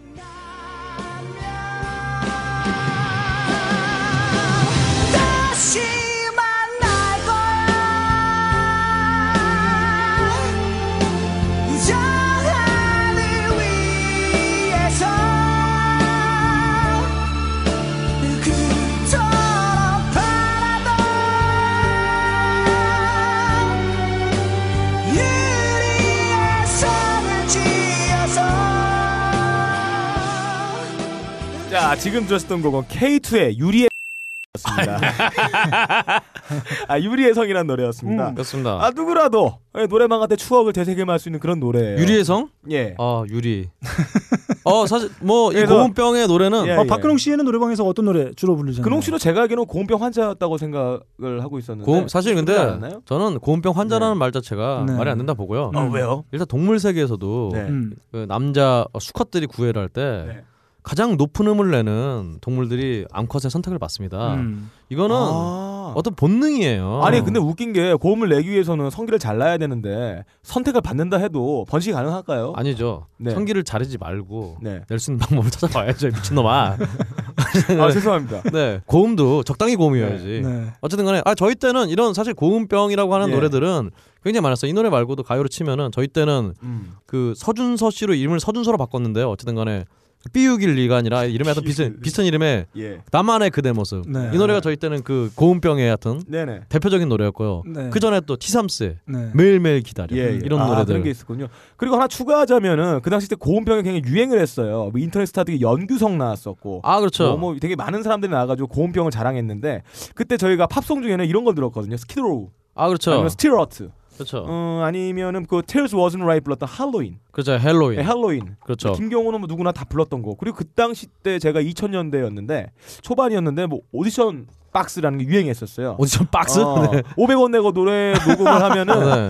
다시 만날 거야 저 하늘 위에서 그토록 바라던 유리의 선을 지어서 자 지금 들었던 곡은 K2의 유리의 (laughs) 였습니다. (laughs) 아 유리의 성이라는 노래였습니다. 음. 그렇습니다. 아 누구라도 예, 노래방 갈 때 추억을 되새김할 수 있는 그런 노래예요. 유리의 성? 예. 아 (laughs) 유리. 어 사실 뭐 이 그래서- 고음병의 노래는 예, 어, 예. 박근홍 씨는 노래방에서 어떤 노래 주로 음. 부르잖아요. 근홍 씨도 제가 알기로는 고음병 환자였다고 생각을 하고 있었는데 고음 사실 근데 그렇지 네. 않았나요? 저는 고음병 환자라는 네. 말 자체가 네. 말이 안 된다 보고요. 어, 아, 왜요? 일단 동물 세계에서도 네. 음. 그 남자 어, 수컷들이 구애를 할 때 네. 가장 높은 음을 내는 동물들이 암컷의 선택을 받습니다. 음. 이거는 아. 어떤 본능이에요. 아니 근데 웃긴 게 고음을 내기 위해서는 성기를 잘라야 되는데 선택을 받는다 해도 번식 가능할까요? 아니죠. 네. 성기를 자르지 말고 네. 낼 수 있는 방법을 찾아봐야죠, 이 (laughs) 미친놈아. (laughs) 아 죄송합니다. 네, 고음도 적당히 고음이어야지. 네. 어쨌든 간에 아 저희 때는 이런 사실 고음병이라고 하는 예. 노래들은 굉장히 많았어요. 이 노래 말고도 가요로 치면은 저희 때는 음. 그 서준서 씨로 이름을 서준서로 바꿨는데요. 어쨌든 간에 삐우길리가 아니라 이름이 하여튼 비슷, 비슷한 이름의 예. 나만의 그대 모습. 네. 이 노래가 저희 때는 그 고음병의 하여튼 네네. 대표적인 노래였고요. 네. 그 전에 또 티삼스의 네. 매일매일 기다려 음, 이런 아, 노래들. 그런 게 있었군요. 그리고 하나 추가하자면은 그 당시 때 고음병이 굉장히 유행을 했어요. 뭐 인터넷 스타들이 연규성 나왔었고. 아 그렇죠. 뭐, 뭐 되게 많은 사람들이 나와가지고 고음병을 자랑했는데 그때 저희가 팝송 중에는 이런 거 들었거든요. 스키드로우 아 그렇죠. 아니면 스틸러트 그렇죠. 어, 아니면은 그 Tears Wasn't Right 불렀던 할로윈 그렇죠. 헬로윈. 네, 할로윈 그렇죠. 김경호는 뭐 누구나 다 불렀던 거 그리고 그 당시 때 제가 2000년대였는데 초반이었는데 뭐 오디션 박스라는 게 유행했었어요. 오디션 박스. (laughs) 어, 네. 500원 내고 노래 녹음을 하면은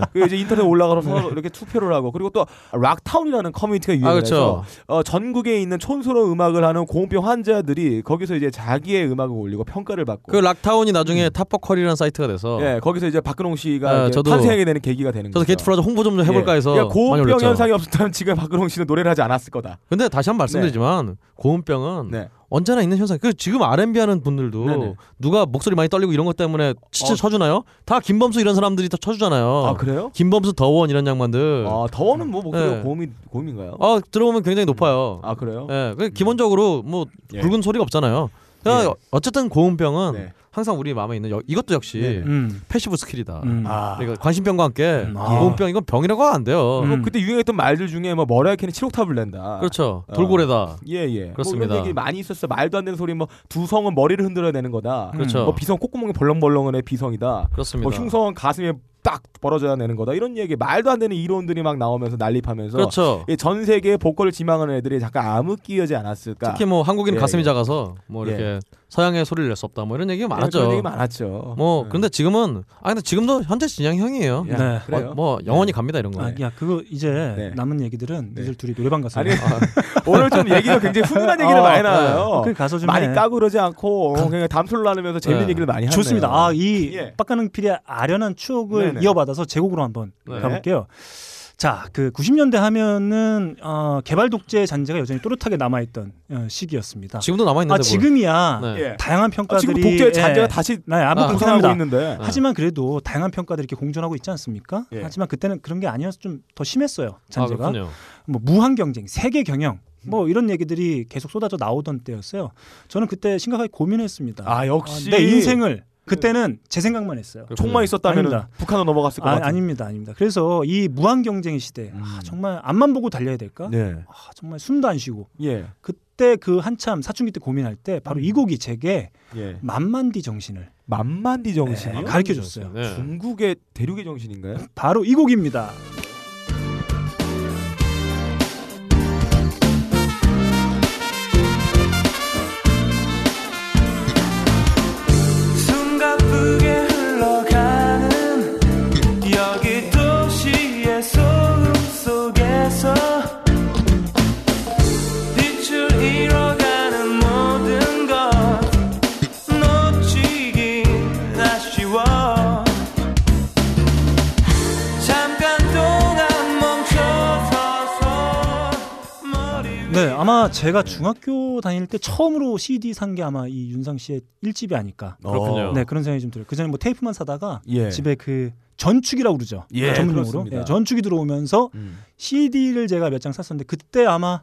(laughs) 네. 그 이제 인터넷 올라가서 서로 (laughs) 이렇게 투표를 하고 그리고 또 락타운이라는 커뮤니티가 아 유행해서 그렇죠. 어, 전국에 있는 촌스러운 음악을 하는 고음병 환자들이 거기서 이제 자기의 음악을 올리고 평가를 받고 그 락타운이 나중에 탑버컬이라는 사이트가 돼서 예 거기서 이제 박근홍 씨가 예, 이제 그렇죠. 저도- 탄생하게 되는 계기가 되는 저도 거죠. 게이트 플라자 홍보 좀 해볼까 예. 해서 많이 그러니까 고음병 올렸죠. 현상이 없었다면 지금 박근홍 씨는 노래를 하지 않았을 거다. 근데 다시 한 번 말씀드리지만 고음병은 네. 언제나 있는 현상. 그 지금 R&B 하는 분들도 네네. 누가 목소리 많이 떨리고 이런 것 때문에 진짜 어. 쳐주나요? 다 김범수 이런 사람들이 다 쳐주잖아요. 아 그래요? 김범수 더원 이런 양반들. 아, 아 더워는 뭐 목소리가 네. 고음이 고음인가요? 들어보면 굉장히 높아요. 아 그래요? 예, 그 기본적으로 뭐 예. 굵은 소리가 없잖아요. 그러니까 예. 어쨌든 고음병은 네. 항상 우리 마음에 있는 여- 이것도 역시 네네. 음. 패시브 스킬이다. 음. 아 그러니까 관심병과 함께 아. 고음병 이건 병이라고 하면 안 돼요. 음. 뭐 그때 유행했던 말들 중에 뭐 머라이어는 7옥탑을 낸다. 그렇죠. 어. 돌고래다. 예, 예. 그렇습니다. 뭐 이런 얘기 많이 있었어. 말도 안 되는 소리 뭐 두성은 머리를 흔들어야 되는 거다. 그렇죠. 뭐 비성 콧구멍이 벌렁벌렁한 애 비성이다. 그렇습니다. 뭐 흉성은 가슴에 딱 벌어져야 되는 거다. 이런 얘기 말도 안 되는 이론들이 막 나오면서 난립하면서 그렇죠. 예, 전 세계의 보컬을 지망하는 애들이 잠깐 암흑기여지 않았을까? 특히 뭐 한국인 은 예, 가슴이 예. 작아서 뭐 이렇게 서양의 소리를 낼 수 없다 뭐 이런 얘기가 예, 많았죠. 그런 얘기 많았죠. 뭐 예. 그런데 지금은 아 근데 지금도 현재 진양 형이에요. 야, 네. 그래요. 예. 어, 뭐 영원히 갑니다 이런 거. 아, 야 그거 이제 네. 남은 얘기들은 네. 니들 둘이 노래방 가서 아니 (laughs) 해. 오늘 좀 얘기가 굉장히 훈훈한 얘기를 어, 많이 네. 나와요. 그 가서 좀 많이 해. 까고 그러지 않고 어, 그냥 담소를 나누면서 재밌는 네. 얘기를 많이 하네요. 좋습니다. 아이 예. 빡가는 필의 아련한 추억을 네네. 이어받아서 제곡으로 한번 네. 가볼게요. 자, 그 90년대 하면은 어, 개발 독재 잔재가 여전히 또렷하게 남아있던 어, 시기였습니다. 지금도 남아 있는데 아 지금이야 네. 예. 다양한 아, 평가들이 지금 독재 예. 잔재가 다시 네, 아무 아, 불편합니다. 고생하고 있는데. 하지만 그래도 다양한 평가들이 이렇게 공존하고 있지 않습니까? 예. 하지만 그때는 그런 게 아니어서 좀 더 심했어요. 아 잔재가. 그렇군요. 뭐 무한 경쟁, 세계 경영 음. 뭐 이런 얘기들이 계속 쏟아져 나오던 때였어요. 저는 그때 심각하게 고민했습니다. 아 역시 내 네. 인생을 그때는 제 생각만 했어요. 총만 있었다면 네. 아닙니다. 북한으로 넘어갔을 것 아, 같은. 아닙니다, 아닙니다. 그래서 이 무한 경쟁의 시대, 아, 정말 앞만 보고 달려야 될까? 네. 아, 정말 숨도 안 쉬고 예. 그때 그 한참 사춘기 때 고민할 때 바로 음. 이 곡이 제게 예. 만만디 정신을 네, 만만디 정신이요? 가르쳐 줬어요. 네. 중국의 대륙의 정신인가요? 바로 이 곡입니다. 숨가쁘게 흘러가는 여기 도시의 소음 속에서 빛을 잃어가는 모든 것 놓치기 아쉬워 잠깐 동안 멈춰서서 머리 네, 아마 제가 중학교 다닐 때 처음으로 CD 산 게 아마 이 윤상 씨의 일집이 아닐까. 그렇군요. 네, 그런 생각이 좀 들어요. 그 전에 뭐 테이프만 사다가 예. 집에 그 전축이라고 그러죠. 예, 전문용어로. 그렇습니다. 예, 전축이 들어오면서 음. CD를 제가 몇 장 샀었는데 그때 아마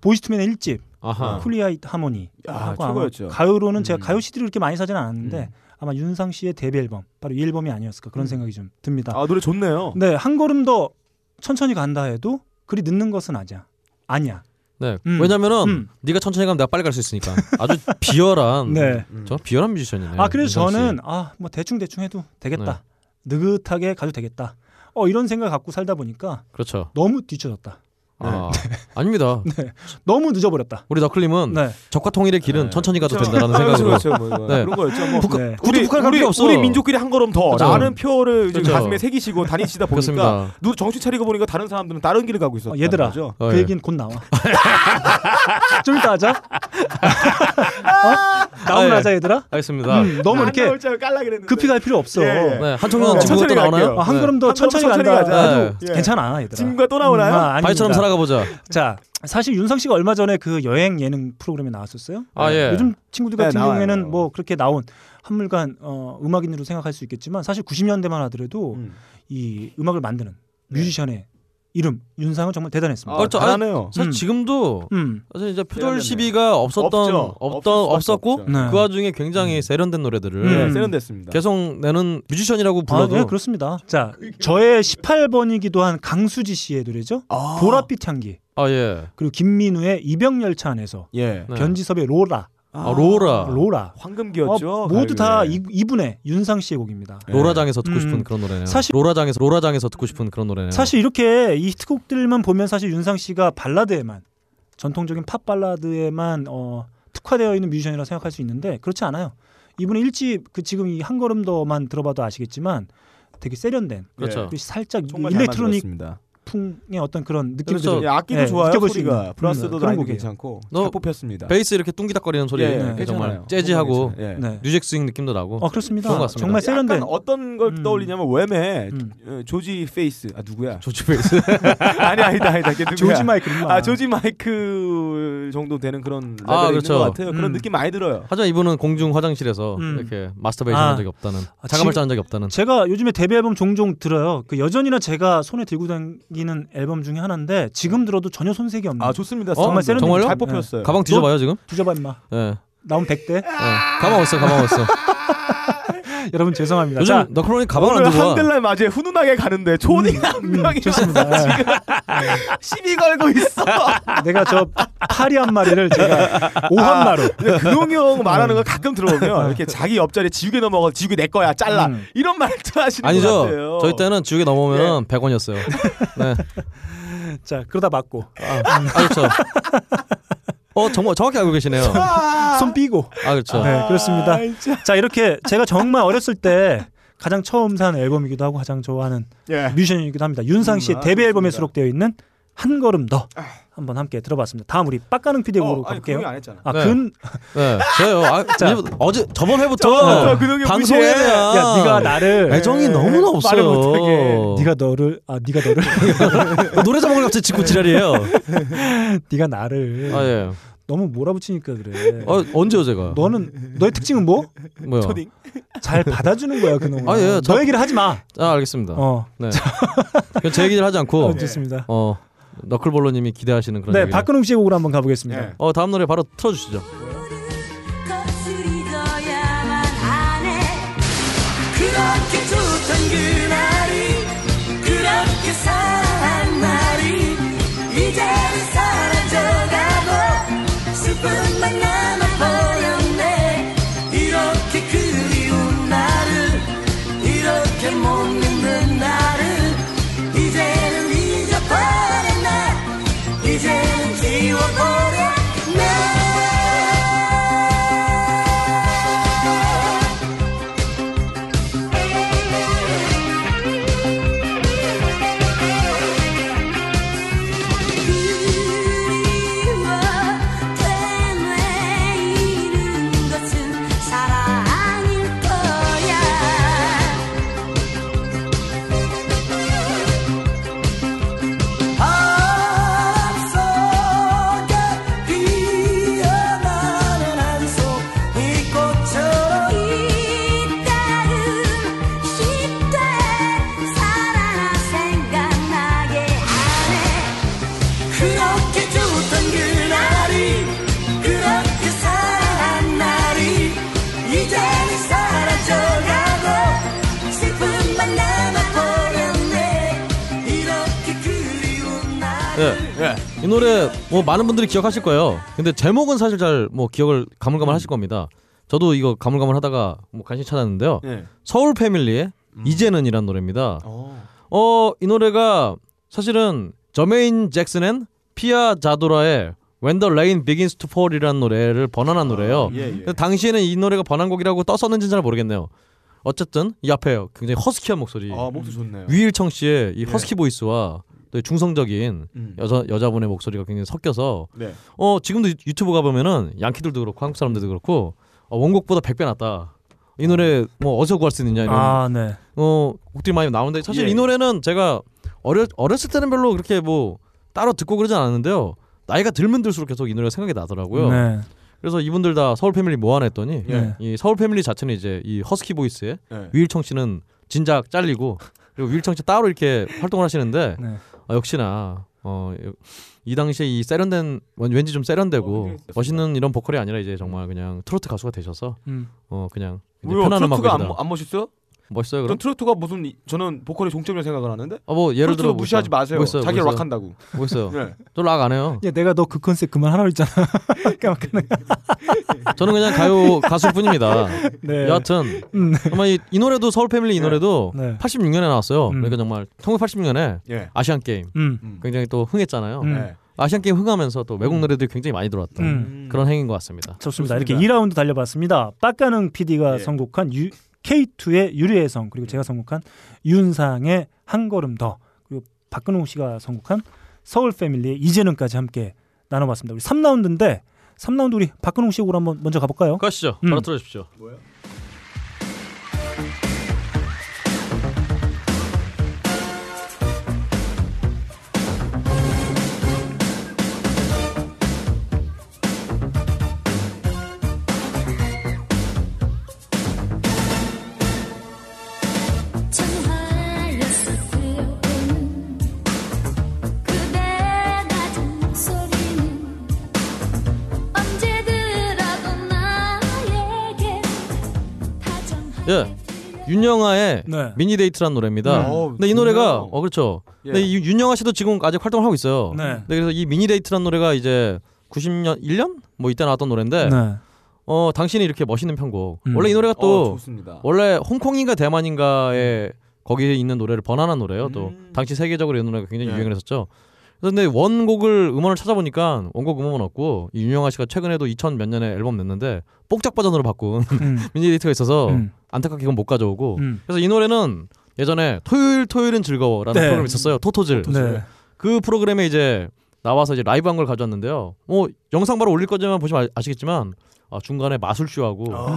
보이스투맨의 일집 어. 아하. 쿨리아이 하모니 아, 하고 아마 최고였죠. 가요로는 제가 음. 가요 CD를 그렇게 많이 사지는 않았는데 아마 윤상 씨의 데뷔 앨범 바로 이 앨범이 아니었을까 그런 생각이 좀 듭니다. 아 노래 좋네요. 네, 한 걸음 더 천천히 간다 해도 그리 늦는 것은 아니야. 아니야. 네. 음. 왜냐면은 음. 네가 천천히 가면 내가 빨리 갈 수 있으니까. 아주 비열한. 네. 음. 저 비열한 음. 뮤지션이네요. 아 그래서 윤상 씨. 저는 아 뭐 대충 대충 해도 되겠다. 느긋하게 가도 되겠다. 어 이런 생각 을 갖고 살다 보니까 그렇죠. 너무 뒤쳐졌다. 아, 네. (laughs) 아닙니다. 너무 늦어버렸다. 우리 너클림은 네. 적과 통일의 길은 네. 천천히 가도 그렇죠. 된다라는 그렇죠, 생각으로. 그렇죠. 뭐, 뭐 네. 그런 거였죠. 뭐 북한- 네. 우리 우리 북한 우리, 관계 없어. 우리 민족끼리 한 걸음 더 그렇죠. 라는 표어를 이제 그렇죠. 가슴에 새기시고 다니시다 보니까 그렇습니다. 누 정신 차리고 보니까 다른 사람들은 다른 길을 가고 있었다. 어, 얘들아 거죠. 그 어, 예. 얘기는 곧 나와. (laughs) 좀 이따 하자. 어? 나오면 아, 예. 하자 얘들아. 알겠습니다. 음, 너무 이렇게 깔라 그랬는데. 급히 갈 필요 없어. 예, 예. 네, 한 청년 지구가 네, 또 천천히 나오나요? 갈게요. 아, 한 걸음 더 한 걸음 천천히 천천히 간다. 가자. 해도 예. 괜찮아 얘들아. 지금과 또 나오나요? 아, 아닙니다. 네. 바위처럼 나가 보자. 자, 사실 윤상 씨가 얼마 전에 그 여행 예능 프로그램에 나왔었어요. 아, 예. 요즘 친구들 네, 같은 나와요. 경우에는 뭐 그렇게 나온 한물간 어, 음악인으로 생각할 수 있겠지만 사실 90년대만 하더라도 음. 이 음악을 만드는 뮤지션의 이름 윤상은 정말 대단했습니다. 아, 저- 잘하네요. 사실 음. 지금도 음, 사실 이제 표절 세련됐네요. 시비가 없었던 없죠. 없을 없던 수밖에 없었고 없죠. 네. 그 와중에 굉장히 세련된 노래들을 네, 음. 세련됐습니다. 계속 내는 뮤지션이라고 아, 불러도 네, 그렇습니다. 자, 저의 18번이기도 한 강수지 씨의 노래죠. 아. 보랏빛 향기 아 예. 그리고 김민우의 이병열차 안에서 예. 네. 변지섭의 로라, 아, 로라. 로라. 황금기였죠. 어, 모두 다 가요에. 이, 이분의 윤상 씨의 곡입니다. 예. 네. 로라장에서 듣고 싶은 음. 그런 노래네요. 사실- 로라장에서 로라장에서 듣고 싶은 그런 노래네요. 사실 이렇게 이 히트곡들만 보면 사실 윤상 씨가 발라드에만 전통적인 팝 발라드에만 어, 특화되어 있는 뮤지션이라 고 생각할 수 있는데 그렇지 않아요. 이분의 일집 그 지금 이 한 걸음 더만 들어봐도 아시겠지만 되게 세련된 그렇죠. 예. 그리고 살짝 어. 정말 일렉트로닉 일렉트로닉입니다. 풍의 어떤 그런 느낌을 그래서 들 예, 악기도 예, 좋아요. 느껴볼 수 소리가 있는. 브라스도 음, 음, 그런 라인 곡이에요. 괜찮고 너- 잘 뽑혔습니다. 베이스 이렇게 뚱기닥거리는 소리 예, 네, 정말 괜찮아요. 재즈하고 괜찮아요. 예. 네. 뮤직 스윙 느낌도 나고. 어 그렇습니다. 좋은 것 같습니다. 정말 세련된 약간 어떤 걸 음. 떠올리냐면 웸의 음. 어, 조지 페이스 아 누구야? 조지 베이스. (laughs) 아니 아니다 아니다 걔 누구야? 조지 마이클 인마. 아 조지 마이클 정도 되는 그런 레벨이 아, 있는 그렇죠. 것 같아요. 그런 음. 느낌 많이 들어요. (laughs) 하지만 이분은 공중 화장실에서 음. 이렇게 마스터베이션 아. 한 적이 없다는 아, 자감을 지금- 짜는 적이 없다는. 제가 요즘에 데뷔 앨범 종종 들어요. 그 여전히나 제가 손에 들고 다니는 앨범 중에 하나인데 지금 들어도 전혀 손색이 없는. 아 좋습니다. 정말 세련된 어? 정말요? 예. 잘 뽑혔어요. 가방 뒤져봐요 지금. 뒤져봐 임마. 예. 예. 나온 100대. (laughs) 가방 없어 가방 없어. 여러분 죄송합니다. 요즘 자, 너클로니 가방을 안 오늘 들고 와. 한글날 맞이에 훈훈하게 가는데 초딩 한 명이 좋습니다. 예. (laughs) 시비 걸고 있어. (laughs) 내가 저 파리 한 마리를 제가 오한 마로 근데 근홍이 형 말하는 걸 가끔 들어보면 이렇게 자기 옆자리 지우개 넘어가 지우개 내 거야 잘라 음. 이런 말도 하시는 것 같아요. 아니죠. 저희 때는 지우개 넘어오면 예. 100원이었어요. (laughs) 네. 자 그러다 맞고 아 그렇죠. 어 정말 정확히 알고 계시네요. 손 삐고 아 그렇죠. 네 그렇습니다. 아, 진짜. 자 이렇게 제가 정말 어렸을 때 가장 처음 산 앨범이기도 하고 가장 좋아하는 예. 뮤지션이기도 합니다. 윤상 씨의 음, 아, 데뷔 앨범에 좋습니다. 수록되어 있는 한 걸음 더 한번 함께 아. 들어봤습니다. 다음 우리 빡가는 피디의 아니, 곡으로 가볼게요. 근홍이 안 했잖아. 아, 네. 근, 네. 저요. 아, 자. 이제 어제 저번 회부터 저 근홍이 방송에 무시해. 대한 야, 네가 나를, 애정이 너무나 말을 없어요. 네가 너를, 아, 네가 (laughs) 너를, (laughs) 어, 노래 제목을 갑자기 짓고 지랄이에요. 네가 나를 아 예. 너무 몰아붙이니까 그래. 어 언제요 제가? 너는 너의 특징은 뭐? 뭐요? 초딩. 잘 받아주는 거야 그놈아. 아, 예, 저- 너 얘기를 하지 마. 아 알겠습니다. 어, 네. 그건 제 얘기를 하지 않고 어, 좋습니다. 어 너클볼로님이 기대하시는 그런 네, 얘기를. 박근홍 씨의 곡으로 한번 가보겠습니다. 예. 어 다음 노래 바로 틀어주시죠. 거슬리더야만 하네 그렇게 좋던 그날이 그렇게 사랑한 날이 이제는 사라져가고 슬픔만 남아버렸네 이렇게 그리운 나를 이렇게 못 믿는 나를 이제는 잊어버려 나 이제는 지워버려 나 그리워 되뇌이는 것은 사랑일 거야 앞서게 피어나는 한송 이 꽃처럼 이 따름 쉽게 사랑 생각나게 하네 그렇게 좋던 그날이 그렇게 사랑한 날이 이제는 사라져가고 슬픔만 남아버렸네 이렇게 그리운 나를 네. 이 노래 뭐 많은 분들이 기억하실 거예요. 근데 제목은 사실 잘 뭐 기억을 가물가물 하실 겁니다. 저도 이거 가물가물 하다가 뭐 간신히 찾았는데요. 예. 음. 서울 패밀리의 이제는이란 노래입니다. 어, 이 노래가 사실은 저메인 잭슨 앤 피아 자도라의 When the Rain Begins to Fall이라는 노래를 번안한 노래예요. 예, 예. 근데 당시에는 이 노래가 번안곡이라고 떴었는지는 잘 모르겠네요. 어쨌든 이 앞에 굉장히 허스키한 목소리 아 목소리 좋네요. 위일청 씨의 이 허스키 보이스와 또 중성적인 음. 여자 여자분의 목소리가 굉장히 섞여서 네. 어 지금도 유- 유튜브 가보면은 양키들도 그렇고 한국 사람들도 그렇고 어, 원곡보다 100배 낫다. 이 노래 뭐 어디서 구할 수 있느냐 이런 아, 네. 어 곡들이 많이 나오는데 사실 예. 이 노래는 제가 어렸 어렸을 때는 별로 그렇게 뭐 딱 따로 듣고 그러진 않았는데요. 나이가 들면 들수록 계속 이 노래가 생각이 나더라고요. 네. 그래서 이분들 다 서울 패밀리 모아나 했더니 예. 네. 이 서울 패밀리 자체는 이제 이 허스키 보이스에 네. 위일청 씨는 진작 잘리고 그리고 위일청 씨 따로 이렇게 활동을 하시는데 네. 아, 역시나 어 이 당시에 이 세련된 왠- 왠지 좀 어, 세련되고 굉장히 세련된. 멋있는 이런 보컬이 아니라 이제 정말 그냥 트로트 가수가 되셔서 음. 어 그냥 이제 왜요? 편안한 음악을 트로트가 안, 뭐, 하시다. 안 멋있어요? 멋있어요 전 그럼? 트로트가 무슨 이- 저는 보컬의 종점이라고 생각을 하는데 어 뭐 예를 트로트 들어 뭐 무시하지 있어? 마세요. 뭐 있어요? 자기를 뭐 있어요? 락한다고. 뭐 있어요? 네. 저 락 안 해요. 야, 내가 너 그 컨셉 (laughs) 그만하라고 했잖아. 깜깜하네. 저는 그냥 가요 가수뿐입니다. (laughs) 네. 여하튼 음. 정말 이, 이 노래도 서울 패밀리 이 노래도 네. 86년에 나왔어요. 음. 그러니까 정말 1986년에 예. 아시안 게임 음. 음. 굉장히 또 흥했잖아요. 음. 네. 아시안 게임 흥하면서 또 외국 노래들이 굉장히 많이 들어왔던 음. 그런 행인 것 같습니다. 좋습니다. 좋습니다. 이렇게 2라운드 달려봤습니다. 빡가능 PD가 예. 선곡한 유, K2의 유리의 성 그리고 제가 선곡한 윤상의 한 걸음 더 그리고 박근홍 씨가 선곡한 서울 패밀리의 이제는까지 함께 나눠봤습니다. 우리 3라운드인데 3라운드 우리 박근홍 씨 곡으로 한번 먼저 가볼까요? 가시죠. 음. 바로 틀어주십시오. 청하였어 들려오는 그대 낮은 소리는 언제 들어도 나에게 예. 다정하게 들려 윤영아의 네. 미니데이트라는 노래입니다. 음. 어우, 근데 이 노래가 좋네요. 어 그렇죠. 예. 근데 이 윤- 윤영아 씨도 지금 아직 활동을 하고 있어요. 네. 근데 그래서 이 미니데이트라는 노래가 이제 90년 1년 뭐 이때 나왔던 노래인데 네. 어 당신이 이렇게 멋있는 편곡. 음. 원래 이 노래가 어, 또 좋습니다. 원래 홍콩인가 대만인가에 거기에 있는 노래를 번안한 노래예요. 또 음. 당시 세계적으로 이 노래가 굉장히 네. 예. 유행을 했었죠. 그런데 원곡을 음원을 찾아보니까 원곡 음원은 없고 이 윤영아 씨가 최근에도 2000 몇 년에 앨범 냈는데 뽕짝 버전으로 바꾼 (laughs) 음. 미니데이트가 있어서 어. 음. 안타깝게 그건 못 가져오고 음. 그래서 이 노래는 예전에 토요일 토요일은 즐거워라는 네. 프로그램 이 있었어요 토토즐 네. 그 프로그램에 이제 나와서 이제 라이브 한 걸 가져왔는데요 뭐 영상 바로 올릴 거지만 보시면 아, 시겠지만 아, 중간에 마술쇼하고 아,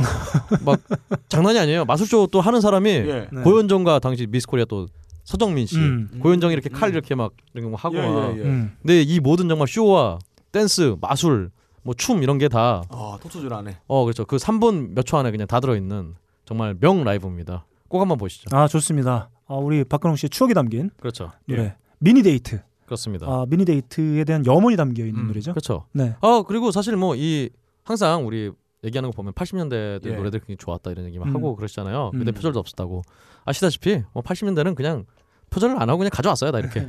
막 장난이 아니에요 마술쇼 또 하는 사람이 예. 네. 고현정과 당시 미스코리아 또 서정민 씨 음. 고현정이 이렇게 칼 음. 이렇게 막 이런 거 하고 예, 막. 예, 예. 음. 근데 이 모든 정말 쇼와 댄스 마술 뭐 춤 이런 게 다 어 아, 토토줄 안 해. 그렇죠 그 3분 몇 초 안에 그냥 다 들어있는 정말 명 라이브입니다 꼭 한번 보시죠 아 좋습니다. 아, 우리 박근홍 씨의 추억이 담긴 그렇죠 노래 미니데이트. 네. 그렇습니다 아 미니데이트에 대한 염원이 담겨 있는 음. 노래죠. 그렇죠. 네. 아 그리고 사실 뭐 이 항상 우리 얘기하는 거 보면 80년대 예. 노래들 굉장히 좋았다 이런 얘기만 음. 하고 그러시잖아요. 그때 음. 표절도 없었다고 아시다시피 뭐 80년대는 그냥 표절을 안 하고 그냥 가져왔어요, 다 이렇게. 네.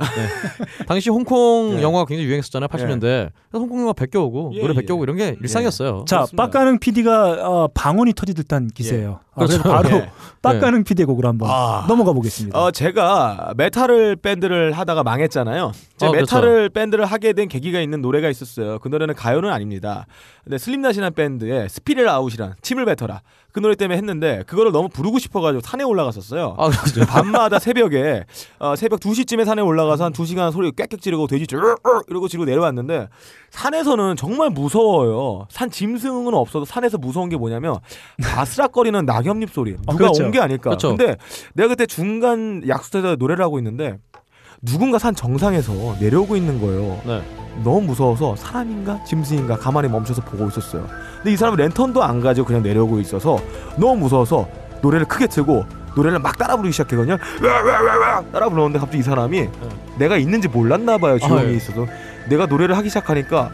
당시 홍콩 예. 영화가 굉장히 유행했었잖아요, 80년대. 그래서 홍콩 영화 베껴오고 예, 노래 예. 베껴오고 이런 게 일상이었어요. 자, 그렇습니다. 빡가능 PD가 어, 방언이 터지듯 한 기세예요. 아, 그래서 그렇죠. 바로 예. 빡가능 PD의 곡으로 한번 아. 넘어가 보겠습니다. 어, 제가 메탈을 밴드를 하다가 망했잖아요. 제가 아, 그렇죠. 메탈을 밴드를 하게 된 계기가 있는 노래가 있었어요. 그 노래는 가요는 아닙니다. 근데 슬림나시한 밴드의 스피릿 아웃이란 침을 뱉어라 그 노래 때문에 했는데 그거를 너무 부르고 싶어가지고 산에 올라갔었어요. 아 그렇죠. (laughs) 밤마다 새벽에 어, 새벽 2시쯤에 산에 올라가서 한 2시간 소리 꽥꽥 지르고 돼지 쭈르 이러고 지르고 내려왔는데 산에서는 정말 무서워요. 산 짐승은 없어도 산에서 무서운 게 뭐냐면 바스락거리는 낙엽잎 소리. 누가 그렇죠. 온 게 아닐까. 그렇죠. 근데 내가 그때 중간 약수터에서 노래를 하고 있는데 누군가 산 정상에서 내려오고 있는 거예요. 네. 너무 무서워서 사람인가 짐승인가 가만히 멈춰서 보고 있었어요. 근데 이 사람은 랜턴도 안 가지고 그냥 내려오고 있어서 너무 무서워서 노래를 크게 틀고 노래를 막 따라 부르기 시작했거든요. 와와와와 따라 부르는데 갑자기 이 사람이 내가 있는지 몰랐나 봐요. 네. 아, 예. 조용히 있어서 내가 노래를 하기 시작하니까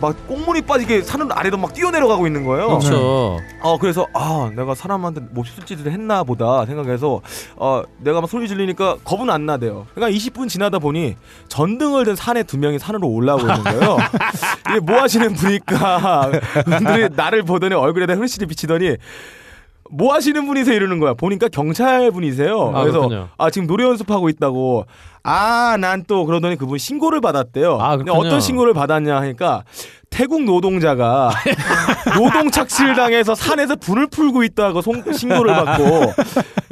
막 꽁무니 빠지게 산은 아래로 막 뛰어내려가고 있는 거예요. 그렇죠. 어 그래서 아 내가 사람한테 몹쓸 짓을 했나 보다 생각해서 어 내가 막 소리 질리니까 겁은 안 나대요. 그러니까 20분 지나다 보니 전등을 든 산에 두 명이 산으로 올라오고 (laughs) 있는 거예요. 이게 뭐 하시는 분이까 분들이 나를 보더니 얼굴에다 흐르시리 비치더니 뭐 하시는 분이세요 이러는 거야. 보니까 경찰 분이세요. 아, 그래서 그렇군요. 아 지금 노래 연습하고 있다고 아 난 또 그러더니 그분 신고를 받았대요. 아, 근데 그렇군요. 어떤 신고를 받았냐 하니까 태국 노동자가 노동 착실당해서 산에서 분을 풀고 있다고 송- 신고를 (laughs) 받고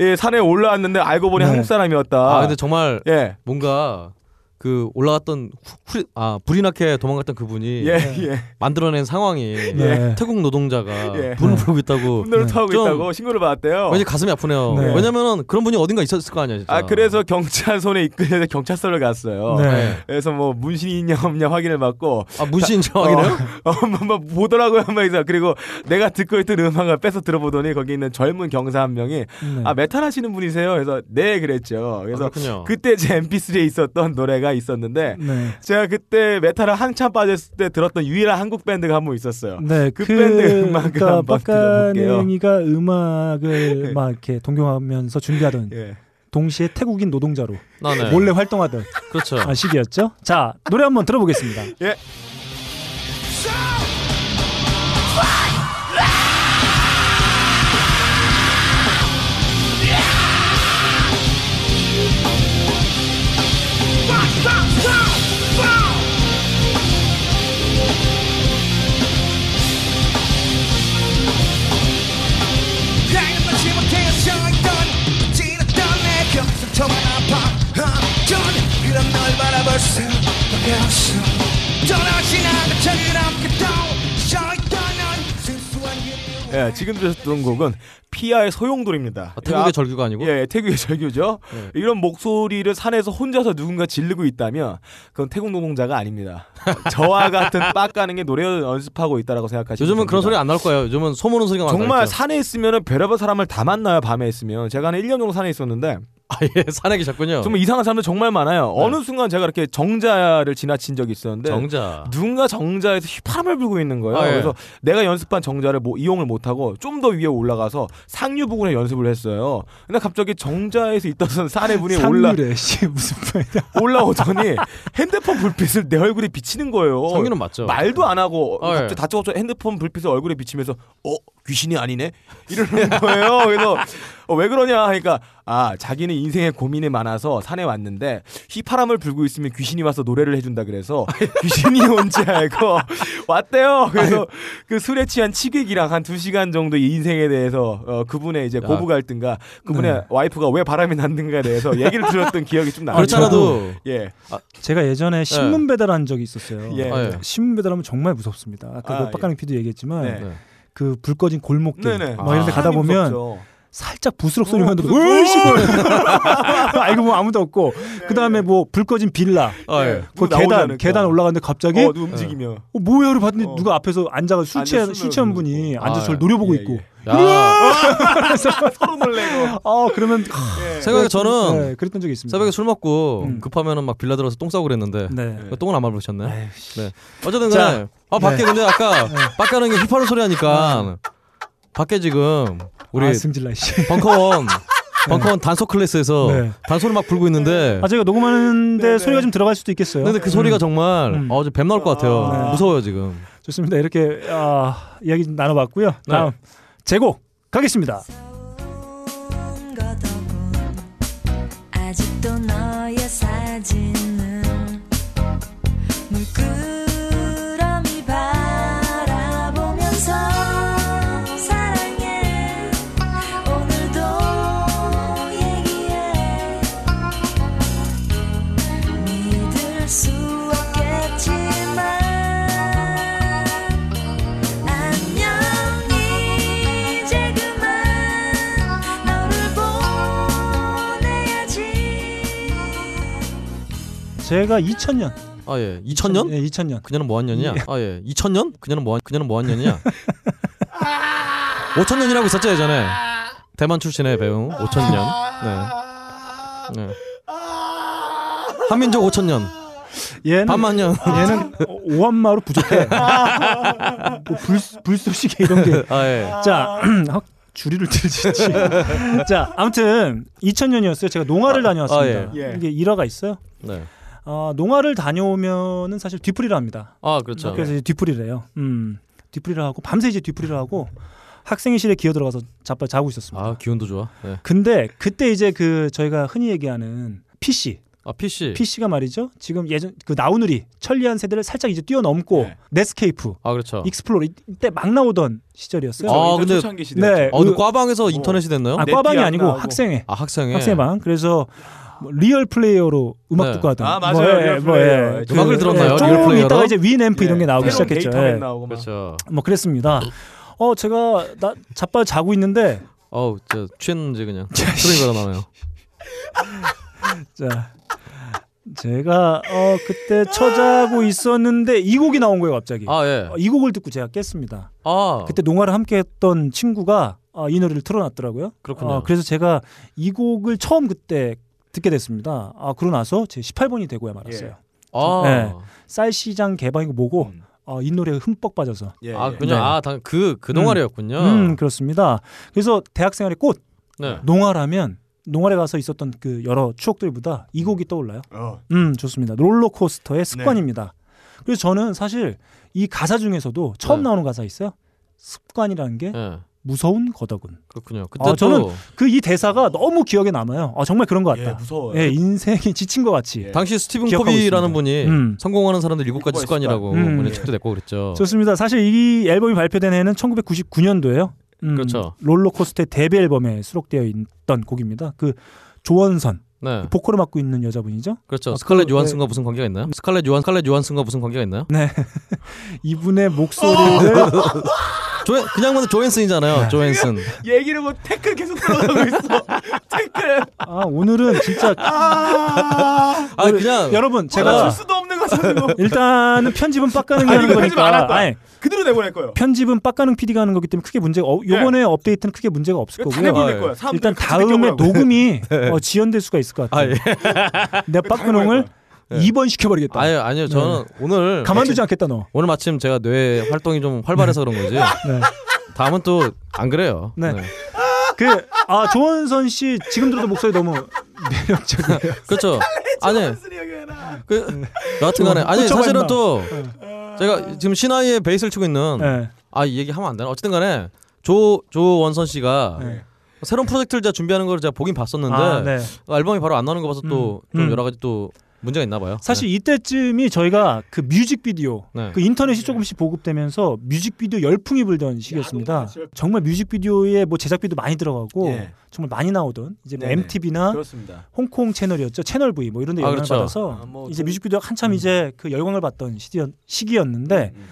예, 산에 올라왔는데 알고 보니 네. 한국 사람이었다. 아 근데 정말 예. 아, 뭔가 그 올라갔던 후, 후, 아 불이 나게 도망갔던 그분이 예, 네. 예. 만들어낸 상황이 네. 태국 노동자가 예. 분을 부르고 있다고 분노를 네. 토하고 좀- 있다고 신고를 받았대요. 왠지 가슴이 아프네요. 네. 왜냐면은 그런 분이 어딘가 있었을 거 아니야 진짜. 어. 아 그래서 경찰 손에 이끌려서 경찰서를 갔어요. 네. 그래서 뭐 문신이 있냐 없냐 확인을 받고 아 문신 저항이네요. 어, 뭐, 뭐 보더라고요 한마디서 그리고 내가 듣고 있던 음악을 빼서 들어보더니 거기 있는 젊은 경사 한 명이 네. 아 메탈 하시는 분이세요? 그래서 네 그랬죠. 아, 그래서 그렇군요. 그때 제 MP3에 있었던 노래가 있었는데 네. 제가 그때 메탈을 한참 빠졌을 때 들었던 유일한 한국 밴드가 한 번 있었어요. 네, 그 밴드의 음악을 그러니까 한번 들어볼게요. 박가능이가 (laughs) 음악을 막 이렇게 동경하면서 준비하던 예. 동시에 태국인 노동자로 아, 나네. 몰래 활동하던 그렇죠. 어. 아, 시기였죠. 자, 노래 한번 들어보겠습니다. 예. 예, 지금 들으셨던 곡은 피아의 소용돌입니다. 아, 태국의 절규가 아니고 예, 태국의 절규죠. 네. 이런 목소리를 산에서 혼자서 누군가 지르고 있다면 그건 태국 노동자가 아닙니다. 저와 같은 (laughs) 빡가능의 노래 를 연습하고 있다라고 생각하시면 요즘은 그런 소리 됩니다. 안 나올 거예요. 요즘은 그렇죠? 소모는 소리가 막 정말 나겠죠. 산에 있으면 별의별 사람을 다 만나요. 밤에 있으면 제가 한 1년 정도 산에 있었는데 아, 예, 산에 계셨군요. 정말 이상한 사람들 정말 많아요. 어느 순간 제가 이렇게 정자를 지나친 적이 있었는데 네. 정자. 누군가 정자에서 휘파람을 불고 있는 거예요. 아, 예. 그래서 내가 연습한 정자를 뭐 이용을 못하고 좀 더 위에 올라가서 상류 부근에 연습을 했어요. 근데 갑자기 정자에서 있던 (laughs) 산에 분이 올라 상률에 씨 무슨 말이야? 올라오더니 핸드폰 불빛을 내 얼굴에 비치는 거예요. 성유는 맞죠. 말도 안 하고 아, 예. 갑자기 다짜고짜 핸드폰 불빛을 얼굴에 비치면서 어 귀신이 아니네 이러는 거예요. 그래서 어, 왜 그러냐 하니까 아 자기는 인생에 고민이 많아서 산에 왔는데 휘파람을 불고 있으면 귀신이 와서 노래를 해준다 그래서 (laughs) 귀신이 온지 알고 왔대요. 그래서 그 술에 취한 치객이랑 한 두 시간 정도 이 인생에 대해서 어, 그분의 아. 이제 고부 갈등과 그분의 네. 와이프가 왜 바람이 났는가에 대해서 얘기를 들었던 기억이 좀 나요. 그렇잖아도 예. 제가 예전에 신문 배달한 적이 있었어요. 네. 예. 아, 예. 신문 배달하면 정말 무섭습니다. 아까 아, 그 빡가능 피도 얘기했지만 네. 네. 그 불 꺼진 골목길 네네. 막 이런 데 아. 가다 보면 무섭죠. 어, 살짝 부스럭 소리만 들고 (laughs) 무슨- 으이씨 알고 보면 아무도 없고 그다음에 뭐 불 꺼진 빌라 아, 예. 네, 누구 그 나오지 계단 않을까. 계단 올라갔는데 갑자기 어, 누 움직이며 어, 뭐야? 를 봤더니 어. 누가 앞에서 앉아가 술 앉아 취한 술을 술 취한 먹고. 분이 아, 앉아서 저를 예. 노려보고 예, 있고 예. 야, 서로 놀래고. 아 그러면 아, 생각해 저는 네, 그랬던 적이 있습니다. 새벽에 술 먹고 음. 급하면은 막 빌라 들어서 똥 싸고 그랬는데 네. 그 똥은 안 밟으셨나요? 네. 어쨌든 간에 아 밖에 네. 근데 아까 빡가는 게 휘파람 소리 하니까 밖에 지금 우리 네. 아, 승질나 씨. (laughs) 벙커원 벙커원 단소 클래스에서 네. 단소를 막 불고 있는데 아 저희가 녹음하는데 네, 네. 소리가 좀 들어갈 수도 있겠어요. 근데 그 소리가 정말 음. 어, 저뱀 나올 것 같아요. 아, 네. 무서워요 지금. 좋습니다. 이렇게 아, 이야기 좀 나눠봤고요. 네. 다음 제곡 가겠습니다. 서운 거더군 아직도 너의 사진은 물끄러미 바라보면서 사랑해 오늘도 얘기해 믿을 수 없겠지만 안녕 이제 그만 너를 보내야지 제가 2000년 아 예. 2000년? 예, 2000년. 그녀는 뭐한 년이야? 아 예. 2000년? 그녀는 뭐한 그녀는 뭐한 (laughs) 년이야? 5000년이라고 있었죠 예전에. 대만 출신의 배우 5000년. 네. 네. 한민족 5000년. 얘는 반만년. (laughs) 얘는 오한마로 부족해. (laughs) (laughs) 뭐 불, 불쑥시개 (laughs) 이런 게. 아 예. 자, (clears throat) 확 주리를 들지. 자, 아무튼 2000년이었어요. 제가 농화를 아, 다녀왔습니다. 아, 예. 이게 일화가 있어요. 네. 아, 농화를 다녀오면은 사실 뒤풀이를 합니다. 아 그렇죠. 그래서 이제 뒤풀이를 해요. 음, 뒤풀이를 하고 밤새 이제 뒤풀이를 하고 학생회실에 기어 들어가서 자빠 자고 있었습니다. 아 기운도 좋아. 네. 근데 그때 이제 그 저희가 흔히 얘기하는 PC, 아 PC. PC가 말이죠. 지금 예전 그 나우누리 천리안 세대를 살짝 이제 뛰어넘고 네. 넷스케이프, 아 그렇죠. 익스플로러 이때 막 나오던 시절이었어요. 아, 아, 근데- 근데 초창기 시대. 어, 근데 그- 과방에서 인터넷이 됐나요? 아, 넷이 과방이 안 아니고 나오고. 학생회. 아 학생회. 학생회방. 그래서 뭐 리얼 플레이어로 네. 음악 듣고 아, 하던 맞아요. 뭐, 예, 리얼 뭐, 플레이어. 그 예. 음악을 들었나요? 예, 리얼 조금 플레이어로? 네. 있다가 이제 윈앰프 이런 게 새로운 나오기 시작했죠. 데이터맨 예. 나오고 막. 그렇죠. 뭐 그랬습니다. 어 제가 나 자빠 자고 있는데 어우, 저 취했는지 그냥 (laughs) 소리 걸어나네요. 자 제가 어 그때 처자고 있었는데 이 곡이 나온 거예요 갑자기. 아 예. 어, 이 곡을 듣고 제가 깼습니다. 아 어, 그때 농화를 함께했던 친구가 어, 이 노래를 틀어놨더라고요. 그렇군요. 어, 그래서 제가 이 곡을 처음 그때 듣게 됐습니다. 아 그러고 나서 제 18번이 되고야 말았어요. 아, 예. 쌀 시장 개방이고 뭐고 음. 어, 이 노래에 흠뻑 빠져서 예, 아 예. 그냥 네. 아그그 음. 동아리였군요. 음 그렇습니다. 그래서 대학생활의 꽃 네. 농활하면 농활에 가서 있었던 그 여러 추억들보다 음. 이 곡이 떠올라요. 어. 음 좋습니다. 네. 롤러코스터의 습관입니다. 그래서 저는 사실 이 가사 중에서도 처음 네. 나오는 가사 있어요. 습관이라는 게 예. 무서운 거더군. 그렇군요. 그때 아, 저는 또 그 이 대사가 너무 기억에 남아요. 아 정말 그런 것 예, 같다. 무서워요. 예, 인생이 (laughs) 지친 것 같이. 예. 당시 스티븐 기억하고 코비라는 있습니다. 분이 음. 성공하는 사람들 일곱 가지 일곱 가지 습관이라고 습관. 음. 본인 예. 책도 냈고 그랬죠. 좋습니다. 사실 이 앨범이 발표된 해는 1999년도예요. 음, 그렇죠. 롤러코스터의 데뷔 앨범에 수록되어 있던 곡입니다. 그 조원선 네. 보컬을 맡고 있는 여자분이죠. 그렇죠. 아, 스칼렛 그- 요한슨과 무슨 관계가 있나요? 스칼렛 요한 스칼렛 요한슨과 무슨 관계가 있나요? 이분의 목소리를 어. 조 그냥 먼저 조앤슨이잖아요. 조앤슨. 얘기를 뭐 태클 계속 들어가고 (laughs) 있어. 태클. (laughs) 아 오늘은 진짜 아. 아 그냥 여러분 제가 제가 줄 수도 없는 것을 이거. 일단은 편집은 (laughs) 빡가능이 아니, 하는 이거 편집 안 할 거니까 거야. 아니, 그대로 내보낼 거예요. 편집은 빡가능 PD가 하는 거기 때문에 크게 문제가 어, 요번에 업데이트는 크게 문제가 예. 없을 이거 다 거고요. 내보낼 거예요. 네. 사람들이 일단 같이 다음에 느껴보라고. (laughs) 녹음이 어, 지연될 수가 있을 것 아 같아요. 예. 내가 빡가능을 거야. 예. 2번 시켜버리겠다. 아니 아니요. 저는 오늘 네. 가만두지 않겠다 너. 오늘 마침 제가 뇌 활동이 좀 활발해서 그런 거지. (laughs) 네. 다음은 또 안 그래요. 네. 그 아 조원선 씨 지금 들어도 목소리 너무 (laughs) 매력적이에요. 그렇죠. 아니. 그 여하튼간에 아니 꽂혀봐, 사실은 네. 임마. 또 제가 지금 신하이의 베이스를 치고 있는 네. 아 이 얘기 하면 안 되나? 어쨌든간에 조 조원선 씨가 네. 새로운 프로젝트를 제가 준비하는 걸 제가 보긴 봤었는데 아, 네. 앨범이 바로 안 나오는 거 봐서 또 음, 좀 음. 여러 가지 또 문제가 있나 봐요. 사실 이때쯤이 저희가 그 뮤직비디오 예. 네. 그 인터넷이 조금씩 보급되면서 뮤직비디오 열풍이 불던 시기였습니다. 그렇죠. 정말 뮤직비디오에 뭐 제작비도 많이 들어가고 예. 정말 많이 나오던 이제 뭐 네네. MTV나 그렇습니다. 홍콩 채널이었죠 채널 V 뭐 이런 데 아, 영향을 그렇죠. 받아서 아, 뭐 이제 좀- 뮤직비디오가 한참 이제 그 열광을 받던 시디였- 시기였는데 음.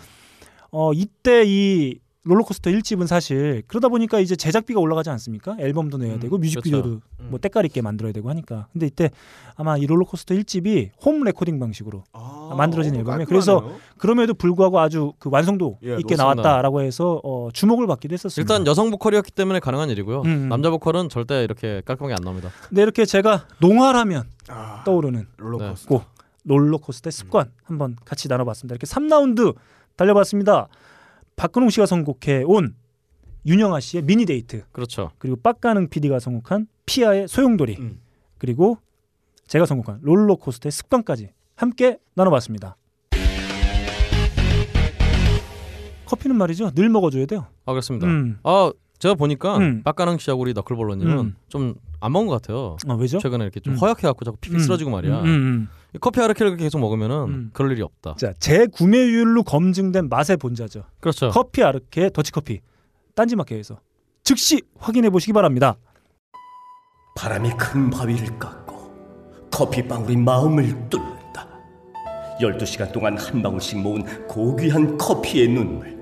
어 이때 이 롤러코스터 1집은 사실 그러다 보니까 이제 제작비가 올라가지 않습니까? 앨범도 내야 음, 되고 뮤직비디오도 음. 뭐 때깔 있게 만들어야 되고 하니까. 근데 이때 아마 이 롤러코스터 1집이 홈 레코딩 방식으로 아, 만들어진 어, 깔끔하네요. 앨범이에요. 그래서 그럼에도 불구하고 아주 그 완성도 예, 있게 노선아. 나왔다라고 해서 어, 주목을 받기도 했었습니다. 일단 여성 보컬이었기 때문에 가능한 일이고요. 음. 남자 보컬은 절대 이렇게 깔끔하게 안 나옵니다. 근데 이렇게 제가 농활하면 아, 떠오르는 네. 롤러코스터. 곡 음. 롤러코스터의 습관 한번 같이 나눠봤습니다. 이렇게 3라운드 달려봤습니다. 박근홍 씨가 선곡해 온 윤영아 씨의 미니데이트 그렇죠. 그리고 빡가능 PD가 선곡한 피아의 소용돌이 음. 그리고 제가 선곡한 롤러코스터의 습관까지 함께 나눠봤습니다. 커피는 말이죠 늘 먹어줘야 돼요. 아 그렇습니다. 음. 아 제가 보니까 음. 빡가능 씨하고 우리 너클볼러님은 음. 좀 안 먹은 것 같아요. 아 왜죠? 최근에 이렇게 좀 음. 허약해갖고 자꾸 피피 음. 쓰러지고 말이야. 음, 음, 음. 커피 아르케를 그렇게 계속 먹으면은 음. 그럴 일이 없다. 자 재구매율로 검증된 맛의 본자죠. 어. 그렇죠. 커피 아르케 더치커피 딴지마켓에서 즉시 확인해 보시기 바랍니다. 바람이 큰 바위를 깎고 커피방울이 마음을 뚫는다. 12시간 동안 한 방울씩 모은 고귀한 커피의 눈물,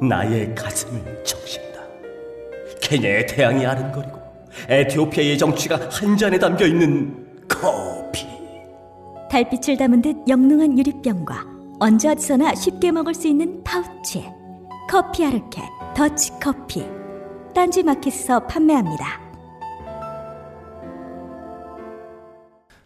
나의 가슴을 적신다. 케냐의 태양이 아른거리고 에티오피아의 정취가 한 잔에 담겨 있는 커피. 달빛을 담은 듯 영롱한 유리병과 언제 어디서나 쉽게 먹을 수 있는 파우치에 커피 아르케 더치커피 딴지 마켓에서 판매합니다.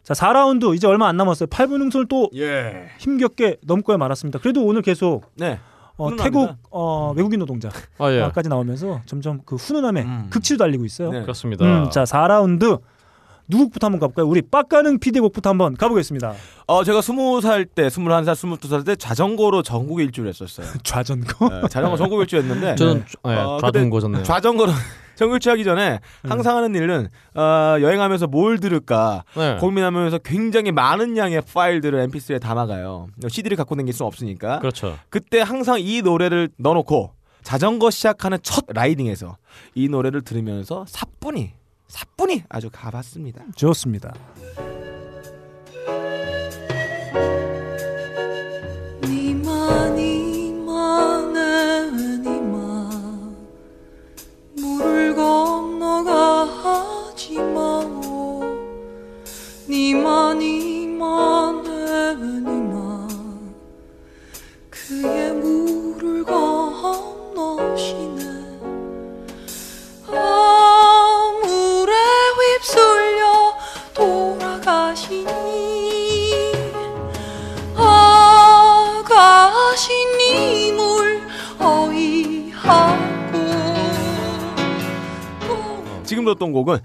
자 4라운드 이제 얼마 안 남았어요. 8분 흥선을 또 예. 힘겹게 넘고야 말았습니다. 그래도 오늘 계속 네. 어, 훈훈합니다. 음. 태국 어, 외국인 노동자 아 예. 까지 나오면서 점점 그 훈훈함에 극치로 달리고 있어요. 음. 네. 그렇습니다. 음, 자 4라운드 누구부터 한번 가볼까요? 우리 빡가는 피디 곡부터 한번 가보겠습니다. 어 제가 스무 살 때, 스물한 살, 스물두 살 때 자전거로 전국 일주를 했었어요. 좌전거. (laughs) 네, 자전거 전국 일주했는데 (laughs) 저는 예, 어, 좌든 근데 거셨네요. 음. 좌전거로 (laughs) 전국 일주하기 전에 항상 하는 일은 어, 여행하면서 뭘 들을까 네. 고민하면서 굉장히 많은 양의 파일들을 mp3에 담아가요. CD를 갖고 다닐 수는 없으니까. 그렇죠. 그때 항상 이 노래를 넣어놓고 자전거 시작하는 첫 라이딩에서 이 노래를 들으면서 사뿐히 사뿐히 아주 가봤습니다. 좋습니다. 미물 어이하고 어. 지금 들었던 곡은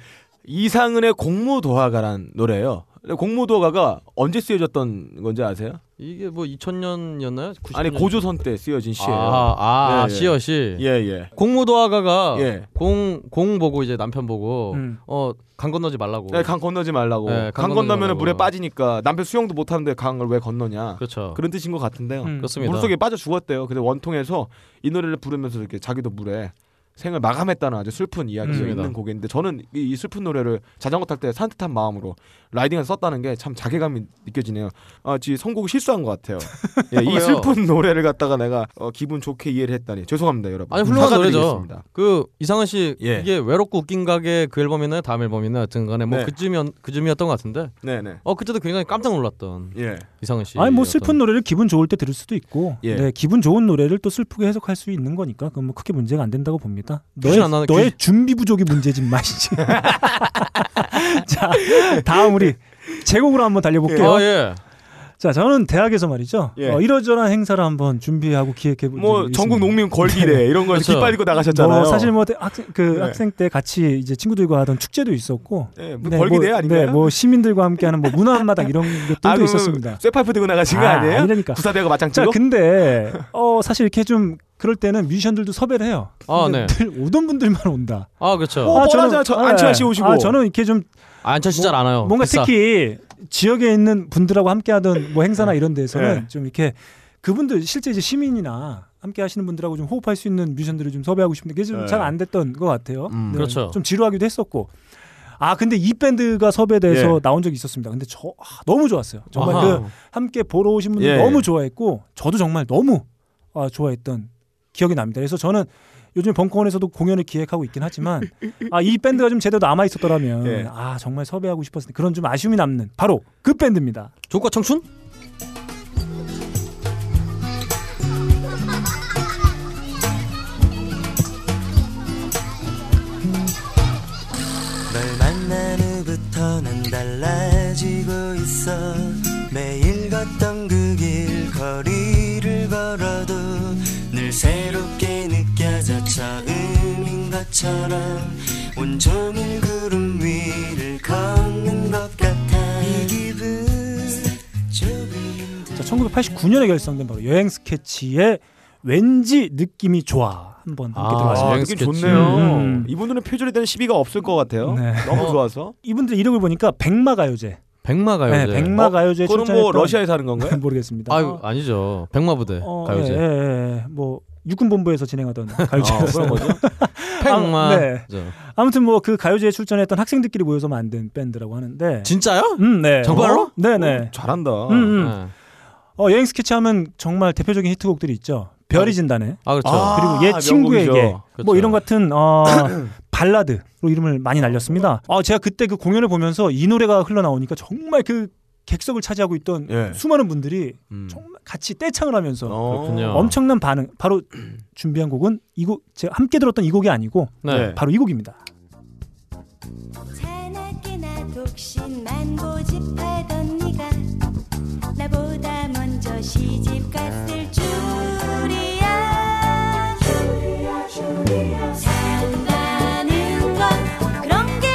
이상은의 공무도화가란 노래예요. 근데 공무도화가가 언제 쓰여졌던 건지 아세요? (laughs) 이게 뭐 2000년이었나요? 아니 고조선 때 쓰여진 시예요. 아, 아, 시요, 시. 예예. 공무도화가가 예. 공, 공 보고 이제 남편 보고 어, 강 건너지 말라고. 네, 강 건너지 말라고. 네, 강, 건너지 건너면 말라고. 물에 빠지니까 남편 수영도 못 하는데 강을 왜 건너냐. 그렇죠. 그런 뜻인 것 같은데요. 음. 그렇습니다. 물속에 빠져 죽었대요. 근데 원통에서 이 노래를 부르면서 이렇게 자기도 물에 생을 마감했다는 아주 슬픈 이야기가 음. 있는 곡인데 저는 이, 이 슬픈 노래를 자전거 탈 때 산뜻한 마음으로 라이딩을 썼다는 게 참 자괴감이 느껴지네요. 아, 지 선곡 실수한 (laughs) 것 같아요. 예, 이 왜요? 슬픈 노래를 갖다가 내가 어, 기분 좋게 이해를 했다니 죄송합니다, 여러분. 아니 훌륭한 노래죠. 사과드리겠습니다. 그 이상은 씨 예. 이게 외롭고 웃긴 가게 그 앨범이나 다음 앨범이나 하여튼간에 뭐 네. 그쯤이었 그쯤이었던 것 같은데. 네네. 어 그때도 굉장히 깜짝 놀랐던 예. 이상은 씨. 아니 뭐 슬픈 노래를 기분 좋을 때 들을 수도 있고 예. 네, 기분 좋은 노래를 또 슬프게 해석할 수 있는 거니까 그건 뭐 크게 문제가 안 된다고 봅니다. 너의, 귀신 안 나는- 너의 그 귀신- 준비 부족이 문제지 (laughs) 마시지. 자 다음 우리 제곡으로 한번 달려볼게요. 아, 예. 자 저는 대학에서 말이죠 어, 예. 어, 이러저러한 행사를 한번 준비하고 기획해 본 뭐 전국 농민 걸기대 (laughs) 이런 거 그렇죠. 깃발 입고 나가셨잖아요. 뭐 사실 뭐 대- 학생 그 네. 학생 때 같이 이제 친구들과 하던 축제도 있었고, 네, 뭐 벌기대회 뭐, 아닌가요? 네, 뭐 시민들과 함께하는 뭐 문화한마당 이런 (laughs) 것들도 아, 그러면 있었습니다. 쇠파이프 들고 나가신 거 아니에요? 아니라니까. 구사대가 맞짱 자, 뜨고? 근데 어 사실 이렇게 좀 그럴 때는 뮤지션들도 섭외를 해요. 아, 근데 네. 늘 오던 분들만 온다. 아 그렇죠. 어, 뻔하잖아. 저- 안철 씨 오시고. 아, 저는 이렇게 좀 안철 씨잘 안와요. 뭐, 뭔가 비싸. 특히 지역에 있는 분들하고 함께하던 뭐 행사나 이런 데에서는 네. 좀 이렇게 그분들 실제 이제 시민이나 함께 하시는 분들하고 좀 호흡할 수 있는 뮤지션들을 좀 섭외하고 싶은데 그게 좀 네. 잘 안 됐던 것 같아요. 네, 그렇죠. 좀 지루하기도 했었고. 아 근데 이 밴드가 섭외돼서 예. 나온 적이 있었습니다. 근데 저 아, 너무 좋았어요. 정말 아하. 그 함께 보러 오신 분들 예. 너무 좋아했고 저도 정말 너무 아, 좋아했던 기억이 납니다. 그래서 저는 요즘 벙커원에서도 공연을 기획하고 있긴 하지만 아 이 밴드가 좀 제대로 남아 있었더라면 예. 아 정말 섭외하고 싶었을 때 그런 좀 아쉬움이 남는 바로 그 밴드입니다. 조과 청춘? 널 만난 후부터 난 달라지고 있어 매일 걷던 그 길 거리를 걸어도 늘 새롭게 느껴져 처음인 것처럼 온종일 구름 위를 걷는 것 같아 이 기분 좁은 자, 1989년에 결성된 바로 여행 스케치의 왠지 느낌이 좋아 한번 함께 들어봤습니다. 느낌 좋네요. 음, 이분들은 표절에 대한 시비가 없을 것 같아요. 네. 어. 너무 어, 좋아서. 이분들 이력을 보니까 백마가요제. 백마가요제. 네, 백마가요제. 어, 그건 뭐 러시아에 사는 (laughs) 건가요? 모르겠습니다. 아 아니죠. 백마부대 어, 가요제. 예, 예, 예. 뭐 육군본부에서 진행하던 가요제였어요. 아, 그런 거죠? 팽마. 아, 네. 저. (laughs) 아무튼 뭐 그 가요제에 출전했던 학생들끼리 모여서 만든 밴드라고 하는데 진짜요? 네. 음, 네. 정말로? 어. 네네. 어, 잘한다. 음, 음. 어, 여행 스케치 하면 정말 대표적인 히트곡들이 있죠. 별이 진다네. 아, 그렇죠. 그리고 아, 옛 친구에게 명곡이죠. 뭐 이런 같은 어, 발라드로 이름을 많이 날렸습니다. 아, 제가 그때 그 공연을 보면서 이 노래가 흘러나오니까 정말 그 객석을 차지하고 있던 예. 어. 수많은 분들이 정말 같이 떼창을 하면서 그렇군요. 엄청난 반응. 바로 준비한 곡은 이곡 제가 함께 들었던 이 곡이 아니고 네. 바로 이 곡입니다. 자나깨나 독신만 고집하던 네가 나보다 먼저 시집 갔을 줄이야 산다는 건 그런 게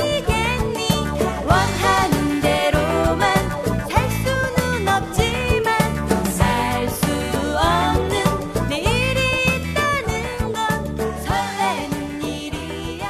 아니겠니 원하는 대로만 살 수는 없지만 살 수 없는 내일이 있다는 건 설레는 일이야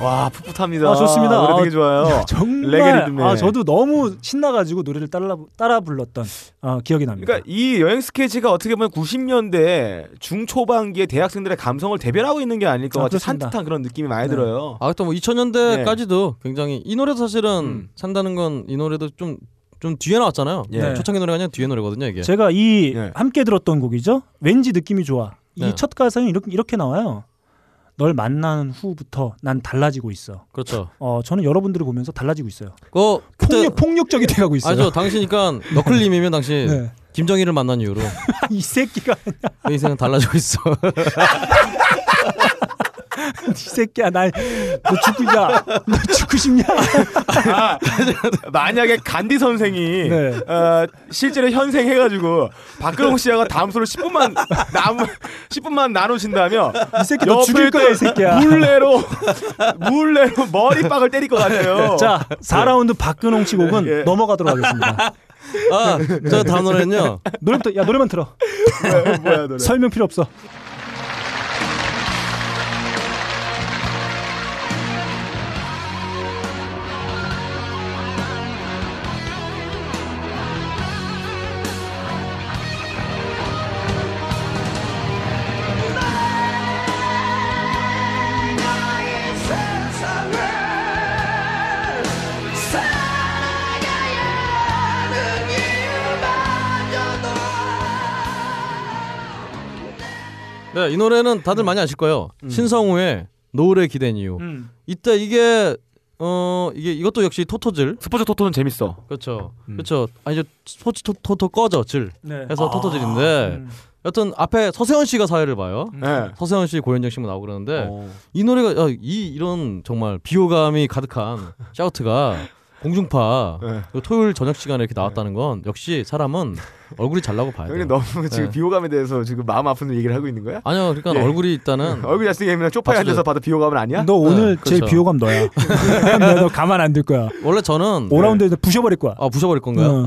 와 풋풋합니다. 아, 좋습니다. 노래 아, 되게 좋아요. 정말 레게 리듬에. 아 저도 너무 신나가지고 노래를 따라 따라 불렀던 어, 기억이 납니다. 그러니까 이 여행 스케치가 어떻게 보면 90년대 중초반기에 대학생들의 감성을 대변하고 있는 게 아닐까 아, 같은 그렇습니다. 산뜻한 그런 느낌이 네. 많이 들어요. 아, 또뭐 2000년대까지도 굉장히 이 노래도 사실은 산다는 건 이 노래도 좀 좀 뒤에 나왔잖아요. 음. 네, 예. 초창기 노래가 아니라 뒤에 노래거든요, 예. 이게. 제가 이 함께 들었던 곡이죠. 왠지 느낌이 좋아. 네. 이 첫 가사는 이렇게 이렇게 나와요. 널 만난 후부터 난 달라지고 있어. 그렇죠. 어 저는 여러분들을 보면서 달라지고 있어요. 어, 폭력 폭력적이 예. 돼가고 있어요. 아저 당시니까 너클님이면 당시 네. 김정희를 만난 이후로 (laughs) 이 새끼가 내 인생은 달라지고 있어. 이 새끼야 나너 죽고 야, 너 죽고 싶냐? 아, 만약에 간디 선생이 네. 어, 실제로 현생해가지고 박근홍 씨하고 다음 수를 10분만 (laughs) 나무 10분만 나누신다면 이 새끼 너 죽일 거야, 이 새끼야. 물레로 물레로 머리빵을 때릴 것 같아요. 네, 자, 4라운드 박근홍 씨 곡은 예. 넘어가도록 하겠습니다. (laughs) 아, 저 다음 노래는요? 노래부터 야 노래만 틀어. 네. 뭐야, 노래. 설명 필요 없어. 네, 이 노래는 다들 많이 아실 거예요. 신성우의 노을에 기댄 이유. 음. 이때 이게 어 이게 이것도 역시 토토질. 스포츠 토토는 재밌어. 그렇죠. 그렇죠. 아니 저 스포츠 토, 토토 꺼져 질. 네. 해서 아, 토토질인데. 음. 여튼 앞에 서세원 씨가 사회를 봐요. 네. 서세원 씨 고현정 씨가 나오고 그러는데 이 노래가 야, 이 이런 정말 비호감이 가득한 (laughs) 샤우트가 공중파 그 토요일 저녁 시간에 이렇게 나왔다는 건 역시 (laughs) 사람은 얼굴이 잘 나고 봐야 돼요. 형님 너무 지금 네. 비호감에 대해서 지금 마음 아픈 얘기를 하고 있는 거야? 아니요, 그러니까 얼굴이 일단은 얼굴 잘생기면 쇼파에 박수를- 앉아서 봐도 비호감은 아니야? 너 오늘 제일 그렇죠. 비호감 (laughs) 너야. 너너 가만 안 둘 거야. 원래 저는 5라운드에서 부셔버릴 거야. 아 부셔버릴 건가요? 응.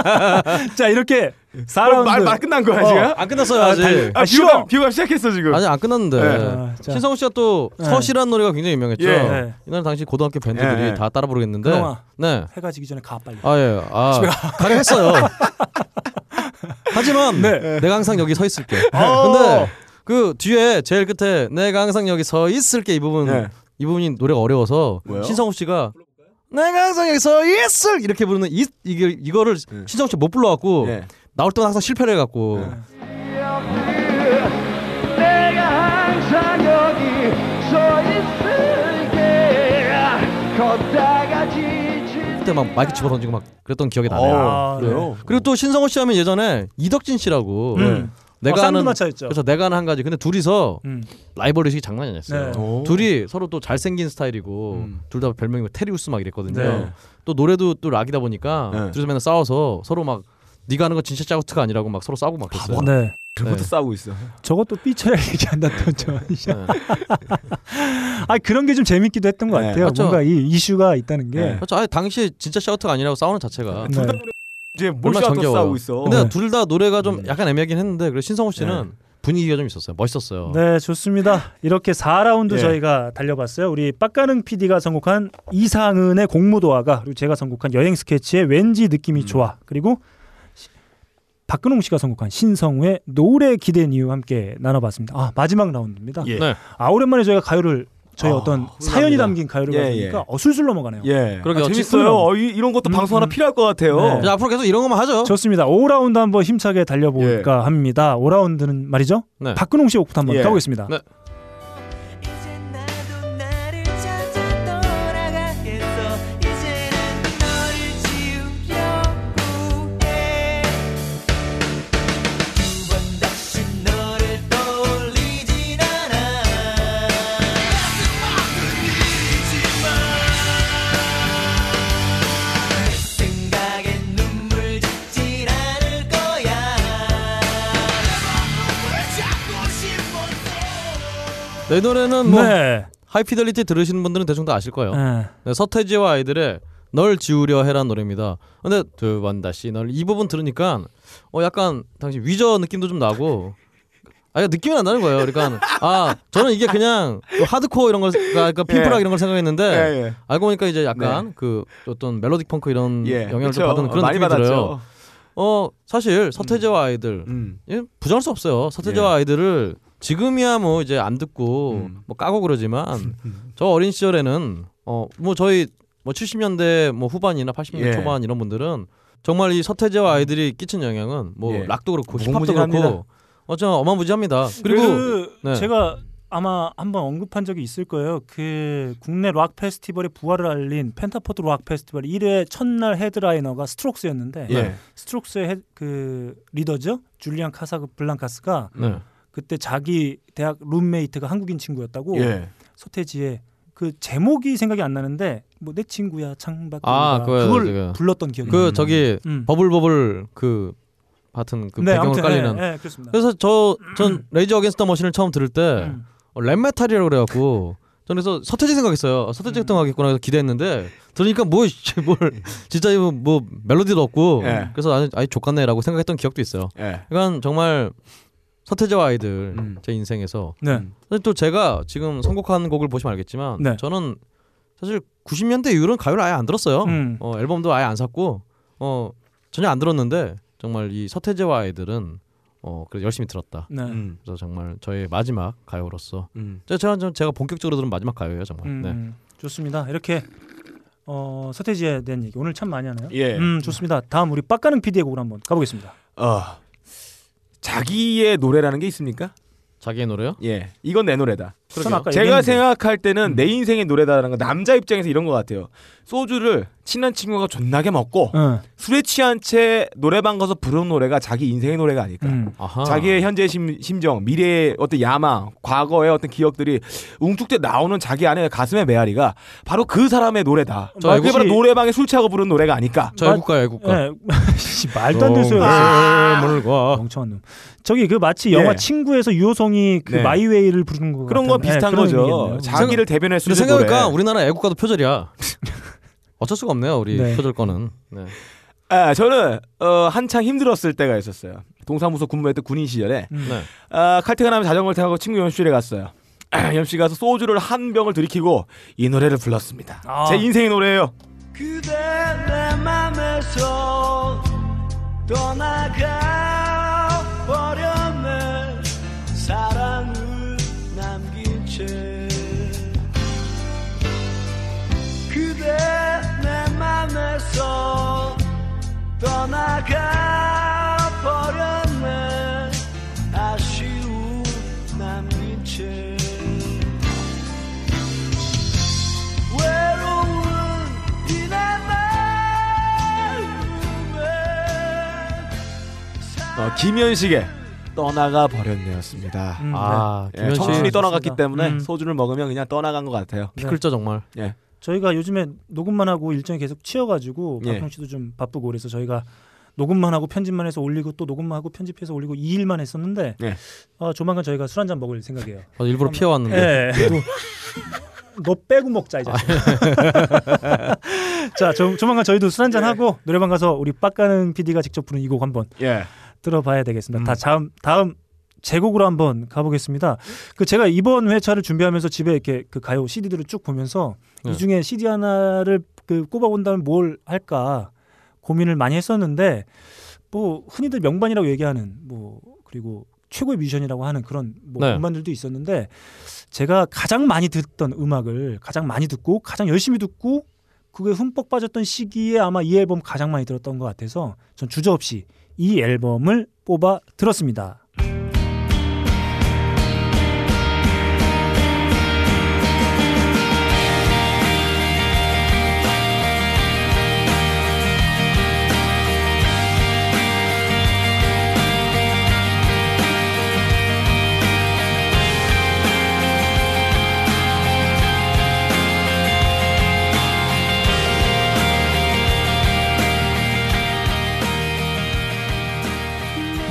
(laughs) 자 이렇게 그럼 4라운드 말, 말 끝난 거야 어, 지금? 안 끝났어요 아직. 달- 아, 비호감, 아, 쉬워. 비호감 시작했어 지금. 아직 안 끝났는데 네. 자. 신성우 씨가 또 네. 서시라는 노래가 굉장히 유명했죠. 예. 네. 이날 당시 고등학교 밴드들이 예. 다 따라 부르겠는데. 그놈아. 네. 해가 지기 전에 가 빨리. 아 예. 아 집에 가능했어요. 하지만 네. 내가 항상 여기 서 있을게. 어. 근데 그 뒤에 제일 끝에 내가 항상 여기 서 있을게 이 부분 네. 이 부분이 노래가 어려워서 왜요? 신성우 씨가 내가 항상 여기 서 있을 이렇게 부르는 이, 이게 이거를 신성우 씨못 불러갖고 예. 나올 때마다 항상 실패를 해갖고 내가 항상 여기 서 있을게 걷다가 지칠 그때 막 마이크 집어 던지고 막 그랬던 기억이 나네요. 아, 네. 그래요? 그리고 또 신성호 씨 하면 예전에 이덕진 씨라고 음. 네. 내가 아, 하는 쌍두마차였죠. 그래서 내가 하는 한 가지 근데 둘이서 음. 라이벌 의식이 장난이 아니었어요. 네. 음. 오. 둘이 서로 또 잘생긴 스타일이고 둘 다 별명이 뭐 테리우스 막 이랬거든요. 네. 또 노래도 또 락이다 보니까 네. 둘이서 맨날 싸워서 서로 막 네가 하는 거 진짜 짜우트가 아니라고 막 서로 싸우고 막 그랬어요. 네. 그것도 네. 싸우고 있어. 저것도 삐쳐야 얘기한다던 저. 네. (laughs) 아 그런 게 좀 재밌기도 했던 것 네. 같아요. 맞죠. 뭔가 이 이슈가 있다는 게. 네. 그렇죠. 아니 당시 진짜 샤우트가 아니라고 싸우는 자체가 네. 이제 몰 얼마나 샤또 정겨워. 싸우고 있어. 근데 네. 둘 다 노래가 좀 약간 애매하긴 했는데 그래서 신성호 씨는 분위기가 좀 있었어요. 멋있었어요. 네, 좋습니다. 이렇게 4라운드 예. 저희가 달려봤어요. 우리 빡가능 PD가 선곡한 이상은의 공무도화가 그리고 제가 선곡한 여행 스케치의 왠지 음. 느낌이 좋아 그리고 시- 박근홍 씨가 선곡한 신성우의 노래 기댄 이유 함께 나눠봤습니다. 아 마지막 라운드입니다. 예. 네. 아 오랜만에 저희가 가요를 저희 아, 어떤 훌륭합니다. 사연이 담긴 가요를 예, 가지니까 예. 어술술 넘어가네요. 예. 그러게요. 아, 재밌어요. 찌뿌려요. 어, 이, 이런 것도 음, 방송 하나 음. 필요할 것 같아요. 네. 이제 앞으로 계속 이런 것만 하죠. 좋습니다. 5라운드 한번 힘차게 달려볼까 합니다. 5라운드는 말이죠. 네. 박근홍 씨 옥부터 한번 예. 가보겠습니다. 네. 이제 나도 나를 찾아 돌아가겠어 이제는 너를 지우려고 해두 번 다시 너를 떠올리진 않아 가슴만은 잊지마 내 생각에 눈물 짓진 않을 거야 내 마음을 잡고 싶었어 내 노래는 뭐 네. 하이피델리티 들으시는 분들은 대충 다 아실 거예요. 예. 네, 서태지와 아이들의 널 지우려 해란 노래입니다. 근데 두 번 다시 널 이 부분 들으니까 어 약간 당시 위저 느낌도 좀 나고 아 느낌이 안 나는 거예요. 그러니까 아 저는 이게 그냥 뭐 하드코어 이런 걸 그러니까 핑프락 예. 이런 걸 생각했는데 예, 예. 알고 보니까 이제 약간 그 어떤 멜로딕 펑크 이런 네. 예. 음, 영향을 그쵸. 좀 받은 그런 많이 느낌이 받았죠. 들어요. 어 사실 서태지와 아이들 음. 예, 부정할 수 없어요. 서태지와 아이들을 지금이야 뭐 이제 안 듣고 뭐 까고 그러지만 저 어린 시절에는 어 뭐 저희 뭐 70년대 뭐 후반이나 80년대 예. 초반 이런 분들은 정말 이 서태지와 아이들이 끼친 영향은 뭐 예. 락도 그렇고 힙합도 무궁무진합니다. 그렇고 어쩌 어마무지합니다. 그리고 그 네. 제가 아마 한번 언급한 적이 있을 거예요. 그 국내 락 페스티벌의 부활을 알린 펜타포드 락 페스티벌 1회 첫날 헤드라이너가 스트록스였는데 예. 스트록스의 헤- 그 리더죠 줄리안 카사그 블랑카스가 네. 그때 자기 대학 룸메이트가 한국인 친구였다고 예. 서태지의 그 제목이 생각이 안 나는데 뭐 내 친구야 창밖 아, 그거요, 그걸 저거요. 불렀던 기억이 그 나요. 저기 음. 버블버블 그 하여튼 그 네, 배경을 아무튼, 깔리는. 예, 예, 그렇습니다. 래서 저 전 레이저 어게인스터 머신을 처음 들을 때 어, 랩메탈이라고 그래갖고 저는 그래서 서태지 생각했어요. 아, 음. 서태지 활동하겠구나 해서 기대했는데 들으니까 뭐뭘 진짜 이거 뭐 멜로디도 없고 예. 그래서 아니 아니 족같네라고 생각했던 기억도 있어요. 예. 그러니까 정말 서태지와 아이들 음. 제 인생에서 네. 사실 또 제가 지금 선곡한 곡을 보시면 알겠지만 네. 저는 사실 90년대 이후로는 가요를 아예 안 들었어요. 음. 어, 앨범도 아예 안 샀고 어, 전혀 안 들었는데 정말 이 서태지와 아이들은 어, 그래서 열심히 들었다. 네. 음. 그래서 정말 저의 마지막 가요로서 음. 제가, 제가 제가 본격적으로 들은 마지막 가요예요 정말. 음, 네. 좋습니다. 이렇게 어, 서태지에 대한 얘기 오늘 참 많이 하네요. 예. 음, 좋습니다. 다음 우리 빡가는 PD의 곡을 한번 가보겠습니다. 어 자기의 노래라는 게 있습니까? 자기의 노래요? 예, 이건 내 노래다. 그러게요. 저는 그러니까 아까 제가 얘기했는데. 생각할 음. 때는 내 인생의 노래다라는 건 남자 입장에서 이런 것 같아요. 소주를 친한 친구가 존나게 먹고 응. 술에 취한 채 노래방 가서 부른 노래가 자기 인생의 노래가 아닐까. 음. 아하. 자기의 현재 심, 심정, 미래의 어떤 야망, 과거의 어떤 기억들이 웅축돼 나오는 자기 안에 가슴의 메아리가 바로 그 사람의 노래다. 저 그게 바로 혹시- 노래방에 술 취하고 부른 노래가 아닐까. 저 애국가예요, 어. 애국가. 예. (laughs) 씨, 말도 안 어, 네, 아, 되는 아. 소리야. 멍청한 놈. 저기 그 마치 영화 네. 친구에서 유호성이 그 네. 마이웨이를 부르는 예, 거 그런 네, 거 비슷한 거죠. 자기를 대변할 수 있는 근데 생각해보니까 노래. 우리나라 애국가도 표절이야. (laughs) 어쩔 수가 없네요 우리 네. 표절권은. 네. 음, 아, 저는 어, 한창 힘들었을 때가 있었어요. 동사무소 근무했던 군인 시절에 네. 아, 칼퇴근하면 자전거를 타고 친구 염실에 갔어요. (clears throat) 염씨 가서 소주를 한 병을 들이키고 이 노래를 불렀습니다. 아. 제 인생의 노래예요. 그대 내 맘에서 떠나가 버렸네 사랑을 남긴 채 그대 내 맘에서 떠나가 버렸네 아쉬움 남긴 채 외로운 이내 마음에 어, 김현식의 떠나가 버렸네였습니다. 음, 아, 예, 김현식. 청춘이 떠나갔기 좋습니다. 때문에 음. 소주를 먹으면 그냥 떠나간 것 같아요. 피클죠 정말. 예. 저희가 요즘에 녹음만 하고 일정이 계속 치여가지고 예. 박형 씨도 좀 바쁘고 그래서 저희가 녹음만 하고 편집만 해서 올리고 또 녹음만 하고 편집해서 올리고 이 일만 했었는데 예. 어, 조만간 저희가 술 한 잔 먹을 생각이에요. 아, 일부러 피해왔는데. 예. 예. 너- 너 빼고 먹자 이제. 자, 조, 조만간 저희도 술 한 잔 하고 노래방 가서 우리 빡가는 PD가 직접 부른 이 곡 한번 예. 들어봐야 되겠습니다. 다 다음 다음 제곡으로 한번 가보겠습니다. 네. 그 제가 이번 회차를 준비하면서 집에 이렇게 그 가요 CD들을 쭉 보면서 네. 이 중에 CD 하나를 그 꼽아본다면 뭘 할까 고민을 많이 했었는데 뭐 흔히들 명반이라고 얘기하는 뭐 그리고 최고의 뮤지션이라고 하는 그런 뭐 네. 음반들도 있었는데 제가 가장 많이 듣던 음악을 가장 많이 듣고 가장 열심히 듣고 그게 흠뻑 빠졌던 시기에 아마 이 앨범 가장 많이 들었던 것 같아서 전 주저없이 이 앨범을 뽑아 들었습니다.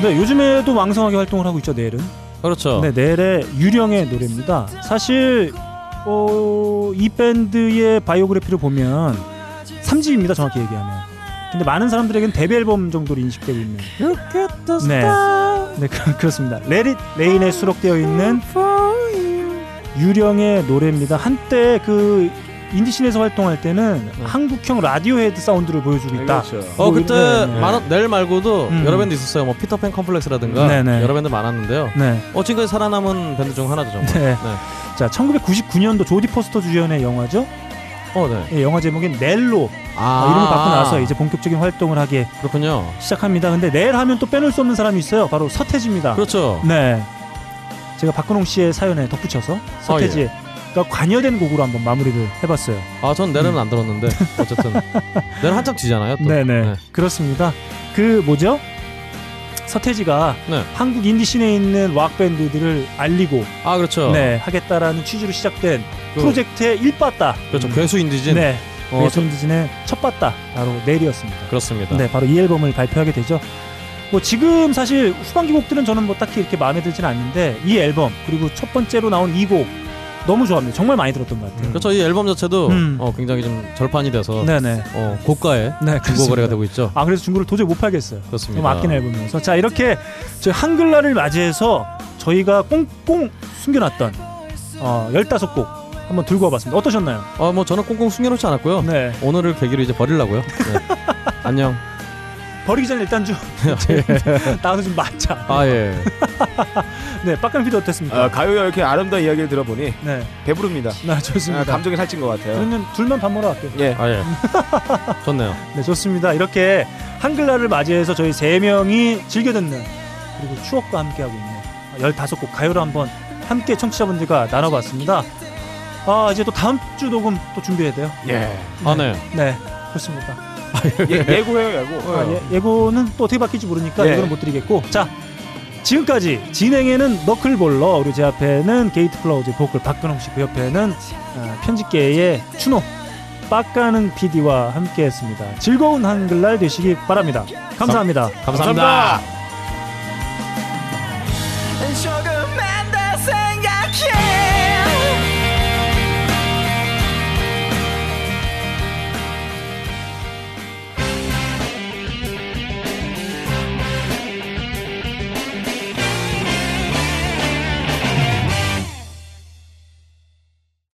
네, 요즘에도 왕성하게 활동을 하고 있죠, 내일은. 그렇죠. 네, 내일의 유령의 노래입니다. 사실 어, 이 밴드의 바이오그래피를 보면 3집입니다, 정확히 얘기하면. 근데 많은 사람들에게는 데뷔 앨범 정도로 인식되고 있는. 네, 네 그, 그렇습니다. 레릿 레인에 수록되어 있는 유령의 노래입니다. 한때 그 인디씬에서 활동할 때는 한국형 라디오헤드 사운드를 네, 보여주고 있다. 그렇죠. 어 뭐 그때 이런- 네. 많아, 넬 말고도 음. 여러 밴드 있었어요. 뭐 피터팬 컴플렉스라든가 네, 네. 여러 밴드 많았는데요. 네. 어 지금까지 살아남은 밴드 중 하나죠 정말. (laughs) 네. 자, 1999년도 조디 포스터 주연의 영화죠. 어, 네. 예, 영화 제목인 넬로 어, 이름을 아. 바꾸고 나서 이제 본격적인 활동을 하게 그렇군요. 시작합니다. 근데 넬 하면 또 빼놓을 수 없는 사람이 있어요. 바로 서태지입니다. 그렇죠. 네. 제가 박근홍 씨의 사연에 덧붙여서 아, 서태지가 예. 관여된 곡으로 한번 마무리를 해봤어요. 아전 넬은 안 들었는데 (laughs) 어쨌든 넬 한참 뒤잖아요. 또. 음. 네네 그렇습니다. 그 뭐죠? 서태지가 네. 한국 인디 씬에 있는 락 밴드들을 알리고 아 그렇죠. 네 하겠다라는 취지로 시작된 프로젝트의 일빠따. 그 그렇죠. 괴수 인디진. 네. 어, 웨스턴 디진의 첫 봤다 바로 내일이었습니다. 그렇습니다. 네, 바로 이 앨범을 발표하게 되죠. 뭐 지금 사실 후반기 곡들은 저는 뭐 딱히 이렇게 마음에 들진 않는데 이 앨범 그리고 첫 번째로 나온 이 곡 너무 좋아합니다. 정말 많이 들었던 것 같아요. 그렇죠. 이 앨범 자체도 음. 어, 굉장히 좀 절판이 돼서 네네. 어, 고가에 중고 그렇습니다. 거래가 되고 그러니까. 있죠. 아 그래서 중고를 도저히 못 팔겠어요. 그렇습니다. 너무 아끼는 앨범이어서 자 이렇게 저희 한글날을 맞이해서 저희가 꽁꽁 숨겨놨던 어, 15곡 한번 들고 와봤습니다. 어떠셨나요? 어, 뭐 저는 꽁꽁 숨겨놓지 않았고요. 네. 오늘을 계기로 이제 버리려고요. 네. (laughs) 안녕. 버리기 전에 일단 좀 (laughs) 네. 나와서 좀 맞자. (laughs) 아 예. 네, 빡간 피디 어땠습니까? 아, 가요의 이렇게 아름다운 이야기를 들어보니 네. 배부릅니다. 아, 좋습니다. 아, 감정이 살찐 것 같아요. 그러면 둘만 밥 먹으러 갈게요. 예. 아 예. 좋네요. 네, 좋습니다. 이렇게 한글날을 맞이해서 저희 세 명이 즐겨 듣는 그리고 추억과 함께 하고 있는 15곡 가요를 한번 함께 청취자분들과 나눠봤습니다. 아, 이제 또 다음 주 녹음 또 준비해야 돼요. 예. 아 네. 네, 그렇습니다. 예, 고해요 예고. 아, 예, 예고는 또 어떻게 바뀔지 모르니까 예. 이거는 못 드리겠고 자 지금까지 진행에는 너클볼러 그리고 제 앞에는 게이트 플라워즈 보컬 박근홍 씨그 옆에는 아, 편집계의 추노 빡가는 PD와 함께했습니다 즐거운 한글날 되시기 바랍니다 감사합니다 감사합니다. 조금만 더 생각해